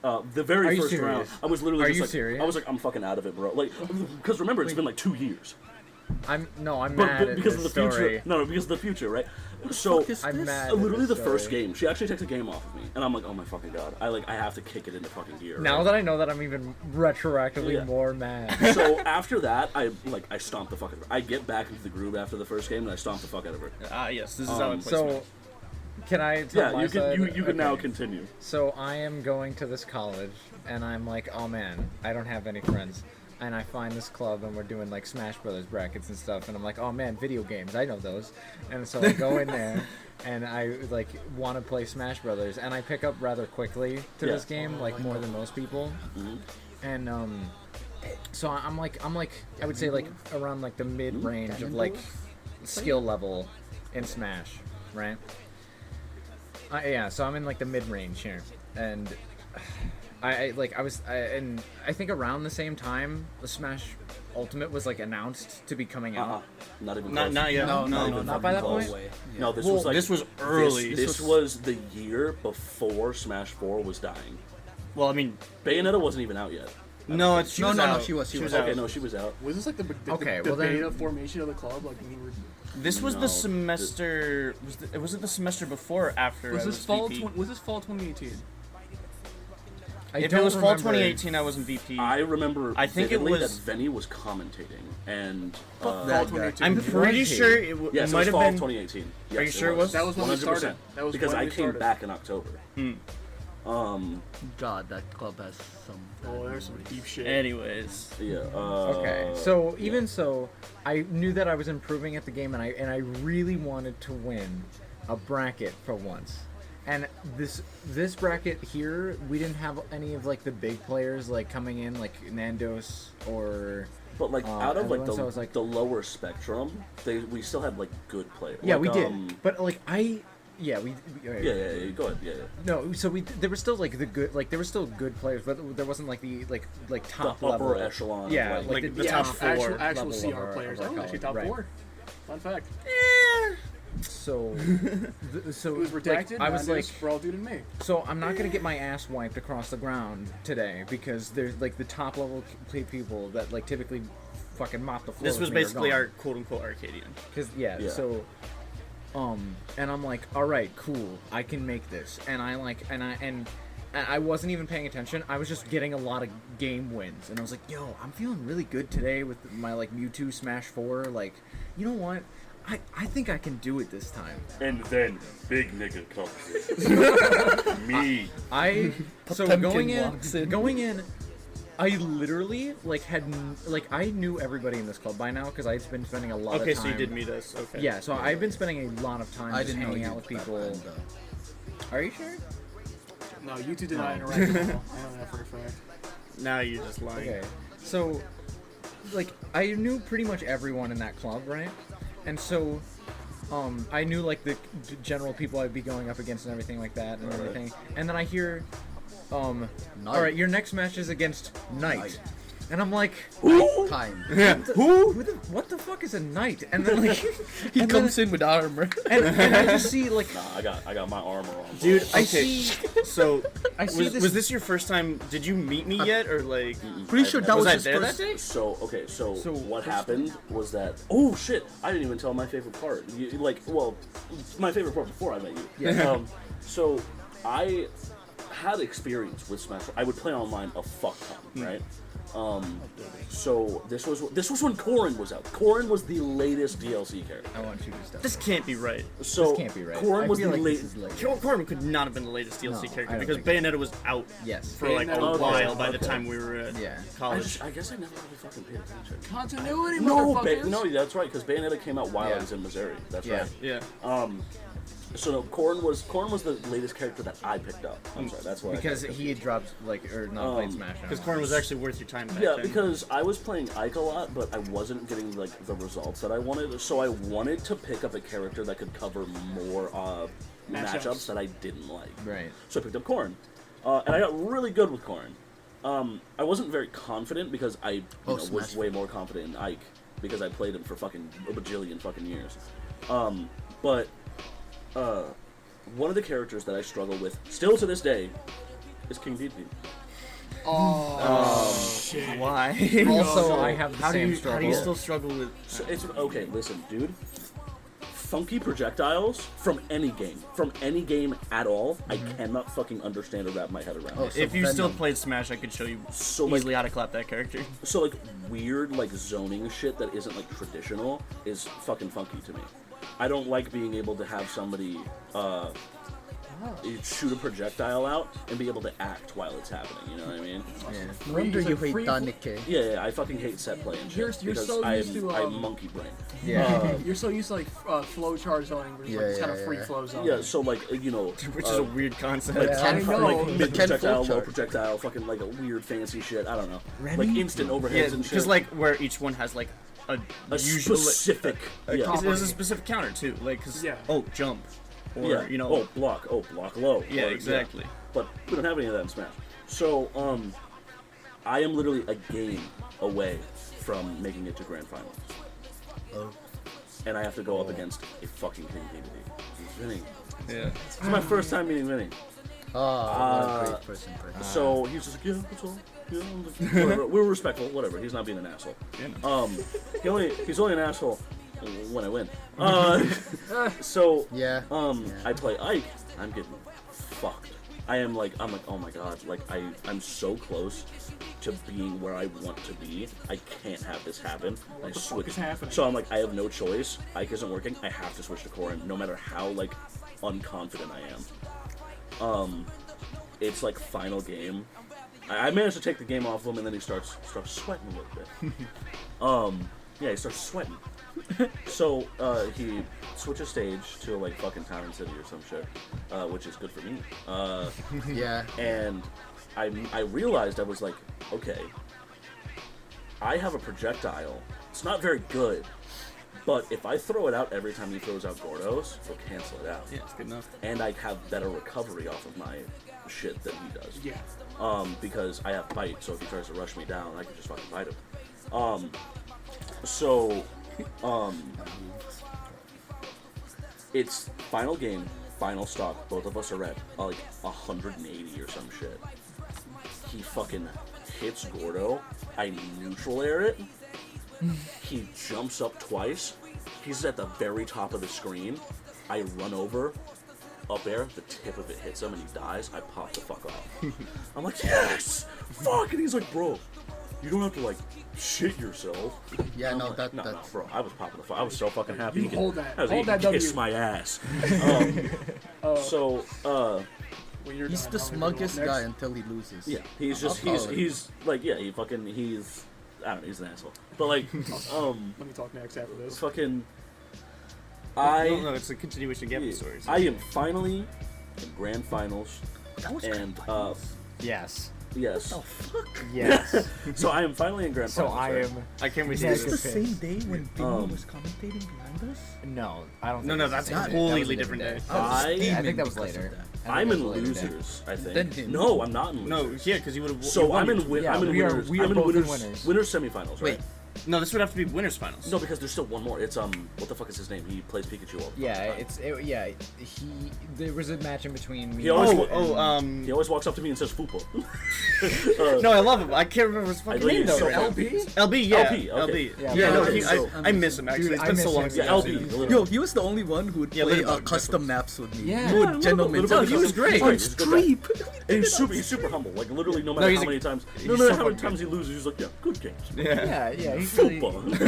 Speaker 3: Uh, the very
Speaker 8: Are you
Speaker 3: first round,
Speaker 8: serious?
Speaker 3: I was literally
Speaker 8: Are
Speaker 3: just
Speaker 8: you
Speaker 3: like,
Speaker 8: serious?
Speaker 3: I was like, I'm fucking out of it, bro. Like, because remember, it's been like two years.
Speaker 8: I'm no. I'm
Speaker 3: But,
Speaker 8: mad
Speaker 3: but
Speaker 8: at
Speaker 3: because
Speaker 8: this
Speaker 3: of the future,
Speaker 8: story.
Speaker 3: no, no, because of the future, right? So,
Speaker 6: fuck is-
Speaker 8: I'm
Speaker 6: This-
Speaker 8: mad. at
Speaker 3: literally
Speaker 8: this
Speaker 3: the first
Speaker 8: story.
Speaker 3: game, she actually takes a game off of me, and I'm like, oh my fucking god, I like, I have to kick it into fucking gear.
Speaker 8: Now
Speaker 3: right?
Speaker 8: that I know that, I'm even retroactively
Speaker 3: Yeah.
Speaker 8: more mad.
Speaker 3: so after that, I like, I stomp the fuck out of her. I get back into the groove after the first game, and I stomp the fuck out of her.
Speaker 1: Ah yes, this is how
Speaker 3: Um,
Speaker 1: it plays.
Speaker 8: so, can I? Tell
Speaker 3: Yeah,
Speaker 8: my
Speaker 3: you can,
Speaker 8: side?
Speaker 3: you, you can now
Speaker 8: Okay.
Speaker 3: continue.
Speaker 8: So I am going to this college, and I'm like, oh man, I don't have any friends. And I find this club, and we're doing like Smash Brothers brackets and stuff. And I'm like, oh man, video games, I know those. And so I go in there, and I like want to play Smash Brothers, and I pick up rather quickly to
Speaker 3: Yeah.
Speaker 8: this game, like more than most people. And um, so I- I'm like, I'm like, I would say like around like the mid range of like skill level in Smash, right? Uh, yeah, so I'm in like the mid range here, and I, I like I was, I, and I think around the same time the Smash Ultimate was like announced to be coming
Speaker 3: Uh-uh.
Speaker 1: Uh-huh.
Speaker 8: out.
Speaker 3: Not even
Speaker 1: Not-
Speaker 3: close.
Speaker 1: not yet. No, no,
Speaker 3: even
Speaker 1: no,
Speaker 8: Uh-huh. not
Speaker 3: fucking
Speaker 8: by that
Speaker 3: close.
Speaker 8: point.
Speaker 3: No, this
Speaker 1: Well,
Speaker 3: was like
Speaker 1: this was
Speaker 3: this-
Speaker 1: early.
Speaker 3: This,
Speaker 1: This
Speaker 3: was... the year before Smash Four was dying.
Speaker 1: well, I mean,
Speaker 3: Bayonetta wasn't even out yet.
Speaker 1: no, it's she
Speaker 6: No,
Speaker 1: was
Speaker 6: no, no,
Speaker 1: out.
Speaker 6: she was, she was.
Speaker 1: out.
Speaker 3: Okay, no, she was out.
Speaker 4: Was this like the, the, the-
Speaker 8: Okay,
Speaker 4: the
Speaker 8: well then-
Speaker 4: beta formation of the club? Like when we were.
Speaker 1: This was
Speaker 3: No,
Speaker 1: the semester. Was, the, was it the semester before or after?
Speaker 4: Was
Speaker 1: I
Speaker 4: this fall?
Speaker 1: VP?
Speaker 4: Tw- was this fall 2018?
Speaker 8: I
Speaker 1: if
Speaker 8: don't
Speaker 1: it was fall
Speaker 8: remember-
Speaker 1: 2018, I was in VP.
Speaker 3: I remember.
Speaker 1: I think it
Speaker 3: vividly
Speaker 1: was-
Speaker 3: that Venny was commentating, and uh,
Speaker 6: that guy.
Speaker 4: 2018.
Speaker 1: I'm pretty
Speaker 8: Was he?
Speaker 1: sure it, w-
Speaker 3: yes, it
Speaker 1: might
Speaker 3: was
Speaker 1: have
Speaker 3: fall
Speaker 1: been.
Speaker 3: 2018. Yes,
Speaker 1: Are you sure it was?
Speaker 4: That was when we
Speaker 3: 100%,
Speaker 4: started. That was
Speaker 3: because
Speaker 4: when
Speaker 3: I
Speaker 4: we
Speaker 3: came
Speaker 4: started.
Speaker 3: back in October. Um.
Speaker 6: God, that club has some.
Speaker 4: Oh, there's some deep shit.
Speaker 1: Anyways,
Speaker 3: Yeah. Uh,
Speaker 8: Okay, so even so, I knew that I was improving at the game, and I and I really wanted to win a bracket for once. And this this bracket here, we didn't have any of like the big players like coming in, like Nandos or
Speaker 3: But like
Speaker 8: Uh,
Speaker 4: Oh,
Speaker 3: out of like
Speaker 8: everyone-
Speaker 3: the,
Speaker 8: so I was like-
Speaker 3: the lower spectrum, they we still had like good players.
Speaker 8: yeah, we
Speaker 3: Like,
Speaker 8: did.
Speaker 3: um,
Speaker 8: but like I, yeah, we. we okay.
Speaker 3: yeah, yeah, yeah. Go ahead. Yeah, yeah.
Speaker 8: No, so we there were still like the good, like there were still good players, but there wasn't like the like like
Speaker 3: The
Speaker 8: top
Speaker 3: upper
Speaker 8: level.
Speaker 3: echelon. of, like,
Speaker 8: Yeah, like,
Speaker 1: Like,
Speaker 8: the,
Speaker 1: the
Speaker 4: yeah,
Speaker 1: top
Speaker 8: top
Speaker 1: four
Speaker 4: actual, actual
Speaker 8: level of
Speaker 4: CR
Speaker 8: our-
Speaker 4: players.
Speaker 8: of our
Speaker 4: Oh, actually
Speaker 8: college,
Speaker 4: top
Speaker 8: right.
Speaker 4: four. Fun fact.
Speaker 8: So, th- so
Speaker 4: It was
Speaker 8: like,
Speaker 4: redacted.
Speaker 8: I was like,
Speaker 4: Brawl dude and me.
Speaker 8: so I'm not gonna get my ass wiped across the ground today because there's like the top level c- people that like typically fucking mop the floor.
Speaker 1: this was basically our quote unquote Arcadian.
Speaker 8: because yeah,
Speaker 3: Yeah.
Speaker 8: So, um, and I'm like, all right, cool, I can make this, and I like, and I and
Speaker 2: and I wasn't even paying attention. I was just getting a lot of game wins, and I was like, "Yo, I'm feeling really good today with my like Mewtwo Smash Four. Like, you know what? I I think I can do it this time.
Speaker 3: And then big nigga comes in. Me.
Speaker 2: I so
Speaker 6: Potemkin
Speaker 2: going in,
Speaker 6: walks in.
Speaker 2: going in. I literally like had n- like I knew everybody in this club by now because I'd been spending a lot
Speaker 1: Okay,
Speaker 2: of time.
Speaker 1: so you did meet us. Okay.
Speaker 2: Yeah, so I've been spending a lot of time
Speaker 6: I
Speaker 2: just
Speaker 6: didn't know
Speaker 2: hanging
Speaker 6: you
Speaker 2: out with
Speaker 6: did that
Speaker 2: people.
Speaker 6: band, though.
Speaker 2: Are you sure?
Speaker 4: No, you two did not interact at all. I know that for a fact.
Speaker 1: Now you're just lying.
Speaker 2: Okay. So, like, I knew pretty much everyone in that club, right? And so, um, I knew like the g- general people I'd be going up against and everything like that and everything. And then I hear, um,
Speaker 7: Knight.
Speaker 2: all right, your next match is against Knight.
Speaker 7: Knight.
Speaker 2: And I'm like,
Speaker 7: Kind.
Speaker 2: who? the, what the fuck is a knight? And then like,
Speaker 6: He
Speaker 2: and
Speaker 6: comes in with armor.
Speaker 2: then, and, and I just see like,
Speaker 3: Nah, I got I got my armor on.
Speaker 1: Dude,
Speaker 3: bro.
Speaker 1: I
Speaker 2: I
Speaker 1: okay.
Speaker 2: see,
Speaker 1: So
Speaker 2: I see
Speaker 1: was,
Speaker 2: this.
Speaker 1: was this your first time? Did you meet me yet, or like?
Speaker 6: Pretty sure that
Speaker 1: Was I
Speaker 6: was, his
Speaker 1: there
Speaker 6: first.
Speaker 1: that day?
Speaker 3: So okay, so,
Speaker 2: So,
Speaker 3: what
Speaker 2: first
Speaker 3: happened was that oh shit, I didn't even tell my favorite part. You, like, well, my favorite part before I met you.
Speaker 2: Yeah.
Speaker 3: Um, so I had experience with Smash. I would play online a fuck
Speaker 2: Hmm.
Speaker 3: ton, right? Um, so this was this was when Corrin was out. Corrin was the latest DLC character.
Speaker 2: I want you to stop.
Speaker 1: This can't be right.
Speaker 3: So
Speaker 2: This can't be right.
Speaker 3: Corrin
Speaker 2: I
Speaker 3: was
Speaker 2: feel
Speaker 3: the
Speaker 2: like this
Speaker 3: latest.
Speaker 2: is late.
Speaker 1: Cor- Corm could not have been the latest DLC
Speaker 2: No,
Speaker 1: character
Speaker 2: I don't
Speaker 1: because
Speaker 2: think so.
Speaker 1: Bayonetta was out
Speaker 2: Yes.
Speaker 1: for like a
Speaker 4: Bayonetta was
Speaker 1: while
Speaker 3: out,
Speaker 1: by the
Speaker 3: okay.
Speaker 1: time we were at
Speaker 2: Yeah.
Speaker 3: I,
Speaker 1: college.
Speaker 3: just, I guess I never really fucking paid attention.
Speaker 4: Continuity,
Speaker 3: No,
Speaker 4: motherfuckers.
Speaker 3: ba- no, that's right. Because Bayonetta came out while I
Speaker 2: Yeah.
Speaker 3: was in Missouri. That's
Speaker 2: Yeah.
Speaker 3: right.
Speaker 1: yeah.
Speaker 3: So no, Corn was Corn was the latest character that I picked up. I'm sorry, that's why.
Speaker 2: Because
Speaker 3: I
Speaker 2: he had dropped like or not
Speaker 3: Um,
Speaker 2: played Smash. I don't
Speaker 1: Because
Speaker 2: know.
Speaker 1: Corn was actually worth your time back
Speaker 3: yeah,
Speaker 1: then.
Speaker 3: because I was playing Ike a lot, but I wasn't getting like the results that I wanted. So I wanted to pick up a character that could cover more uh, matchups.
Speaker 4: Matchups.
Speaker 3: that I didn't like.
Speaker 2: Right.
Speaker 3: So I picked up Corn, uh, and I got really good with Corn. Um, I wasn't very confident because I you
Speaker 7: Oh,
Speaker 3: know, was
Speaker 7: Smash.
Speaker 3: way more confident in Ike because I played him for fucking a bajillion fucking years. Um, but uh, one of the characters that I struggle with still to this day is King Dedede.
Speaker 1: Why?
Speaker 2: Also, I have the
Speaker 1: how do
Speaker 2: same
Speaker 1: you
Speaker 2: struggle.
Speaker 1: how do you still struggle with?
Speaker 3: So it's okay. Listen, dude. Funky projectiles from any game, from any game at all. I cannot fucking understand or wrap my head around.
Speaker 7: Mm-hmm. Oh, so
Speaker 1: if you still
Speaker 7: Venom.
Speaker 1: played Smash, I could show you
Speaker 3: So, like-
Speaker 1: easily how to clap that character.
Speaker 3: So like weird like zoning shit that isn't like traditional is fucking funky to me. I don't like being able to have somebody uh shoot a projectile out and be able to act while it's happening. You know what I mean?
Speaker 7: No wonder
Speaker 4: It's
Speaker 7: you
Speaker 4: a
Speaker 7: hate
Speaker 4: free-
Speaker 7: Danike.
Speaker 3: Yeah, yeah. I fucking hate set play and shit
Speaker 4: You're- you're
Speaker 3: because
Speaker 4: so
Speaker 3: I'm,
Speaker 4: used to,
Speaker 3: I'm
Speaker 4: um,
Speaker 3: monkey brain.
Speaker 2: Yeah.
Speaker 4: You're so used to like f- uh, flow char zoning, where it's like
Speaker 7: Yeah,
Speaker 4: it's kind
Speaker 7: yeah,
Speaker 4: of free
Speaker 7: yeah.
Speaker 4: flow zone.
Speaker 3: Yeah. So like you know,
Speaker 1: Which
Speaker 3: uh,
Speaker 1: is a weird concept.
Speaker 7: Yeah.
Speaker 4: I know.
Speaker 7: Like,
Speaker 3: mid
Speaker 7: Ken
Speaker 3: projectile, low
Speaker 7: Fulchard.
Speaker 3: projectile, fucking like a weird fancy shit. I don't know, like instant overheads
Speaker 1: Yeah,
Speaker 3: and shit.
Speaker 1: because like where each one has like a,
Speaker 3: a
Speaker 1: usual
Speaker 3: specific, yeah,
Speaker 1: It's- There's a specific counter too, like 'cause-
Speaker 4: Yeah.
Speaker 1: oh jump, or
Speaker 3: yeah,
Speaker 1: you know
Speaker 3: oh block, oh block low.
Speaker 1: yeah
Speaker 3: or-
Speaker 1: exactly.
Speaker 3: But we don't have any of that in Smash. So um, I am literally a game away from making it to grand final,
Speaker 7: Oh.
Speaker 3: and I have to go up against a fucking King KDD. Vinny.
Speaker 1: Yeah.
Speaker 3: It's my first time meeting Vinny.
Speaker 7: Oh, what a
Speaker 3: Uh,
Speaker 7: great person for him.
Speaker 3: So he's just like, yeah, that's all. Yeah, whatever. We're respectful, whatever. He's not being an asshole. Um, he only he's only an asshole when I win. Uh, so
Speaker 7: Yeah.
Speaker 3: um, I play Ike. I'm getting fucked. I am like, I'm like, oh my god, like I I'm so close to being where I want to be. I can't have this happen. I switch.
Speaker 4: is happening?
Speaker 3: So I'm like, I have no choice. Ike isn't working. I have to switch to Corrin, no matter how like unconfident I am Um, it's like final game. I, I managed to take the game off of him, and then he starts starts sweating a little bit. um, yeah, he starts sweating. so uh, he switches stage to like fucking Town and City or some shit, uh, which is good for me. Uh,
Speaker 7: yeah.
Speaker 3: and I I realized I was like, okay, I have a projectile. It's not very good, but if I throw it out every time he throws out Gordos, he'll cancel it out.
Speaker 1: Yeah, it's good enough.
Speaker 3: And I have better recovery off of my shit than he does
Speaker 4: Yeah.
Speaker 3: um, because I have bite, so if he tries to rush me down, I can just fucking bite him. Um, so, um, it's final game, final stock. Both of us are at uh, like 180 or some shit. He fucking hits Gordo. I neutral air it. He jumps up twice. He's at the very top of the screen. I run over, up air, the tip of it hits him and he dies. I pop the fuck off. I'm like, yes, fuck. And he's like, bro, you don't have to like shit yourself.
Speaker 7: Yeah, no,
Speaker 3: Like,
Speaker 7: that
Speaker 3: no, no,
Speaker 7: that's
Speaker 3: bro. I was popping the fuck. I was so fucking happy.
Speaker 4: You
Speaker 3: can-
Speaker 4: hold that.
Speaker 3: I was like,
Speaker 4: Hold
Speaker 3: you can
Speaker 4: that
Speaker 3: Kiss
Speaker 4: W.
Speaker 3: my ass. Um, so, uh,
Speaker 4: When you're
Speaker 6: He's
Speaker 4: done,
Speaker 6: the
Speaker 4: I'll let you
Speaker 6: smuggest
Speaker 4: go.
Speaker 6: guy
Speaker 4: Next.
Speaker 6: until he loses.
Speaker 3: yeah, he's just
Speaker 7: I'll
Speaker 3: he's
Speaker 7: follow you.
Speaker 3: he's like yeah, he fucking he's I don't know, he's an asshole. But like, um,
Speaker 4: Let me talk next after this.
Speaker 3: fucking, I.
Speaker 1: no, no, it's a continuation of Gambit
Speaker 3: Yeah.
Speaker 1: stories.
Speaker 3: I am finally in grand finals,
Speaker 6: That was
Speaker 3: and uh,
Speaker 2: Yes.
Speaker 3: yes,
Speaker 6: Oh fuck!
Speaker 2: Yes.
Speaker 3: so I am finally in grand
Speaker 2: so
Speaker 3: finals.
Speaker 2: I
Speaker 3: right?
Speaker 2: am.
Speaker 1: I can't wait to
Speaker 2: Yes.
Speaker 1: see
Speaker 6: It's the
Speaker 1: this.
Speaker 2: Good
Speaker 6: same day when Dingman
Speaker 3: Um,
Speaker 6: was commentating behind us.
Speaker 2: No, I don't.
Speaker 1: No,
Speaker 2: think
Speaker 1: no,
Speaker 2: it's the
Speaker 1: that's
Speaker 2: same
Speaker 1: a
Speaker 7: Not-
Speaker 2: thing.
Speaker 1: completely
Speaker 7: that was a
Speaker 1: different day.
Speaker 7: different
Speaker 3: I- I
Speaker 2: I think
Speaker 6: Steaming
Speaker 2: that was
Speaker 6: because of
Speaker 2: later.
Speaker 6: that.
Speaker 2: I think
Speaker 3: I'm
Speaker 2: that
Speaker 3: in
Speaker 2: was later.
Speaker 3: losers. I
Speaker 6: Then
Speaker 3: think.
Speaker 6: him.
Speaker 3: No, I'm not in losers.
Speaker 1: No, yeah, because you would have.
Speaker 3: So I'm in
Speaker 1: win.
Speaker 3: win.
Speaker 2: Yeah,
Speaker 3: I'm in
Speaker 2: we are-
Speaker 3: winners.
Speaker 2: we are
Speaker 3: I'm in
Speaker 2: both in
Speaker 3: winners. Winners
Speaker 2: winners.
Speaker 3: semifinals.
Speaker 6: Wait,
Speaker 3: Right?
Speaker 1: No, this would have to be winners finals.
Speaker 3: No, because there's still one more. It's um, what the fuck is his name? He plays Pikachu all the
Speaker 2: Yeah,
Speaker 3: fucking time.
Speaker 2: it's it, yeah. He there was a match in between me.
Speaker 3: He always
Speaker 1: Oh,
Speaker 3: wa- uh,
Speaker 1: oh, um.
Speaker 3: He always walks up to me and says "football."
Speaker 1: No, I love him. I can't remember his fucking
Speaker 3: believe
Speaker 1: name though.
Speaker 3: so.
Speaker 1: right now.
Speaker 4: LP?
Speaker 1: LB, yeah.
Speaker 3: LP,
Speaker 1: LB.
Speaker 3: okay.
Speaker 2: Yeah,
Speaker 1: Yeah,
Speaker 2: but
Speaker 1: no,
Speaker 2: okay,
Speaker 1: he,
Speaker 6: so-
Speaker 1: I, I miss him actually.
Speaker 2: Dude,
Speaker 1: it's
Speaker 2: I
Speaker 1: been
Speaker 2: miss
Speaker 1: so long
Speaker 2: him.
Speaker 1: since
Speaker 3: yeah,
Speaker 1: I've
Speaker 3: LB.
Speaker 1: seen him.
Speaker 3: literally.
Speaker 6: Yo, he was the only one who would
Speaker 1: Yeah,
Speaker 6: play
Speaker 1: Little
Speaker 6: uh,
Speaker 1: Bug
Speaker 6: custom maps with me.
Speaker 2: Yeah.
Speaker 6: you
Speaker 2: Yeah,
Speaker 6: a gentleman.
Speaker 3: Little Bug
Speaker 6: he was
Speaker 3: Custom-
Speaker 6: great
Speaker 3: Oh,
Speaker 6: on
Speaker 3: he's a good guy.
Speaker 6: Streep.
Speaker 3: And he's super. He's super humble. Like literally, no matter
Speaker 1: he's
Speaker 3: how
Speaker 1: a-
Speaker 3: many times,
Speaker 1: he's
Speaker 3: no matter
Speaker 1: so
Speaker 3: how many
Speaker 1: fucking
Speaker 3: times he loses, he's like, "Yeah, good games."
Speaker 1: Yeah.
Speaker 2: Yeah, yeah. He's really-
Speaker 3: Football.
Speaker 4: What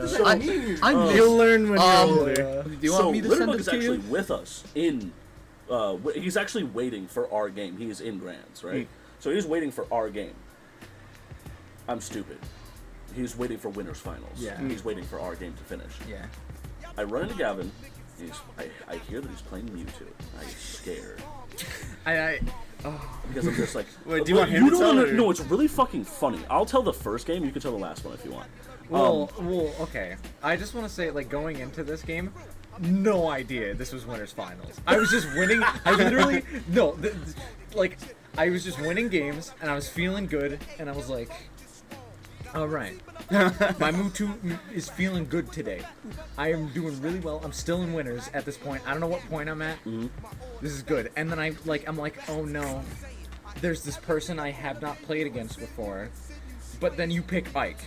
Speaker 4: does that mean?
Speaker 6: I miss.
Speaker 1: You'll learn when
Speaker 6: um,
Speaker 1: you're older.
Speaker 6: do you want
Speaker 3: so
Speaker 6: me to
Speaker 3: Little
Speaker 6: send
Speaker 3: Bug
Speaker 6: it
Speaker 3: is
Speaker 6: to
Speaker 3: actually
Speaker 6: you?
Speaker 3: with us in. Uh, w- he's actually waiting for our game. He is in Grands, right? So he's waiting for our game. I'm stupid. He's waiting for winners finals.
Speaker 2: Yeah.
Speaker 3: He's waiting for our game to finish.
Speaker 2: Yeah.
Speaker 3: I run into Gavin. and He's, I, I hear that he's playing Mewtwo. I get scared
Speaker 1: I, I,
Speaker 3: because I'm just like,
Speaker 1: Wait, do you want him to
Speaker 3: don't
Speaker 1: tell
Speaker 3: wanna-
Speaker 1: or-
Speaker 3: No, it's really fucking funny. I'll tell the first game. You can tell the last one if you want.
Speaker 2: Well, well, Um, okay. I just want to say, like, going into this game, no idea this was winners finals. I was just winning. I literally no, th- th- like, I was just winning games, and I was feeling good, and I was like, all right, my Mewtwo m- is feeling good today. I am doing really well. I'm still in winners at this point. I don't know what point I'm at. This is good. And then I like, I'm like, oh no, there's this person I have not played against before. But then you pick Ike.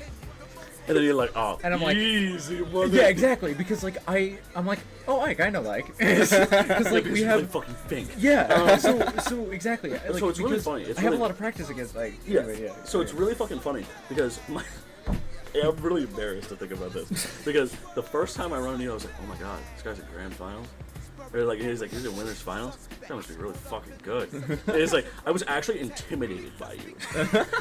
Speaker 3: And then you're like, oh,
Speaker 2: And I'm like-
Speaker 3: easy, mother.
Speaker 2: Yeah, exactly. Because like I, I'm like, oh, Ike, I know Ike. Because like we
Speaker 3: He's really
Speaker 2: have,
Speaker 3: fucking fake.
Speaker 2: yeah. So, so exactly. Like,
Speaker 3: Um, So it's really
Speaker 2: because
Speaker 3: funny. It's
Speaker 2: I have
Speaker 3: really-
Speaker 2: a lot of practice against Ike.
Speaker 3: Yeah.
Speaker 2: Anyway, yeah.
Speaker 3: So it's really fucking funny because my. Yeah, I'm really embarrassed to think about this because the first time I run into you, I was like, "Oh my god, this guy's in grand finals," or like he's like, "He's in winners finals." That must be really fucking good. And it's like I was actually intimidated by you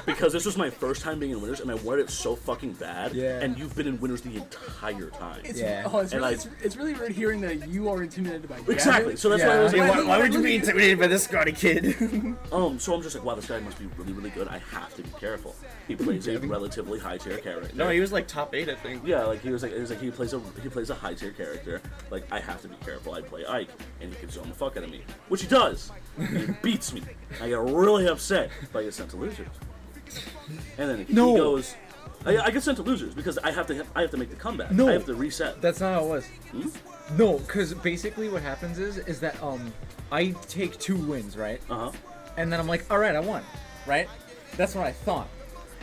Speaker 3: because this was my first time being in winners, and I wanted it so fucking bad.
Speaker 2: Yeah.
Speaker 3: And you've been in winners the entire time.
Speaker 4: It's,
Speaker 2: Yeah.
Speaker 4: oh, it's,
Speaker 3: And
Speaker 4: really,
Speaker 3: I-
Speaker 4: it's, it's really weird hearing that you are intimidated by Gavin.
Speaker 3: Exactly. So that's why I was
Speaker 2: Yeah.
Speaker 3: like,
Speaker 1: why, why would you be intimidated by this scrawny kid?
Speaker 3: Um, so I'm just like, wow, this guy must be really, really good. I have to be careful. He plays a relatively high tier character.
Speaker 1: no, he was like top eight, I think.
Speaker 3: yeah, like he was like, it was like he plays a he plays a high tier character. Like I have to be careful. I play Ike, and he can zone the fuck out of me, which he does. he beats me. I get really upset, but I get sent to losers. And then
Speaker 2: No.
Speaker 3: he goes, I, I get sent to losers because I have to I have to make the comeback.
Speaker 2: No.
Speaker 3: I have to reset.
Speaker 2: That's not how it was.
Speaker 3: Hmm?
Speaker 2: No, because basically what happens is, is that um, I take two wins, right?
Speaker 3: uh huh.
Speaker 2: And then I'm like, all right, I won, right? That's what I thought.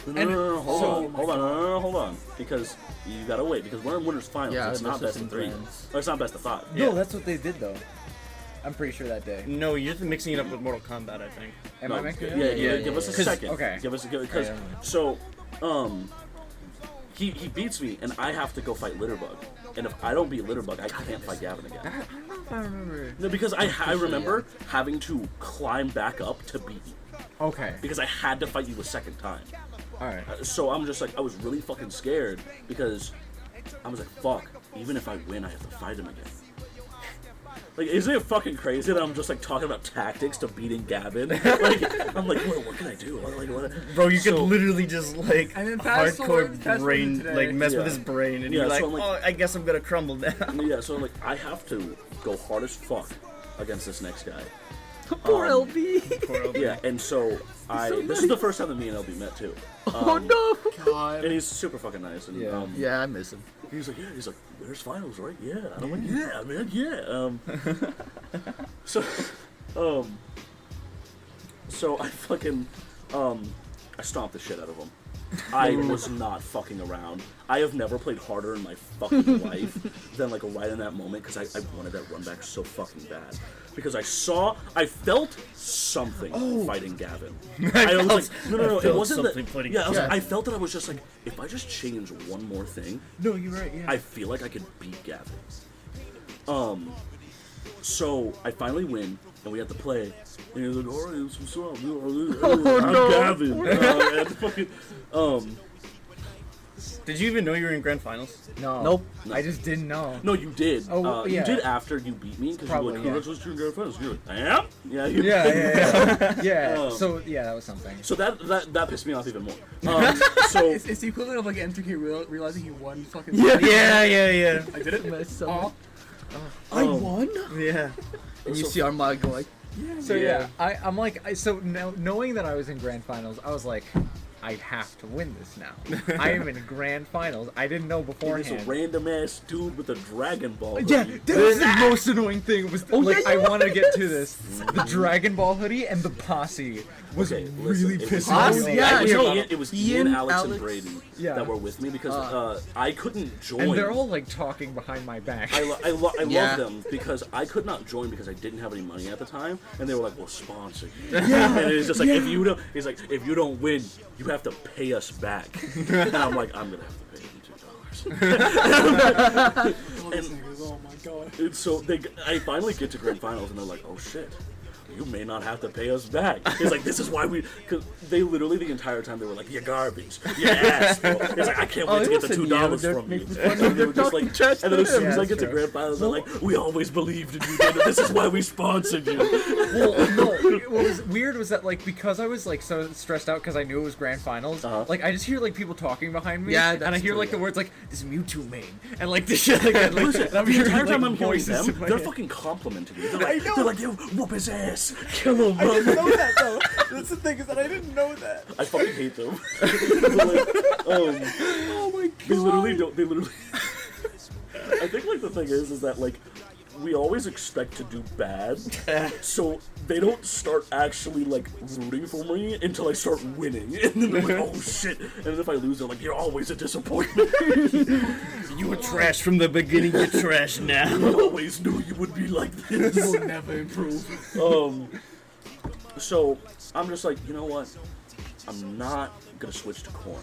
Speaker 3: No, no,
Speaker 2: And-
Speaker 3: no, no, no, hold
Speaker 2: so-
Speaker 3: on, hold on, no, no, no, hold on, because you gotta wait because we're in winners finals.
Speaker 7: Yeah,
Speaker 3: it's
Speaker 7: this
Speaker 3: not
Speaker 7: is
Speaker 3: best
Speaker 7: in
Speaker 3: of three.
Speaker 7: brands.
Speaker 3: Or it's not best of five.
Speaker 2: No, that's what they did though. I'm pretty sure that day.
Speaker 1: No, you're just mixing it up with Mortal Kombat, I think.
Speaker 2: Am
Speaker 3: No,
Speaker 2: I making
Speaker 3: yeah, yeah, yeah,
Speaker 7: yeah,
Speaker 3: Give us a
Speaker 7: yeah. 'Cause-
Speaker 3: second.
Speaker 2: okay.
Speaker 3: Give us because
Speaker 2: I am.
Speaker 3: so, um, he he beats me and I have to go fight Litterbug, and if I don't beat Litterbug, I can't fight Gavin again.
Speaker 2: I don't know if I remember.
Speaker 3: No, because I I remember having to climb back up to beat you
Speaker 2: Okay.
Speaker 3: because I had to fight you a second time. Uh,
Speaker 2: All right.
Speaker 3: So I'm just like I was really fucking scared because I was like fuck. Even if I win, I have to fight him again. Like, isn't it fucking crazy that I'm just like talking about tactics to beating Gavin? Like, I'm like, what, what can I do? Like, what?
Speaker 1: Bro, you
Speaker 3: So-
Speaker 1: could literally just like
Speaker 4: And then fast forward- fast
Speaker 1: hardcore
Speaker 4: forward
Speaker 1: brain,
Speaker 4: today.
Speaker 1: like mess with
Speaker 3: Yeah.
Speaker 1: his brain, and
Speaker 3: Yeah,
Speaker 1: you're like,
Speaker 3: so I'm like-
Speaker 1: oh, I guess I'm gonna crumble now.
Speaker 3: Yeah, so I'm like, I have to go hard as fuck against this next guy. Um,
Speaker 6: Poor LB.
Speaker 3: Yeah, and so I.
Speaker 6: so
Speaker 3: this is the first time that me and LB met too, Um,
Speaker 6: oh no.
Speaker 4: God.
Speaker 3: and he's super fucking nice. And
Speaker 2: Yeah.
Speaker 3: um,
Speaker 7: Yeah, I miss him.
Speaker 3: he's like, yeah, he's like, there's finals, right? Yeah, and I'm like, yeah, man, yeah. Um, so, um, so I fucking, um, I stomped the shit out of him, I was not fucking around. I have never played harder in my fucking life than like right in that moment because I, I wanted that run back so fucking bad. Because I saw, I felt something fighting Gavin. I, was like, no, no, no, it
Speaker 1: felt
Speaker 3: wasn't
Speaker 1: something
Speaker 3: that.
Speaker 1: fighting
Speaker 3: Yeah, I, was like,
Speaker 7: Gavin.
Speaker 3: I felt that I was just like, if I just change one more thing,
Speaker 2: No, you're right. Yeah.
Speaker 3: I feel like I could beat Gavin. Um, so I finally win, and we have to play. And he's like, "All right, what's up? Oh, I'm
Speaker 6: no.
Speaker 3: Gavin." Uh, and fucking, um,
Speaker 1: Did you even know you were in grand finals?
Speaker 2: no.
Speaker 6: Nope.
Speaker 2: I just didn't know.
Speaker 3: no, you did.
Speaker 2: Oh,
Speaker 3: uh,
Speaker 2: yeah.
Speaker 3: you did after you beat me because you were
Speaker 2: Probably,
Speaker 3: like,
Speaker 2: yeah.
Speaker 3: "Congratulations, you're in grand finals." You're like, "I am." Yeah, you-
Speaker 2: Yeah, yeah, yeah. yeah.
Speaker 3: Um,
Speaker 2: so yeah, that was something.
Speaker 3: So that, that that pissed me off even more. Um, so
Speaker 4: It's, it's the equivalent of like MTK real, realizing he won fucking.
Speaker 6: Yeah.
Speaker 1: Yeah, yeah, yeah,
Speaker 4: I did it.
Speaker 6: Mess
Speaker 4: Aw.
Speaker 6: up. I
Speaker 3: um,
Speaker 6: won?
Speaker 1: yeah.
Speaker 6: And you
Speaker 3: so-
Speaker 6: see Armag like,
Speaker 2: So yeah, I, I'm like, I, so now knowing that I was in grand finals, I was like, I have to win this now. I am in grand finals. I didn't know
Speaker 3: It is a
Speaker 2: beforehand.
Speaker 3: random ass dude with a Dragon Ball.
Speaker 2: Yeah,
Speaker 3: hoodie.
Speaker 2: that was the most annoying thing. Was like
Speaker 6: yeah,
Speaker 2: I
Speaker 6: yeah.
Speaker 2: want to get to this. The Dragon Ball hoodie and the posse was
Speaker 3: Okay, listen,
Speaker 2: really
Speaker 3: it was-
Speaker 2: pissing
Speaker 6: Posse,
Speaker 2: me off.
Speaker 3: it
Speaker 6: yeah,
Speaker 3: was,
Speaker 6: yo.
Speaker 3: Ian, it was
Speaker 6: Ian,
Speaker 3: Ian, Alex,
Speaker 6: Alex.
Speaker 3: and Braden
Speaker 2: Yeah.
Speaker 3: that were with me because
Speaker 6: Uh,
Speaker 3: uh, I couldn't join.
Speaker 2: And they're all like talking behind my back.
Speaker 3: I, lo- I, lo- I
Speaker 6: Yeah.
Speaker 3: love them because I could not join because I didn't have any money at the time, and they were like, "We'll sponsor you." and it's just like if you don't, it's like if you don't win, you have to pay us back. and I'm like, I'm gonna have to pay them two dollars.
Speaker 4: Oh, this nigga's- oh my god.
Speaker 3: and so they, g- I finally get to grand finals, and they're like, "Oh shit." You may not have to pay us back. It's like this is why we, because they literally the entire time they were like, "You're garbage, you're ass." It's like I can't
Speaker 6: Oh,
Speaker 3: wait
Speaker 6: it
Speaker 3: to get the
Speaker 6: wasn't
Speaker 3: two
Speaker 6: you.
Speaker 3: dollars
Speaker 6: They're
Speaker 3: from you.
Speaker 6: making
Speaker 3: And, they were just
Speaker 6: talking
Speaker 3: like,
Speaker 6: trash
Speaker 3: and
Speaker 6: to
Speaker 3: then as soon
Speaker 2: them.
Speaker 3: as I
Speaker 2: Yeah,
Speaker 3: get to
Speaker 2: true.
Speaker 3: grand finals, they're like, "We always believed in you. Dana. This is why we sponsored you."
Speaker 2: well, no. What was weird was that like because I was like so stressed out because I knew it was grand finals.
Speaker 3: Uh-huh.
Speaker 2: Like I just hear like people talking behind me.
Speaker 6: Yeah,
Speaker 2: and I
Speaker 6: that's
Speaker 2: hear
Speaker 6: true,
Speaker 2: like the
Speaker 6: yeah.
Speaker 2: words like this Mewtwo main and like this shit like, that, like and I'm
Speaker 3: The
Speaker 2: hearing,
Speaker 3: entire time
Speaker 2: like,
Speaker 3: I'm hearing
Speaker 2: voices
Speaker 3: them,
Speaker 2: in my
Speaker 3: they're
Speaker 2: head.
Speaker 3: fucking complimenting you. They're like,
Speaker 2: know.
Speaker 3: they're like, "Yo, whoop his ass, kill him." I,
Speaker 4: I didn't know that though. That's the thing is that I didn't know that.
Speaker 3: I fucking hate them. They're like, um,
Speaker 4: Oh my god.
Speaker 3: They literally don't. They literally. I think like the thing is, is that like we always expect to do bad, so they don't start actually like rooting for me until I start winning, and then they're like,
Speaker 4: Mm-hmm.
Speaker 3: "Oh shit!" And then if I lose, they're like, "You're always a disappointment.
Speaker 1: You were trash from the beginning. You're trash now.
Speaker 3: I always knew you would be like
Speaker 4: You
Speaker 3: this."
Speaker 4: will never improve.
Speaker 3: Um, so I'm just like, you know what? I'm not gonna switch to corn.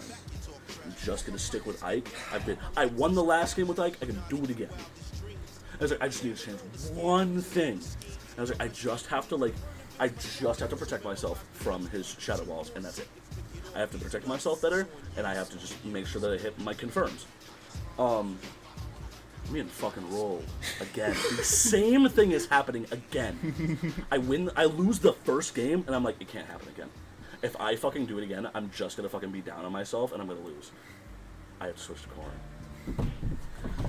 Speaker 3: I'm just gonna stick with Ike. I've been, I won the last game with Ike. I can do it again. I was like, I just need to change one thing. I was like, I just have to like, I just have to protect myself from his shadow balls, and that's it. I have to protect myself better, and I have to just make sure that I hit my confirms. Um, me and fucking roll again. the same thing is happening again. I win, I lose the first game, and I'm like, it can't happen again. If I fucking do it again, I'm just gonna fucking be down on myself, and I'm gonna lose. I have to switch to corn.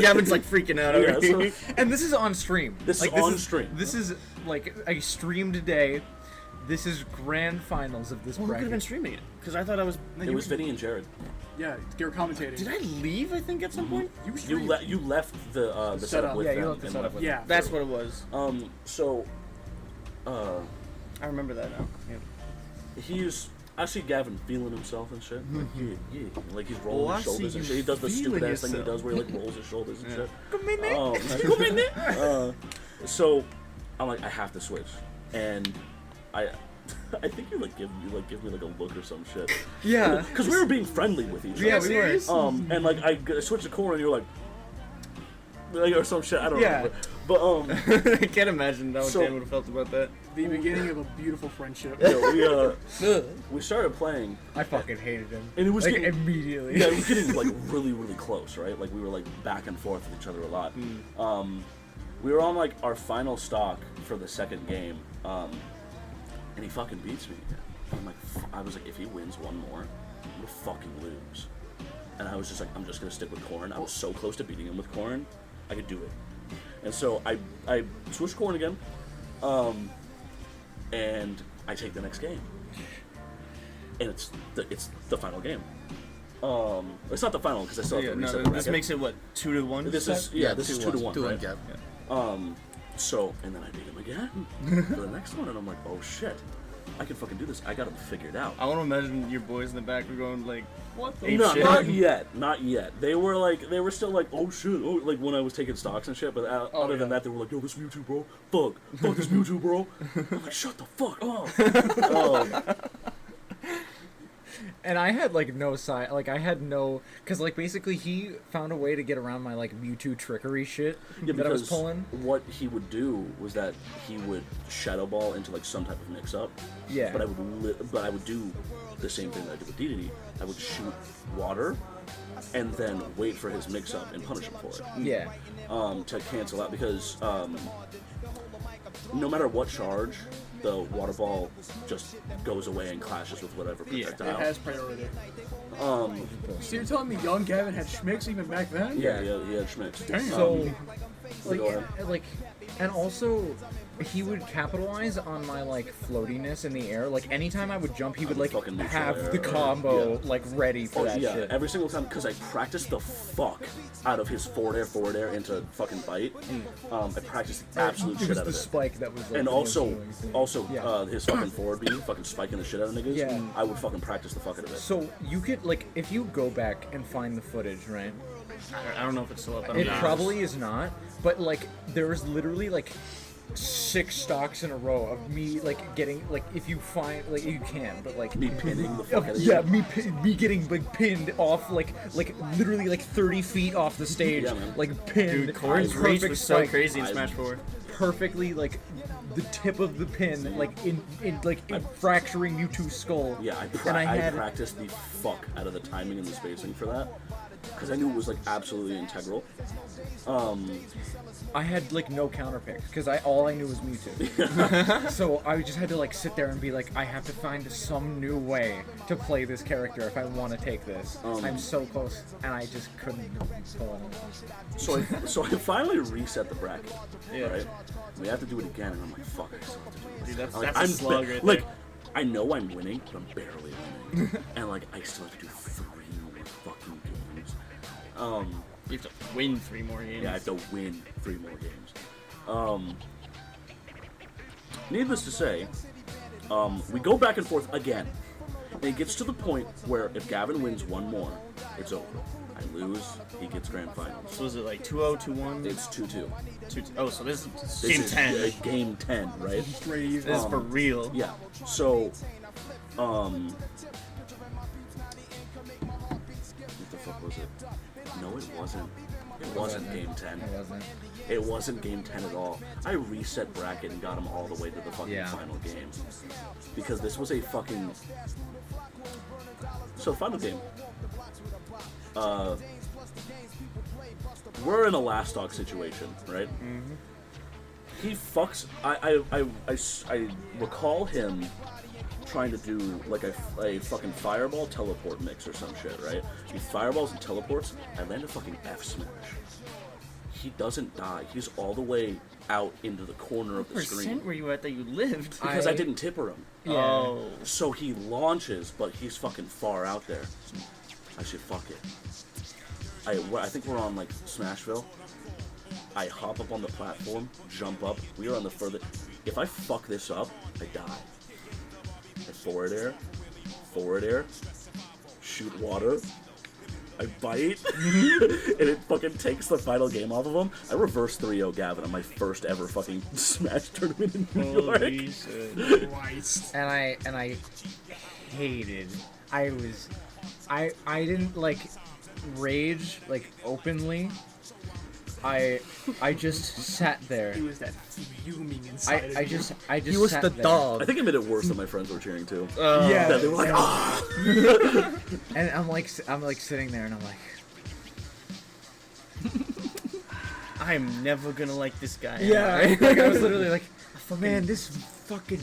Speaker 1: Gavin's like freaking out
Speaker 3: Yeah,
Speaker 1: already.
Speaker 3: so-
Speaker 2: And this is on stream.
Speaker 3: This is
Speaker 2: like,
Speaker 3: on stream.
Speaker 2: This is like I streamed today. This is grand finals of this
Speaker 1: Well, who could have been
Speaker 2: bracket.
Speaker 1: streaming it? Because I thought I was.
Speaker 3: It was Vinny and Jared.
Speaker 4: Yeah, you're commentating.
Speaker 1: Did I leave? I think at some point.
Speaker 4: You,
Speaker 3: You
Speaker 4: streamed.
Speaker 3: le- you left the uh, the setup,
Speaker 4: setup.
Speaker 3: with
Speaker 2: Yeah,
Speaker 3: them.
Speaker 2: you left the
Speaker 3: and
Speaker 2: setup with
Speaker 4: Yeah.
Speaker 1: That's what it was.
Speaker 3: Um, so uh,
Speaker 1: I remember that now. Yeah.
Speaker 3: he's I see Gavin feeling himself and shit. Like, yeah, yeah. Like he's rolling
Speaker 1: Oh, I
Speaker 3: his shoulders
Speaker 1: see
Speaker 3: and
Speaker 1: you
Speaker 3: shit. He does the
Speaker 1: feeling
Speaker 3: stupid ass thing he
Speaker 1: yourself.
Speaker 3: does where he like rolls his shoulders and shit.
Speaker 2: Minute.
Speaker 3: Um, uh, so I'm like, I have to switch, and I, I think you like give you like give me like a look or some shit,
Speaker 2: Yeah.
Speaker 3: because we were being friendly with each
Speaker 2: Yeah,
Speaker 3: other.
Speaker 2: we were.
Speaker 3: Um, and like I g- switched to core, and you're like, like, or some shit. I don't
Speaker 2: Yeah.
Speaker 3: remember. But um,
Speaker 1: I can't imagine how
Speaker 3: So-
Speaker 1: Dan would have felt about that.
Speaker 4: The beginning of a beautiful friendship.
Speaker 3: yo, we uh, we started playing,
Speaker 2: I fucking hated him.
Speaker 3: and it was
Speaker 2: like
Speaker 3: getting
Speaker 2: immediately.
Speaker 3: yeah, it was getting like really, really close, right? Like we were like back and forth with each other a lot. Um, we were on like our final stock for the second game, um, and he fucking beats me. I'm like, f- I was like, if he wins one more, I'm gonna fucking lose. And I was just like, I'm just gonna stick with Corn. I was so close to beating him with Corn, I could do it. And so I I switched Corn again, um, and I take the next game, and it's the, it's the final game. Um, it's not the final because I still have
Speaker 1: Yeah,
Speaker 3: to
Speaker 1: no,
Speaker 3: reset the
Speaker 1: this
Speaker 3: bracket.
Speaker 1: makes it what two to one.
Speaker 3: This is yeah, this is two to one.
Speaker 7: Two
Speaker 3: right?
Speaker 7: and Gavin.
Speaker 3: Um, so and then I beat him again for the next one, and I'm like, oh shit. I can fucking do this. I got it figured out.
Speaker 2: Oh,
Speaker 1: I want to imagine your boys in the back were going like, "What the
Speaker 3: no,
Speaker 1: shit?"
Speaker 3: not yet, not yet. They were like, they were still like, oh shit, oh, like when I was taking stocks and shit. But uh, other than that, they were like, yo, this Mewtwo, bro, fuck, fuck this Mewtwo, bro. I'm like, shut the fuck up. oh,
Speaker 2: And I had like no side, like I had no, because like basically he found a way to get around my like Mewtwo trickery shit
Speaker 3: yeah,
Speaker 2: that I was
Speaker 3: because
Speaker 2: pulling.
Speaker 3: What he would do was that he would shadow ball into like some type of mix up.
Speaker 2: Yeah.
Speaker 3: But I would, li- but I would do the same thing that I did with Dedede. I would shoot water, and then wait for his mix up and punish him for it.
Speaker 2: Yeah,
Speaker 3: um, to cancel out because um, no matter what charge, the water ball just goes away and clashes with whatever
Speaker 1: Yeah.
Speaker 3: projectile.
Speaker 4: It has priority. Um. So you're telling me young Gavin had schmicks even back then?
Speaker 3: yeah, yeah, yeah, Um, Schmitz.
Speaker 2: so like,
Speaker 3: go ahead.
Speaker 2: and- like, and also he would capitalize on my like floatiness in the air. Like anytime I would jump, he would
Speaker 3: would
Speaker 2: like
Speaker 3: fucking neutral
Speaker 2: have
Speaker 3: air,
Speaker 2: the
Speaker 3: yeah.
Speaker 2: combo like ready for
Speaker 3: Oh,
Speaker 2: that
Speaker 3: yeah,
Speaker 2: shit.
Speaker 3: every single time because I practiced the fuck out of his forward air, forward air into fucking bite.
Speaker 2: Hmm.
Speaker 3: Um, I practiced the absolute
Speaker 2: it
Speaker 3: shit
Speaker 2: was
Speaker 3: out
Speaker 2: the
Speaker 3: of it.
Speaker 2: spike that was like,
Speaker 3: And
Speaker 2: the
Speaker 3: also,
Speaker 2: influence thing.
Speaker 3: also
Speaker 2: Yeah.
Speaker 3: uh, his fucking forward beam, fucking spiking the shit out of niggas.
Speaker 2: Yeah.
Speaker 3: I would fucking practice the fuck out of it.
Speaker 2: so you could like if you go back and find the footage, right?
Speaker 1: I don't know if it's still up. I don't
Speaker 2: It
Speaker 1: know.
Speaker 2: probably is not, but like there is literally like six stocks in a row of me like getting like if you find like you can, but like
Speaker 3: Me pinning the fuck out
Speaker 2: of,
Speaker 3: of
Speaker 2: yeah,
Speaker 3: you.
Speaker 2: me pi- me getting like pinned off like like literally like thirty feet off the stage,
Speaker 3: Yeah, man.
Speaker 2: like pinned.
Speaker 1: Dude, Corey's
Speaker 2: perfect
Speaker 1: reach was so
Speaker 2: spike,
Speaker 1: crazy in
Speaker 3: I-
Speaker 1: Smash Four.
Speaker 2: perfectly like the tip of the pin, like in in like in fracturing Mewtwo's skull.
Speaker 3: Yeah, I, pra-
Speaker 2: and I
Speaker 3: I,
Speaker 2: had
Speaker 3: practiced the fuck out of the timing and the spacing for that because I knew it was like absolutely integral.
Speaker 2: I had like no counterpick because I all I knew was Mewtwo. so I just had to like sit there and be like, I have to find some new way to play this character if I want to take this. I'm so close, and I just couldn't pull it. off.
Speaker 3: So I, so I finally reset the bracket. Right? We have to do it again, and I'm like, fuck, I still have to do it.
Speaker 1: Dude, that's,
Speaker 3: I'm like,
Speaker 1: that's a
Speaker 3: Oh, I'm
Speaker 1: slug
Speaker 3: ba-
Speaker 1: right
Speaker 3: like,
Speaker 1: there.
Speaker 3: I know I'm winning, but I'm barely winning, and like I still have to do three more fucking games. Um,
Speaker 1: You have to win three more games.
Speaker 3: yeah, I have to win three more games. Um, needless to say, um, we go back and forth again. And it gets to the point where if Gavin wins one more, it's over. I lose, he gets grand finals.
Speaker 1: So was it like oh, 2-0, 2-1,
Speaker 3: It's 2 2.
Speaker 1: 2 Oh, so this is
Speaker 3: This
Speaker 1: game
Speaker 3: is,
Speaker 1: ten.
Speaker 3: uh, game 10, right?
Speaker 4: Straight even.
Speaker 1: This is for real.
Speaker 3: Yeah. So, um. What the fuck was it? No, it wasn't. It wasn't game 10.
Speaker 2: It wasn't.
Speaker 3: It wasn't game 10 at all. I reset bracket and got him all the way to the fucking
Speaker 2: Yeah.
Speaker 3: final game. Because this was a fucking. So, final game. Uh, we're in a last dog situation, right? He fucks. I, I, I, I s- I recall him trying to do like a, a fucking fireball teleport mix or some shit, right? He fireballs and teleports. I land a fucking F smash. He doesn't die. He's all the way out into the corner of the
Speaker 1: percent
Speaker 3: screen
Speaker 1: were you at that you lived?
Speaker 3: because I,
Speaker 2: I-
Speaker 3: didn't tipper him.
Speaker 2: Yeah.
Speaker 1: Oh,
Speaker 3: So he launches, but he's fucking far out there. I should fuck it. I, we're- I think we're on like Smashville. I hop up on the platform, jump up. We are on the further. If I fuck this up, I die. I forward air, forward air, shoot water. I bite, and it fucking takes the final game off of him. I reverse 3-0 Gavin on my first ever fucking Smash tournament in New York.
Speaker 1: holy shit.
Speaker 4: Christ.
Speaker 2: and I and I hated. I was, I I didn't like rage like openly. I I just sat there.
Speaker 4: He was that fuming inside.
Speaker 2: I,
Speaker 4: of
Speaker 2: I
Speaker 4: you.
Speaker 2: just I just
Speaker 6: He was
Speaker 2: sat
Speaker 6: the
Speaker 2: there.
Speaker 6: dog.
Speaker 3: I think it made it worse that my friends were cheering too.
Speaker 2: Yeah,
Speaker 3: That they were like, ah!
Speaker 2: And I'm like, I'm like sitting there, and I'm like,
Speaker 1: I'm never gonna like this guy. am I?
Speaker 2: yeah. like, I was literally like, "Oh, man, this fucking.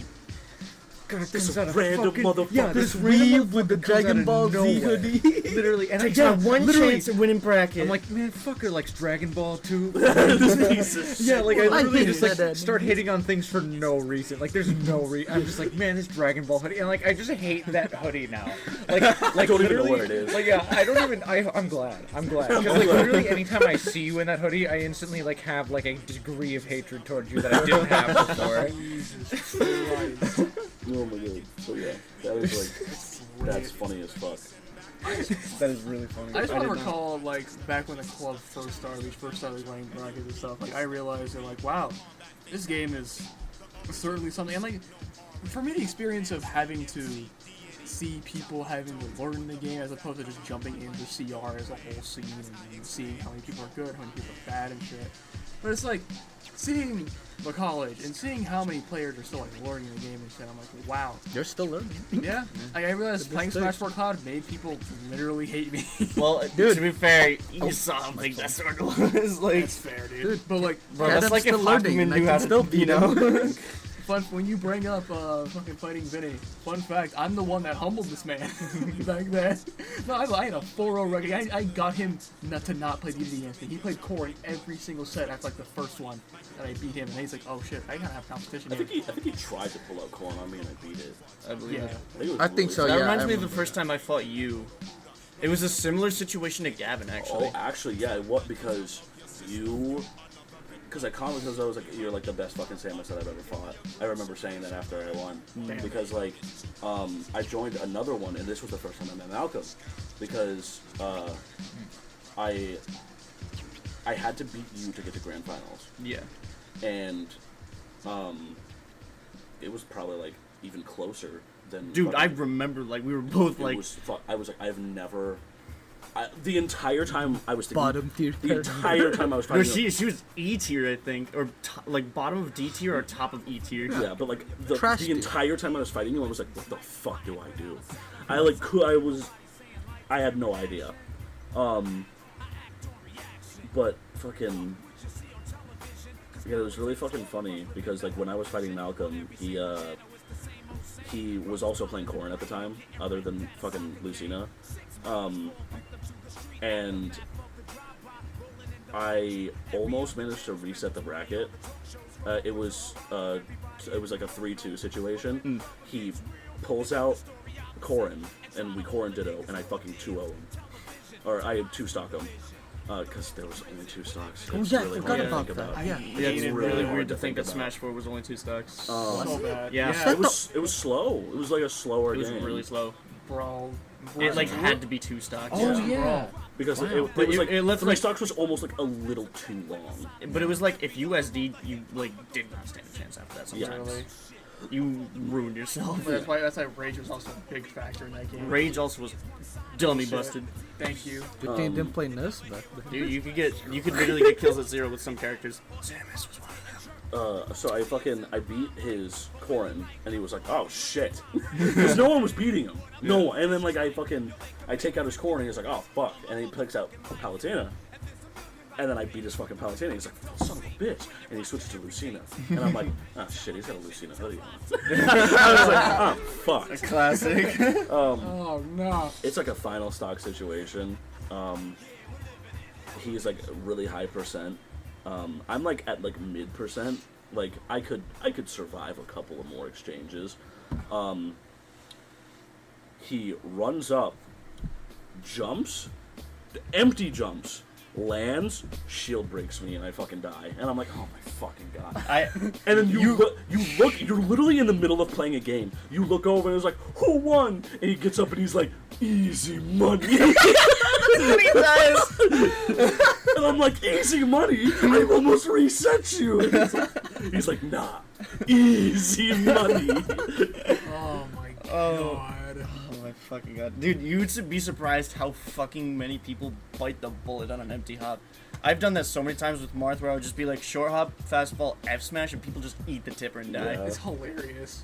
Speaker 2: God, this out of
Speaker 3: random
Speaker 2: fucking,
Speaker 3: motherfucker.
Speaker 2: Yeah, this
Speaker 6: This
Speaker 2: random
Speaker 6: weave with the
Speaker 2: motherfucker comes out
Speaker 6: Dragon
Speaker 2: of
Speaker 6: Ball Z
Speaker 2: nowhere.
Speaker 6: hoodie.
Speaker 2: Literally, and I,
Speaker 1: I
Speaker 2: saw-
Speaker 1: got one
Speaker 2: literally,
Speaker 1: chance at winning bracket.
Speaker 2: I'm like, man, fucker likes Dragon Ball too.
Speaker 3: this piece of shit.
Speaker 2: yeah, like I
Speaker 6: I
Speaker 2: literally
Speaker 6: hate
Speaker 2: just like
Speaker 6: that.
Speaker 2: start hitting on things for no reason. Like there's no re. I'm just like, man, this Dragon Ball hoodie, and like I just hate that hoodie now. Like, like
Speaker 3: don't even know
Speaker 2: literally-
Speaker 3: what it is.
Speaker 2: Like, yeah, I don't even. I, I'm glad. I'm glad. 'Cause, like literally, anytime I see you in that hoodie, I instantly like have like a degree of hatred towards you that I didn't have before.
Speaker 4: Jesus Christ.
Speaker 3: Oh my god. So yeah, that is like that's funny as fuck.
Speaker 7: That is really funny.
Speaker 4: I just want to
Speaker 7: did not-
Speaker 4: recall, like, back when the club first started, we first started running brackets and stuff, like, I realized that, like, wow, this game is certainly something. And, like, for me, the experience of having to see people having to learn the game as opposed to just jumping into CR as a whole scene and seeing how many people are good, how many people are bad, and shit. But it's like, seeing the college and seeing how many players are still, like, learning the game and shit, I'm like, wow.
Speaker 6: They're still learning.
Speaker 4: Yeah. Like, I realized playing Smash 4 Cloud made people literally hate me.
Speaker 1: Well, dude, to be fair, you saw him think that's what it was. Like,
Speaker 4: That's fair, dude. But like,
Speaker 1: bro,
Speaker 6: Yeah,
Speaker 1: that's
Speaker 6: that's
Speaker 1: like if
Speaker 6: still learning,
Speaker 1: Hoffman
Speaker 6: like,
Speaker 1: knew how
Speaker 6: it's still
Speaker 1: to, you know.
Speaker 4: fun when you bring up uh, fucking fighting Vinny. Fun fact: I'm the one that humbled this man back then. No, I, I had a 4-0 record. I, I got him not to not play DDD against me. He played core in every single set after like the first one, and I beat him. And he's like, "Oh shit, I gotta have competition."
Speaker 3: I think
Speaker 4: here."
Speaker 3: he, I think he tried to pull out Quan on me and I beat it.
Speaker 1: I believe
Speaker 4: yeah.
Speaker 1: it.
Speaker 3: I think, it was
Speaker 7: I think so,
Speaker 1: That
Speaker 7: Yeah,
Speaker 1: reminds
Speaker 7: I
Speaker 1: me of the
Speaker 7: remember
Speaker 1: first time I fought you. It was a similar situation to Gavin, actually.
Speaker 3: Oh, actually, yeah. What? Because you, because I commented because I was like, you're like the best fucking Samus that I've ever fought. I remember saying that after I won because like, um, I joined another one and this was the first time I met Malcolm because uh, I, I had to beat you to get to grand finals
Speaker 1: yeah.
Speaker 3: and, um, it was probably like even closer than
Speaker 1: Dude, I
Speaker 3: fucking-
Speaker 1: remember, like, we were both
Speaker 3: it
Speaker 1: like,
Speaker 3: was fu- I was like, I've never. I, the entire time I was thinking,
Speaker 6: Bottom tier
Speaker 3: The
Speaker 6: character.
Speaker 3: entire time I was trying.
Speaker 1: no,
Speaker 3: to,
Speaker 1: she she was E tier, I think, or t- like bottom of D tier or top of E tier.
Speaker 3: yeah, but like the,
Speaker 6: Trash
Speaker 3: the
Speaker 6: dude.
Speaker 3: entire time I was fighting you, I was like, what the fuck do I do? I like, cou- I was, I had no idea. Um, but fucking. Yeah, it was really fucking funny because like when I was fighting Malcolm, he uh, he was also playing Corn at the time, other than fucking Lucina. and I almost managed to reset the bracket. Uh, it was uh, it was like a three-two situation.
Speaker 1: Hmm.
Speaker 3: He pulls out Corin, and we Corin ditto, and I fucking 2-0 him, or I two stock him, because there was only two stocks.
Speaker 6: Oh
Speaker 3: It's
Speaker 6: yeah,
Speaker 3: really
Speaker 6: I
Speaker 3: hard
Speaker 6: forgot
Speaker 3: to
Speaker 6: about
Speaker 3: think
Speaker 6: that.
Speaker 3: about.
Speaker 6: Yeah.
Speaker 1: Yeah, it's really,
Speaker 3: It's really hard
Speaker 1: weird
Speaker 3: to
Speaker 1: to think
Speaker 3: think
Speaker 1: that
Speaker 3: about. Oh,
Speaker 1: Smash 4 was only two stocks.
Speaker 4: So bad.
Speaker 1: Yeah.
Speaker 3: It was it was slow. It was like a slower
Speaker 1: it was
Speaker 3: game.
Speaker 1: really slow.
Speaker 4: brawl.
Speaker 1: It like had to be two stocks.
Speaker 7: Oh yeah.
Speaker 3: because it,
Speaker 7: Wow.
Speaker 3: it,
Speaker 1: But
Speaker 3: was
Speaker 1: it-
Speaker 3: like
Speaker 1: it left,
Speaker 3: three
Speaker 1: like-
Speaker 3: stocks was almost like a little too long.
Speaker 1: But it was like if you SD, you like did not stand a chance after that.
Speaker 3: Yeah.
Speaker 1: Sometimes you ruined yourself.
Speaker 4: That's why that's why rage was also a big factor in that game.
Speaker 1: Rage also was dummy
Speaker 4: Shit.
Speaker 1: busted.
Speaker 4: Thank you.
Speaker 6: Good thing they didn't play Ness back then.
Speaker 1: Dude, you could get you could literally get kills at zero with some characters. Samus was one of them.
Speaker 3: Uh, so I fucking I beat his Corin, and he was like, "Oh shit," because no one was beating him. No one. And then like I fucking I take out his Corin, and he's like, "Oh fuck," and he picks out Palutena, and then I beat his fucking Palutena. He's like, oh, "Son of a bitch," and he switches to Lucina, and I'm like, "Oh shit, he's got a Lucina hoodie on." I was like, "Oh fuck."
Speaker 1: Classic.
Speaker 4: Oh no.
Speaker 3: it's like a final stock situation. Um, he's like really high percent. Um, I'm like at like mid percent. Like I could I could survive a couple of more exchanges. Um, he runs up, jumps, empty jumps, lands, shield breaks me, and I fucking die. And I'm like, oh my fucking god.
Speaker 1: I
Speaker 3: And then you look, you look, you're literally in the middle of playing a game. You look over and it's like, who won? And he gets up and he's like, easy money. and I'm like, easy money. I almost reset you. And he's like, he's like, nah, easy money.
Speaker 4: Oh my
Speaker 1: Oh.
Speaker 4: god.
Speaker 1: Oh my fucking god, dude! You'd su- be surprised how fucking many people bite the bullet on an empty hop. I've done that so many times with Marth, where I would just be like short hop, fastball, F smash, and people just eat the tipper and die.
Speaker 3: Yeah.
Speaker 4: It's hilarious.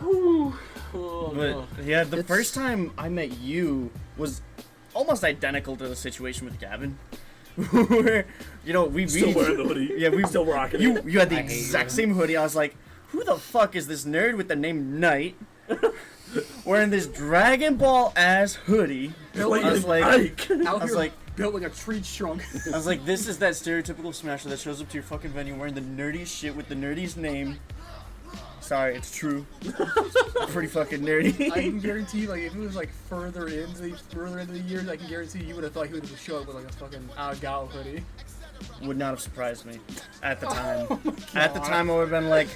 Speaker 1: But yeah, the
Speaker 6: It's-
Speaker 1: first time I met you was almost identical to the situation with Gavin, where you know we
Speaker 3: Still
Speaker 1: we-
Speaker 3: wearing the hoodie.
Speaker 1: Yeah, we
Speaker 3: still rocking
Speaker 1: You
Speaker 3: it.
Speaker 1: you had the exact same hoodie. I was like, who the fuck is this nerd with the name Knight? Wearing this Dragon Ball ass hoodie.
Speaker 3: Like,
Speaker 1: I was like-
Speaker 3: Ike.
Speaker 4: Out
Speaker 1: I was
Speaker 4: here
Speaker 1: like,
Speaker 4: built like a tree trunk.
Speaker 1: I was like, this is that stereotypical smasher that shows up to your fucking venue wearing the nerdiest shit with the nerdiest name. Sorry, it's true. Pretty fucking
Speaker 4: I
Speaker 1: nerdy.
Speaker 4: can guarantee, you, like, if it was like further into the further into the years, I can guarantee you would have thought he would have showed up with like a fucking Agao hoodie.
Speaker 6: Oh
Speaker 1: Would not have surprised me at the time. at the time, I would have been like,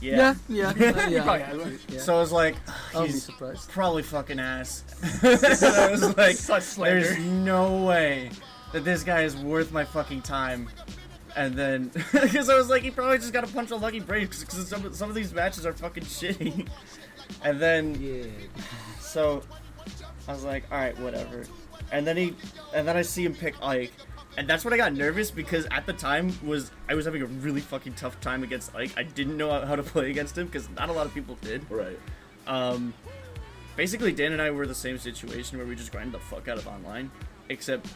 Speaker 1: Yeah.
Speaker 6: Yeah, yeah, yeah. yeah.
Speaker 1: So I was like,
Speaker 6: I'll be
Speaker 1: he's
Speaker 6: surprised.
Speaker 1: probably fucking ass. so I was like,
Speaker 4: Such slander.
Speaker 1: there's no way that this guy is worth my fucking time. And then, because I was like, he probably just got to punch a lucky break because some, some of these matches are fucking shitty. And then, so I was like, all right, whatever. And then he, and then I see him pick Ike, and that's when I got nervous because at the time was I was having a really fucking tough time against Ike. I didn't know how to play against him because not a lot of people did.
Speaker 3: Right.
Speaker 1: Um, basically, Dan and I were the same situation where we just grinded the fuck out of online, except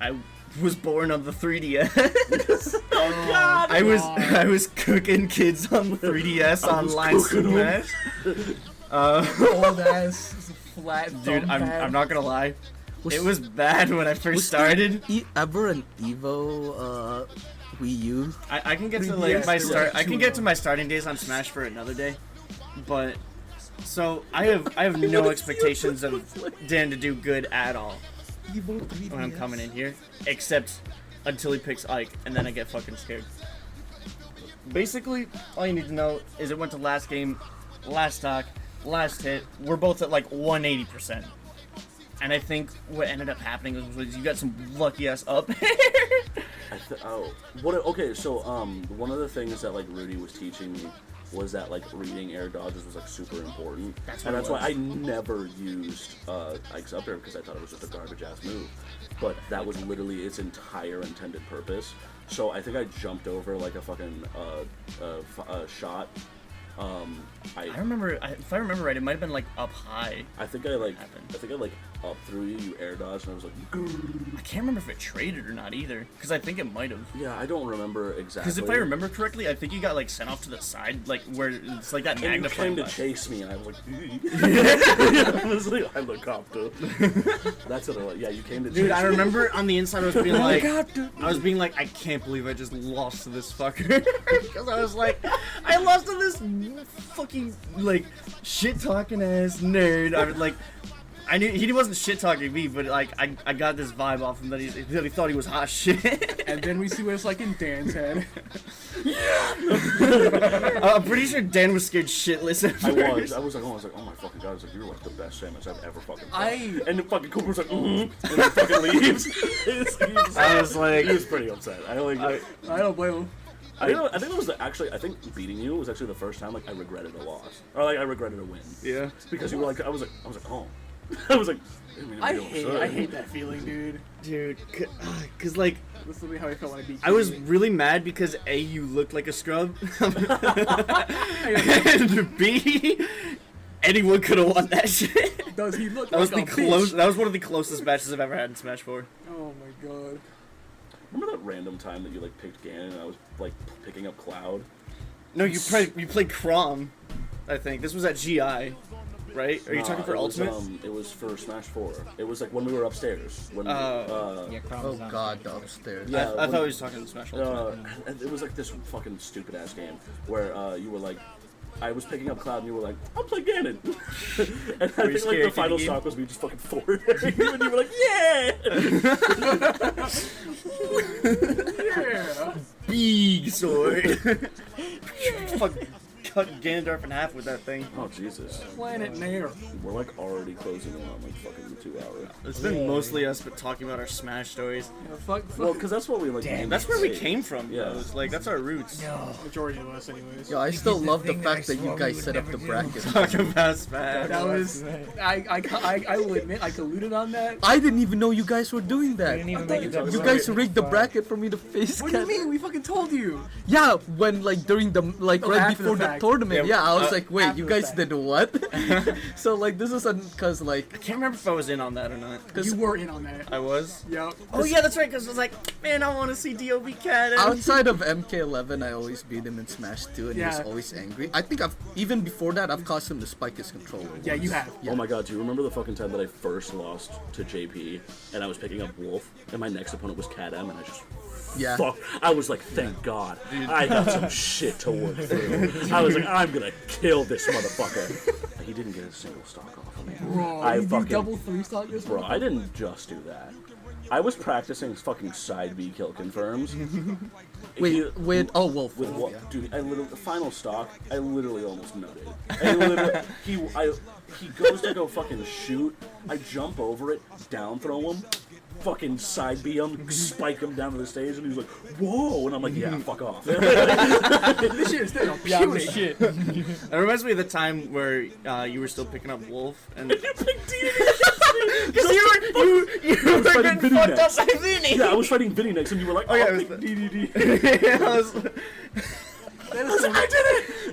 Speaker 1: I was born on the 3DS.
Speaker 3: Oh, God!
Speaker 1: I was I was cooking kids on the 3DS
Speaker 3: I was
Speaker 1: online
Speaker 3: cooking 'em.
Speaker 1: smash. Uh,
Speaker 4: Old ass, flat.
Speaker 1: dude, I'm, I'm not gonna lie.
Speaker 6: Was-
Speaker 1: It was bad when I first
Speaker 6: was there
Speaker 1: started.
Speaker 6: E- ever an Evo uh, Wii U?
Speaker 1: I, I can get to
Speaker 4: 3DS
Speaker 1: like my
Speaker 4: to
Speaker 1: start.
Speaker 4: like
Speaker 1: I can
Speaker 4: two
Speaker 1: get to my starting days on Smash for another day, but so I have I have no expectations of Dan to do good at all
Speaker 6: Evo 3DS.
Speaker 1: when I'm coming in here, except until he picks Ike, and then I get fucking scared. Basically, all you need to know is it went to last game, last stock, last hit. We're both at like 180%. And I think what ended up happening was you got some lucky ass up.
Speaker 3: I th- oh, what? a- okay, so um, one of the things that like Rudy was teaching me was that like reading air dodges was like super important,
Speaker 1: That's
Speaker 3: and
Speaker 1: what it
Speaker 3: that's why
Speaker 1: was.
Speaker 3: I never used uh, Ike's up air because I thought it was just a garbage ass move. But that was literally its entire intended purpose. So I think I jumped over like a fucking uh, uh, f- uh, shot. Um,
Speaker 1: I
Speaker 3: I
Speaker 1: remember, I- if I remember right, it might have been like up high.
Speaker 3: I think I like
Speaker 1: Happened.
Speaker 3: I think I like up through you, you air dodged, and I was like,
Speaker 1: I can't remember if it traded or not either, because I think it might have.
Speaker 3: yeah, I don't remember exactly.
Speaker 1: Because if I remember correctly, I think you got like sent off to the side, like where it's like that
Speaker 3: And you
Speaker 1: magnifying
Speaker 3: came to
Speaker 1: glass.
Speaker 3: chase me, and I was like, I was like, helicopter. That's what I like. Yeah, you came to
Speaker 1: Dude,
Speaker 3: chase
Speaker 1: I
Speaker 3: me.
Speaker 1: remember on the inside I was being
Speaker 3: Oh
Speaker 1: like,
Speaker 6: God, dude.
Speaker 1: I was being like, I can't believe I just lost to this fucker. Because I was like, I lost to this fucking like shit talking ass nerd. I was like, I knew he wasn't shit talking me, but like I, I got this vibe off him that he, that he thought he was hot shit.
Speaker 4: And then we see what it's like in Dan's head.
Speaker 1: I'm pretty sure Dan was scared shitless. At
Speaker 3: I
Speaker 1: first.
Speaker 3: was. I was like, oh, I was like, oh my fucking god! I was like, you're like the best sandwich I've ever fucking. had.
Speaker 4: I-
Speaker 3: and then fucking Cooper's like, mm and then fucking leaves. It's- he, was,
Speaker 1: I was like,
Speaker 3: he was pretty upset. I like. I,
Speaker 4: I don't blame him.
Speaker 3: I, think, I think it was the, actually. I think beating you was actually the first time like I regretted a loss or like I regretted a win.
Speaker 4: Yeah.
Speaker 3: Because you were like, I was like, I was like, oh, I was like, didn't mean to
Speaker 4: I
Speaker 3: be
Speaker 4: hate,
Speaker 3: upset.
Speaker 4: I hate that feeling, dude.
Speaker 1: dude, because like
Speaker 4: That's literally how I felt when I beat.
Speaker 1: I was
Speaker 4: you.
Speaker 1: really mad because A, you looked like a scrub. and B, anyone could have won that shit.
Speaker 4: Does he look
Speaker 1: That was the
Speaker 4: like a
Speaker 1: close.
Speaker 4: bitch?
Speaker 1: That was one of the closest matches I've ever had in Smash 4.
Speaker 4: Oh my god.
Speaker 3: Remember that random time that you like picked Ganon and I was like picking up Cloud.
Speaker 1: No, you played. You played Crom, I think. This was at GI, right? Are you
Speaker 3: Nah,
Speaker 1: talking for
Speaker 3: it was,
Speaker 1: Ultimate?
Speaker 3: um, it was for Smash Four. It was like when we were upstairs. When we-
Speaker 1: Oh.
Speaker 3: uh,
Speaker 2: Yeah, Chrome's
Speaker 6: Oh
Speaker 2: not-
Speaker 6: god,
Speaker 1: I,
Speaker 6: upstairs.
Speaker 3: yeah,
Speaker 1: I
Speaker 3: when-
Speaker 1: thought we was talking Smash Ultimate.
Speaker 3: Uh, and it was like this fucking stupid ass game where uh, you were like, I was picking up Cloud and you were like, I'll play Ganon. and I
Speaker 1: you
Speaker 3: think like
Speaker 1: scared to
Speaker 3: the final
Speaker 1: the game?
Speaker 3: stock was me just fucking forward and you were like, yeah.
Speaker 4: Yeah.
Speaker 1: Big sword. Fuck, cut Ganondorf in half with that thing.
Speaker 3: oh Jesus,
Speaker 4: Planet Nair.
Speaker 3: we're like already closing in on like fucking two hours.
Speaker 1: It's been mostly us, but talking about our Smash stories.
Speaker 4: Yeah, fuck, fuck
Speaker 3: Well, because that's what we like. mainly
Speaker 1: That's where we
Speaker 3: say.
Speaker 1: came from.
Speaker 3: Yeah.
Speaker 1: Yeah, like that's our roots.
Speaker 4: majority of us, anyways.
Speaker 6: Yo, I still love the fact that you guys set up the bracket.
Speaker 1: Talk about Smash.
Speaker 4: That was I, I, I, I will admit I colluded on that.
Speaker 6: I didn't even know you guys were doing that.
Speaker 7: didn't even make it to
Speaker 6: You guys rigged the bracket for me to face.
Speaker 4: What do you
Speaker 6: cat.
Speaker 4: mean? We fucking told you.
Speaker 6: Yeah, when like during the like
Speaker 4: Oh,
Speaker 6: right
Speaker 4: after the
Speaker 6: before the,
Speaker 4: fact.
Speaker 6: tournament.
Speaker 1: Yeah,
Speaker 6: Yeah, I was
Speaker 1: uh,
Speaker 6: like, wait,
Speaker 4: after
Speaker 6: you
Speaker 4: the
Speaker 6: guys
Speaker 4: fact.
Speaker 6: did what? so like this is because like
Speaker 1: I can't remember if I was in on that or not.
Speaker 6: This-
Speaker 4: You were in on that.
Speaker 1: I was.
Speaker 4: Yep.
Speaker 1: Oh yeah, that's right. Cause I was like, man, I want to see Dob Cat.
Speaker 6: outside of MK11, I always beat him in Smash 2, and he
Speaker 4: Yeah.
Speaker 6: was always angry. I think I've even before that I've caused him to spike his controller.
Speaker 4: Yeah, you have.
Speaker 3: Oh my god, do you remember the fucking time that I first lost to JP and I was picking up Wolf and my next opponent was Cat M and I just
Speaker 6: Yeah.
Speaker 3: fuck I was like, thank God. I got some shit to work through. I was like, I'm gonna kill this motherfucker. He didn't get a single stock off of me.
Speaker 4: Bro,
Speaker 3: I
Speaker 4: you do
Speaker 3: fucking
Speaker 4: double three stock this
Speaker 3: Bro,
Speaker 4: one.
Speaker 3: I didn't just do that. I was practicing fucking side B kill confirms. You-
Speaker 6: Wait, wait. Oh, Wolf.
Speaker 3: With
Speaker 6: Wolf,
Speaker 3: what,
Speaker 6: yeah.
Speaker 3: dude? I literally the final stock. I literally almost nutted. I literally, he, I, he goes to go fucking shoot. I jump over it, down throw him, fucking side beat him, spike him down to the stage, and he's like, "Whoa!" And I'm like, "Yeah, fuck off."
Speaker 4: This shit is still pure shit.
Speaker 1: That reminds me of the time where uh, you were still picking up Wolf, and
Speaker 3: Because
Speaker 1: you were you, you were
Speaker 3: fucking
Speaker 1: getting fucked up
Speaker 3: Vinny
Speaker 1: by Vinny.
Speaker 3: Yeah, I was fighting Vinny next, and you were like, "Oh,
Speaker 1: yeah,
Speaker 3: yeah,
Speaker 1: it was the-
Speaker 3: DDD."
Speaker 1: I was-
Speaker 3: I did it,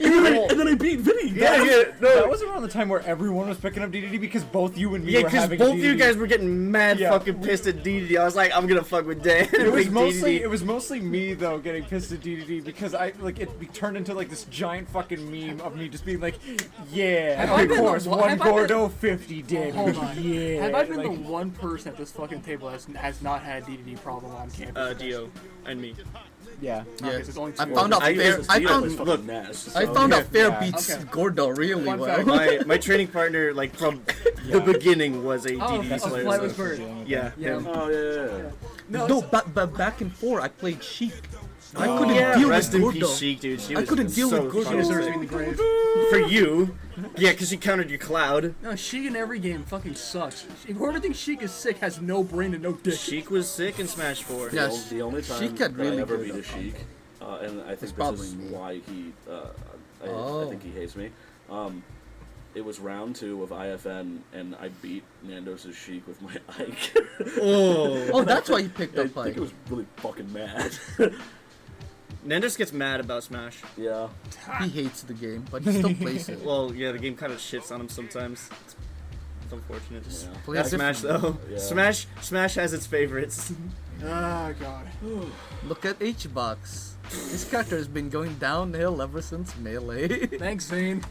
Speaker 3: and then I, and then I beat Vinny.
Speaker 1: yeah,
Speaker 3: That-
Speaker 1: yeah,
Speaker 9: That
Speaker 1: no,
Speaker 9: was around the time where everyone was picking up DDD because both you and me
Speaker 1: yeah,
Speaker 9: were
Speaker 1: because
Speaker 9: having
Speaker 1: both you
Speaker 9: DDD.
Speaker 1: guys were getting mad
Speaker 9: Yeah.
Speaker 1: fucking pissed at DDD. I was like, I'm gonna fuck with Dan.
Speaker 9: It was mostly it was mostly me though getting pissed at DDD because I like it be- turned into like this giant fucking meme of me just being like, yeah,
Speaker 4: I
Speaker 9: of
Speaker 4: been
Speaker 9: course,
Speaker 4: the one-
Speaker 9: one
Speaker 4: have I been-
Speaker 9: Gordo fifty damage.
Speaker 4: Hold on.
Speaker 9: Yeah,
Speaker 4: Have I been
Speaker 9: like,
Speaker 4: the one person at this fucking table that has not had a DDD problem on campus?
Speaker 1: uh, Dio and me.
Speaker 9: yeah.
Speaker 4: Okay, so it's only
Speaker 6: I
Speaker 4: two
Speaker 6: found
Speaker 4: of
Speaker 6: out
Speaker 1: I
Speaker 6: fair.
Speaker 1: use
Speaker 6: I
Speaker 3: Vito
Speaker 6: found
Speaker 3: plays fucking
Speaker 1: look,
Speaker 3: Nash, so-
Speaker 6: I found out fair
Speaker 9: Yeah.
Speaker 6: beats
Speaker 4: Okay.
Speaker 6: Gordo really
Speaker 4: Fun
Speaker 6: well.
Speaker 4: fact.
Speaker 1: My my training partner, like from the beginning, was a
Speaker 4: Oh,
Speaker 1: DDD
Speaker 4: okay. Oh,
Speaker 1: player.
Speaker 4: Fly
Speaker 1: so-
Speaker 4: was bird.
Speaker 1: yeah,
Speaker 4: Yeah.
Speaker 1: him.
Speaker 3: Oh yeah, yeah, yeah.
Speaker 4: No,
Speaker 6: No,
Speaker 4: it's-
Speaker 6: but but back and forth, I played Sheik. I couldn't
Speaker 1: Oh, Yeah,
Speaker 6: deal
Speaker 1: rest in
Speaker 6: with Gordo.
Speaker 1: peace, Sheik, dude. She
Speaker 6: I
Speaker 1: was
Speaker 6: couldn't deal
Speaker 1: so
Speaker 6: with Gordo.
Speaker 1: fucking
Speaker 6: She
Speaker 4: deserves to
Speaker 1: sick.
Speaker 4: be in the grave.
Speaker 1: For you, yeah, because you countered your cloud.
Speaker 4: No, Sheik in every game fucking sucks. Whoever thinks Sheik is sick has no brain and no dick.
Speaker 1: Sheik was sick in Smash Four.
Speaker 6: Yeah.
Speaker 3: The, the only time
Speaker 6: Sheik had
Speaker 3: that
Speaker 6: really
Speaker 3: I ever
Speaker 6: good
Speaker 3: beat a
Speaker 6: combo.
Speaker 3: Sheik, uh, and I think this
Speaker 6: probably
Speaker 3: is
Speaker 6: me.
Speaker 3: why he, uh, I, I
Speaker 6: Oh.
Speaker 3: think he hates me. Um, it was round two of IFN, and I beat Nando's Sheik with my Ike.
Speaker 1: Oh,
Speaker 6: Oh, that's why you picked
Speaker 3: I
Speaker 6: up
Speaker 3: think
Speaker 6: like.
Speaker 3: it was really fucking mad.
Speaker 1: Nandus gets mad about Smash.
Speaker 3: yeah.
Speaker 6: He hates the game, but he still plays it.
Speaker 1: Well, yeah, the game kind of shits on him sometimes. It's, it's unfortunate.
Speaker 6: Play it
Speaker 1: Smash
Speaker 6: differently.
Speaker 1: though,
Speaker 3: Yeah.
Speaker 1: Smash Smash has its favorites.
Speaker 4: Oh god.
Speaker 6: Look at HBox. This character has been going downhill ever since Melee.
Speaker 4: Thanks, Zane.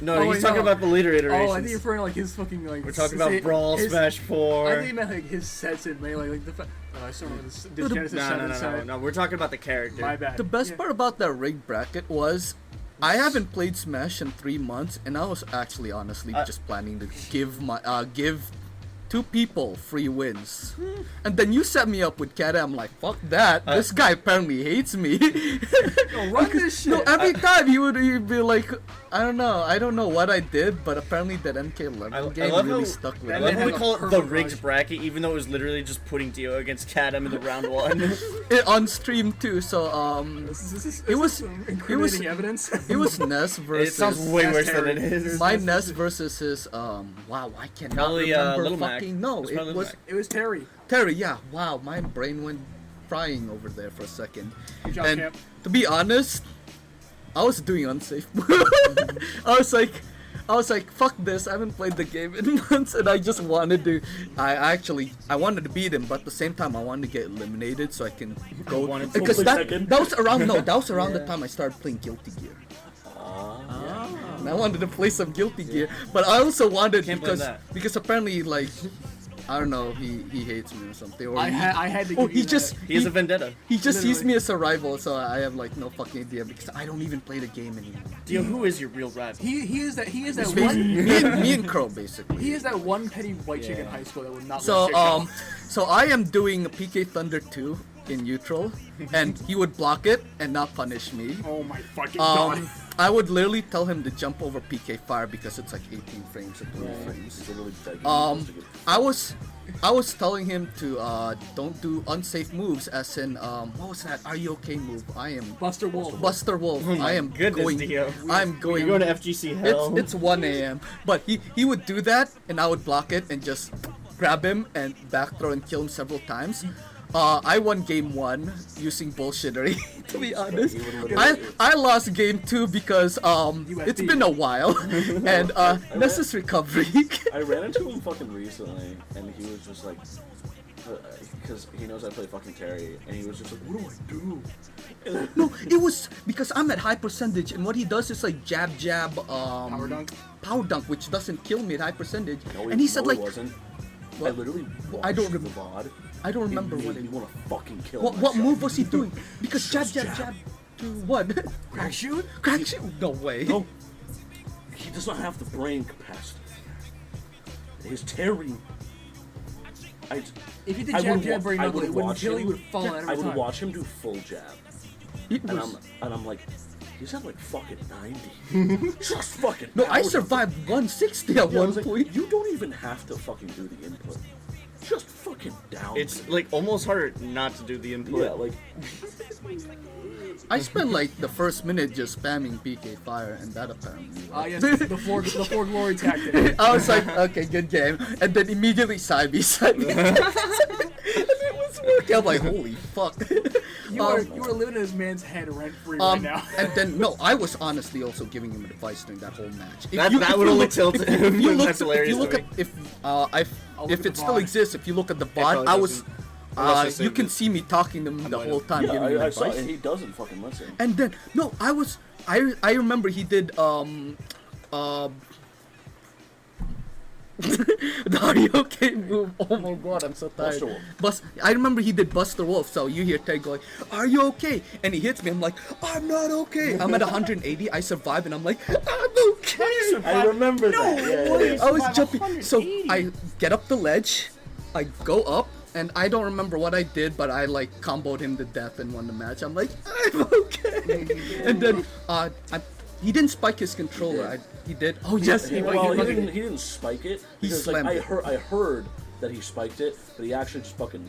Speaker 1: No,
Speaker 4: Oh,
Speaker 1: he's
Speaker 4: wait,
Speaker 1: talking
Speaker 4: no.
Speaker 1: about the later
Speaker 4: Oh, I think
Speaker 1: iterations.
Speaker 4: you're referring to, like his fucking like.
Speaker 1: We're talking
Speaker 4: his-
Speaker 1: about Brawl,
Speaker 4: his-
Speaker 1: Smash
Speaker 4: I
Speaker 1: Four.
Speaker 4: think you meant like his sets in melee, like the. Fa- oh, I still remember this, this Genesis
Speaker 1: no, no,
Speaker 4: Seven
Speaker 1: no, no,
Speaker 4: set.
Speaker 1: no. We're talking about the character.
Speaker 4: My bad.
Speaker 6: The best
Speaker 4: Yeah.
Speaker 6: part about that rig bracket was I haven't played Smash in three months, and I was actually honestly
Speaker 1: Uh,
Speaker 6: just planning to give my uh, give two people free wins, and then you set me up with Kata. I'm like, fuck that. this guy apparently hates me.
Speaker 4: Yo, run this shit.
Speaker 6: no, every time he would he'd be like, I don't know, I don't know what I did, but apparently that MK11
Speaker 1: I, I
Speaker 6: game
Speaker 1: love
Speaker 6: really
Speaker 1: how,
Speaker 6: stuck with
Speaker 1: I love
Speaker 6: me.
Speaker 4: That
Speaker 1: how we
Speaker 4: had a
Speaker 1: call it the
Speaker 4: perfect
Speaker 1: rigged
Speaker 4: rush.
Speaker 1: bracket, even though it was literally just putting Dio against Kadam in the round one.
Speaker 6: It on stream too, so um,
Speaker 4: This is- this is-
Speaker 6: It
Speaker 4: this
Speaker 6: was-
Speaker 4: is some
Speaker 6: it was-
Speaker 4: incriminating evidence.
Speaker 6: it was Ness versus.
Speaker 1: it sounds way
Speaker 4: That's
Speaker 1: worse than it
Speaker 4: terrible.
Speaker 1: is.
Speaker 6: My Ness versus his um wow I cannot
Speaker 1: Probably, uh,
Speaker 6: remember
Speaker 1: Little Mac.
Speaker 6: fucking no
Speaker 1: It's probably
Speaker 6: it
Speaker 1: Little
Speaker 6: was
Speaker 1: Mac.
Speaker 4: It was Terry.
Speaker 6: Terry yeah wow my brain went frying over there for a second
Speaker 4: Good job,
Speaker 6: and
Speaker 4: Cap.
Speaker 6: to be honest I was doing unsafe I was like I was like fuck this I haven't played the game in months and I just wanted to I actually I wanted to beat him but at the same time I wanted to get eliminated so I can go
Speaker 1: wanted to
Speaker 6: because
Speaker 3: play
Speaker 6: that,
Speaker 3: Tekken.
Speaker 6: that was around no that was around the time I started playing Guilty Gear
Speaker 1: Ah.
Speaker 6: and I wanted to play some Guilty Gear, but I also wanted
Speaker 1: Can't blame
Speaker 6: because
Speaker 1: that.
Speaker 6: because apparently like I don't know he he hates me or something. Or
Speaker 4: I,
Speaker 6: he,
Speaker 4: ha- I had to.
Speaker 6: oh
Speaker 4: give you
Speaker 6: he
Speaker 4: that.
Speaker 6: just
Speaker 1: He has a vendetta.
Speaker 6: he just sees
Speaker 4: Literally.
Speaker 6: me as a rival, so I have like no fucking idea because I don't even play the game anymore.
Speaker 1: Dio, who is your real rival?
Speaker 4: He he is that he is that
Speaker 6: Basi-
Speaker 4: one.
Speaker 6: me, and, me and Crow basically.
Speaker 4: He is that one petty white chick in high school that would not. let
Speaker 6: So
Speaker 4: chicks
Speaker 6: um,
Speaker 4: out.
Speaker 6: so I am doing PK Thunder 2 in neutral, and he would block it and not punish me.
Speaker 4: Oh my fucking god.
Speaker 6: Um, I would literally tell him to jump over PK Fire because it's like 18 frames or 20 frames.
Speaker 3: It's a really begging
Speaker 6: Um,
Speaker 3: to get-
Speaker 6: I was, I was telling him to uh, don't do unsafe moves, as in um, what was that? Are you okay? Move. I am
Speaker 4: Buster Wolf.
Speaker 6: Buster Wolf. I am
Speaker 1: goodness,
Speaker 6: going.
Speaker 1: Dio.
Speaker 6: I'm going.
Speaker 1: You're going to FGC hell.
Speaker 6: it's it's 1 a.m. But he he would do that, and I would block it and just grab him and back throw and kill him several times. Uh, I won game one using bullshittery. to be honest, I, I lost game two because um
Speaker 4: You
Speaker 6: it's
Speaker 4: FD.
Speaker 6: been a while, and uh, necessary recovery.
Speaker 3: I ran into him fucking recently, and he was just like, because he knows I play fucking Terry, and he was just like, what do I do?
Speaker 6: No, it was because I'm at high percentage, and what he does is like jab, jab, um,
Speaker 4: Power dunk?
Speaker 6: power dunk, which doesn't kill me at high percentage.
Speaker 3: No,
Speaker 6: and he said
Speaker 3: no,
Speaker 6: like,
Speaker 3: wasn't. I
Speaker 6: What?
Speaker 3: literally
Speaker 6: I don't
Speaker 3: watched the
Speaker 6: rem-
Speaker 3: VOD.
Speaker 6: I don't remember
Speaker 3: it
Speaker 6: what
Speaker 3: made
Speaker 6: it-
Speaker 3: me want to fucking kill
Speaker 6: what, what
Speaker 3: myself.
Speaker 6: move was he doing? Because jab, jab, jab, to what?
Speaker 4: Crack shoot.
Speaker 6: Crack shoot? No way.
Speaker 3: No. He does not have the brain capacity. His Terry I,
Speaker 4: If you did
Speaker 3: I
Speaker 4: jab
Speaker 3: would wa-
Speaker 4: jab brain
Speaker 3: I
Speaker 4: knuckle,
Speaker 3: would
Speaker 4: it would
Speaker 3: watch
Speaker 4: kill you.
Speaker 3: him.
Speaker 4: Would fall out every
Speaker 3: I would
Speaker 4: time.
Speaker 3: watch him do full jab,
Speaker 6: It
Speaker 3: and
Speaker 6: was,
Speaker 3: I'm and I'm like, he's at like fucking ninety. Just fucking.
Speaker 6: no, I
Speaker 3: pound him.
Speaker 6: survived 160
Speaker 3: Yeah, I
Speaker 6: at one
Speaker 3: was like,
Speaker 6: point.
Speaker 3: You don't even have to fucking do the input. Just fucking down.
Speaker 1: It's like almost harder not to do the input.
Speaker 3: yeah, like
Speaker 6: I spent like the first minute just spamming PK fire, and that apparently.
Speaker 4: Ah,
Speaker 6: worked.
Speaker 4: yes, the four, the four glory tactic.
Speaker 6: I was like, okay, good game, and then immediately side me, side me, and it was working. I'm like, holy fuck.
Speaker 4: You are
Speaker 6: Um,
Speaker 4: you are living in this man's head rent free right
Speaker 6: Um,
Speaker 4: now.
Speaker 6: and then no, I was honestly also giving him advice during that whole match. If
Speaker 1: That- that would only tilt
Speaker 6: if,
Speaker 1: him.
Speaker 6: If you look,
Speaker 1: That's
Speaker 6: if you
Speaker 1: hilarious
Speaker 6: look
Speaker 1: to
Speaker 6: at
Speaker 1: me.
Speaker 6: if uh, I
Speaker 4: I'll look at
Speaker 6: if
Speaker 4: the
Speaker 6: it still
Speaker 4: VOD.
Speaker 6: exists, if you look at the bot,
Speaker 1: probably
Speaker 6: I was.
Speaker 1: doesn't. Unless
Speaker 6: Uh,
Speaker 1: I
Speaker 6: you
Speaker 1: saved
Speaker 6: can
Speaker 1: it.
Speaker 6: see me talking to him the
Speaker 1: might
Speaker 6: whole
Speaker 1: have.
Speaker 6: time,
Speaker 3: yeah,
Speaker 6: giving
Speaker 3: I,
Speaker 6: him
Speaker 3: I saw
Speaker 6: advice.
Speaker 3: it. He doesn't fucking listen.
Speaker 6: And then no, I was I I remember he did um um Dario came move. Oh my god, I'm so tired.
Speaker 3: Buster Wolf.
Speaker 6: Bus I remember he did Buster Wolf, so you hear Ted going, Are you okay? And he hits me, I'm like, I'm not okay. I'm at 180, I survive and I'm like, I'm okay.
Speaker 3: I remember that. Yeah, yeah, yeah.
Speaker 6: I was jumping. Oh, So I get up the ledge, I go up, and I don't remember what I did, but I like comboed him to death and won the match. I'm like, I'm okay. and then uh, I, he didn't spike his controller. I, he did. Oh yes, he,
Speaker 3: well, he
Speaker 6: he,
Speaker 3: didn't, he didn't spike it.
Speaker 6: He
Speaker 3: because, like,
Speaker 6: slammed
Speaker 3: I
Speaker 6: it.
Speaker 3: heard, I heard that he spiked it, but he actually just fucking.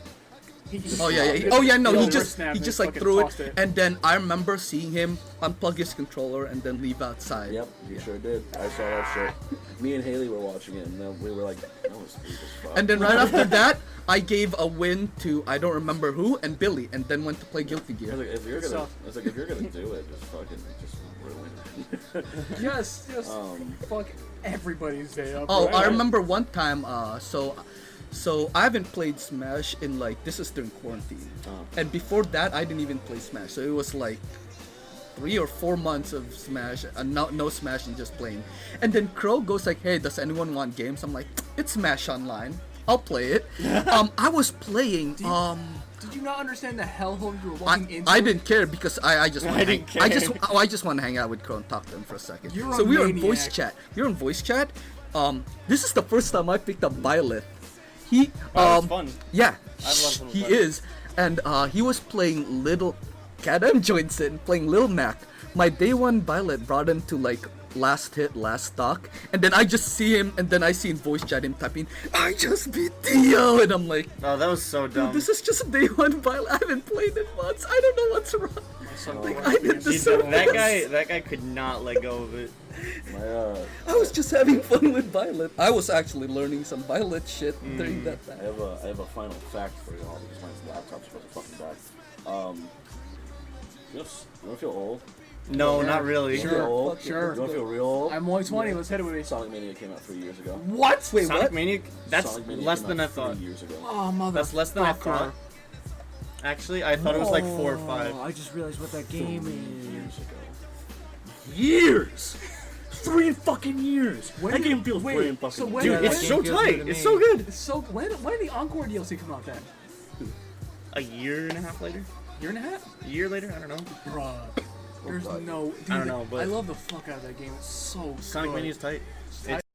Speaker 6: Oh yeah, yeah. Oh yeah, no, he
Speaker 4: He oversnapped
Speaker 6: just he
Speaker 4: and
Speaker 6: just like
Speaker 4: fucking
Speaker 6: threw it,
Speaker 4: tossed it.
Speaker 6: and then I remember seeing him unplug his controller and then leave outside.
Speaker 3: Yep, he sure did. I saw that shit. Me and Haley were watching it, and then we were like, "That was weak as fuck."
Speaker 6: And then right after that, I gave a win to I don't remember who and Billy, and then went to play Guilty Gear.
Speaker 3: I was like, if you're gonna,
Speaker 4: So-
Speaker 3: I was like, if you're gonna do it, just fucking, just ruin it.
Speaker 4: yes, yes.
Speaker 3: Um,
Speaker 4: fuck everybody's day up.
Speaker 6: Oh, I
Speaker 4: right?
Speaker 6: remember one time. Uh, so, so I haven't played Smash in like this is during quarantine, and before that I didn't even play Smash. So it was like three or four months of Smash, uh, no, no Smash and just playing. And then Crow goes like, "Hey, does anyone want games?" I'm like, "It's Smash Online. I'll play it." um, I was playing. Um,
Speaker 4: Did you not understand the hellhole you were walking
Speaker 6: I,
Speaker 4: into?
Speaker 6: I didn't care because I, I just want
Speaker 1: I
Speaker 6: to hang,
Speaker 1: didn't
Speaker 6: I just
Speaker 1: care.
Speaker 6: oh, I just want to hang out with Crow and talk to him for a 2nd
Speaker 4: You're
Speaker 6: so
Speaker 4: a
Speaker 6: we were in voice
Speaker 4: maniac.
Speaker 6: chat. You're in voice chat. Um, this is the first time I picked up Violet. He
Speaker 1: Oh,
Speaker 6: um
Speaker 1: fun.
Speaker 6: yeah
Speaker 1: I've loved him
Speaker 6: he
Speaker 1: with Violet.
Speaker 6: is, and uh, he was playing little. Kadam Johnson playing Lil Mac. My day one Violet brought him to like last hit, last stock, and then I just see him, and then I see in voice chat him typing, "I just beat Dio," and I'm like,
Speaker 1: Oh, that was so dumb.
Speaker 6: this is just day one violent. I haven't played in months. I don't know what's wrong. Like I did
Speaker 1: He-
Speaker 6: this. so
Speaker 1: that
Speaker 6: fast.
Speaker 1: guy, that guy could not let go of it.
Speaker 3: my, uh,
Speaker 6: I was just having fun with Violet. I was actually learning some Violet shit during
Speaker 1: Hmm.
Speaker 6: that
Speaker 3: I
Speaker 6: time.
Speaker 3: have a, I have a final fact for y'all because my laptop's about to fucking die. Um, you don't, you don't feel old.
Speaker 1: No, not really.
Speaker 3: You don't feel old?
Speaker 4: sure.
Speaker 3: You don't feel real old.
Speaker 4: I'm only 20. Let's hit it with me.
Speaker 3: Sonic Mania came out three years ago.
Speaker 6: What? Wait,
Speaker 1: Sonic
Speaker 6: what?
Speaker 1: Mania. That's
Speaker 3: Sonic Mania
Speaker 1: less
Speaker 3: came
Speaker 1: than
Speaker 3: out
Speaker 1: I thought.
Speaker 3: Three years ago.
Speaker 4: Oh mother.
Speaker 1: That's less than I thought. Actually, I thought it was like four
Speaker 6: Oh,
Speaker 1: or five.
Speaker 8: I just realized what that game is.
Speaker 3: Years ago.
Speaker 8: Years. Three fucking years.
Speaker 4: When
Speaker 3: That
Speaker 4: did-
Speaker 3: game feels
Speaker 4: wait,
Speaker 3: brain fucking
Speaker 4: so when-
Speaker 3: dead.
Speaker 1: Dude,
Speaker 8: Yeah,
Speaker 1: it's
Speaker 8: that
Speaker 1: so
Speaker 8: game feels good
Speaker 1: tight.
Speaker 8: to
Speaker 1: It's
Speaker 8: me.
Speaker 1: so good.
Speaker 4: So when when did the Encore DLC come out then?
Speaker 1: A year and a half later.
Speaker 4: Year and a half?
Speaker 1: A year later, I don't know.
Speaker 4: Bruh. There's
Speaker 3: buddy.
Speaker 4: no. Dude,
Speaker 1: I don't know, but-
Speaker 4: I love the fuck out of that game. It's so
Speaker 1: Sonic
Speaker 4: good.
Speaker 1: Mania's tight.
Speaker 4: I-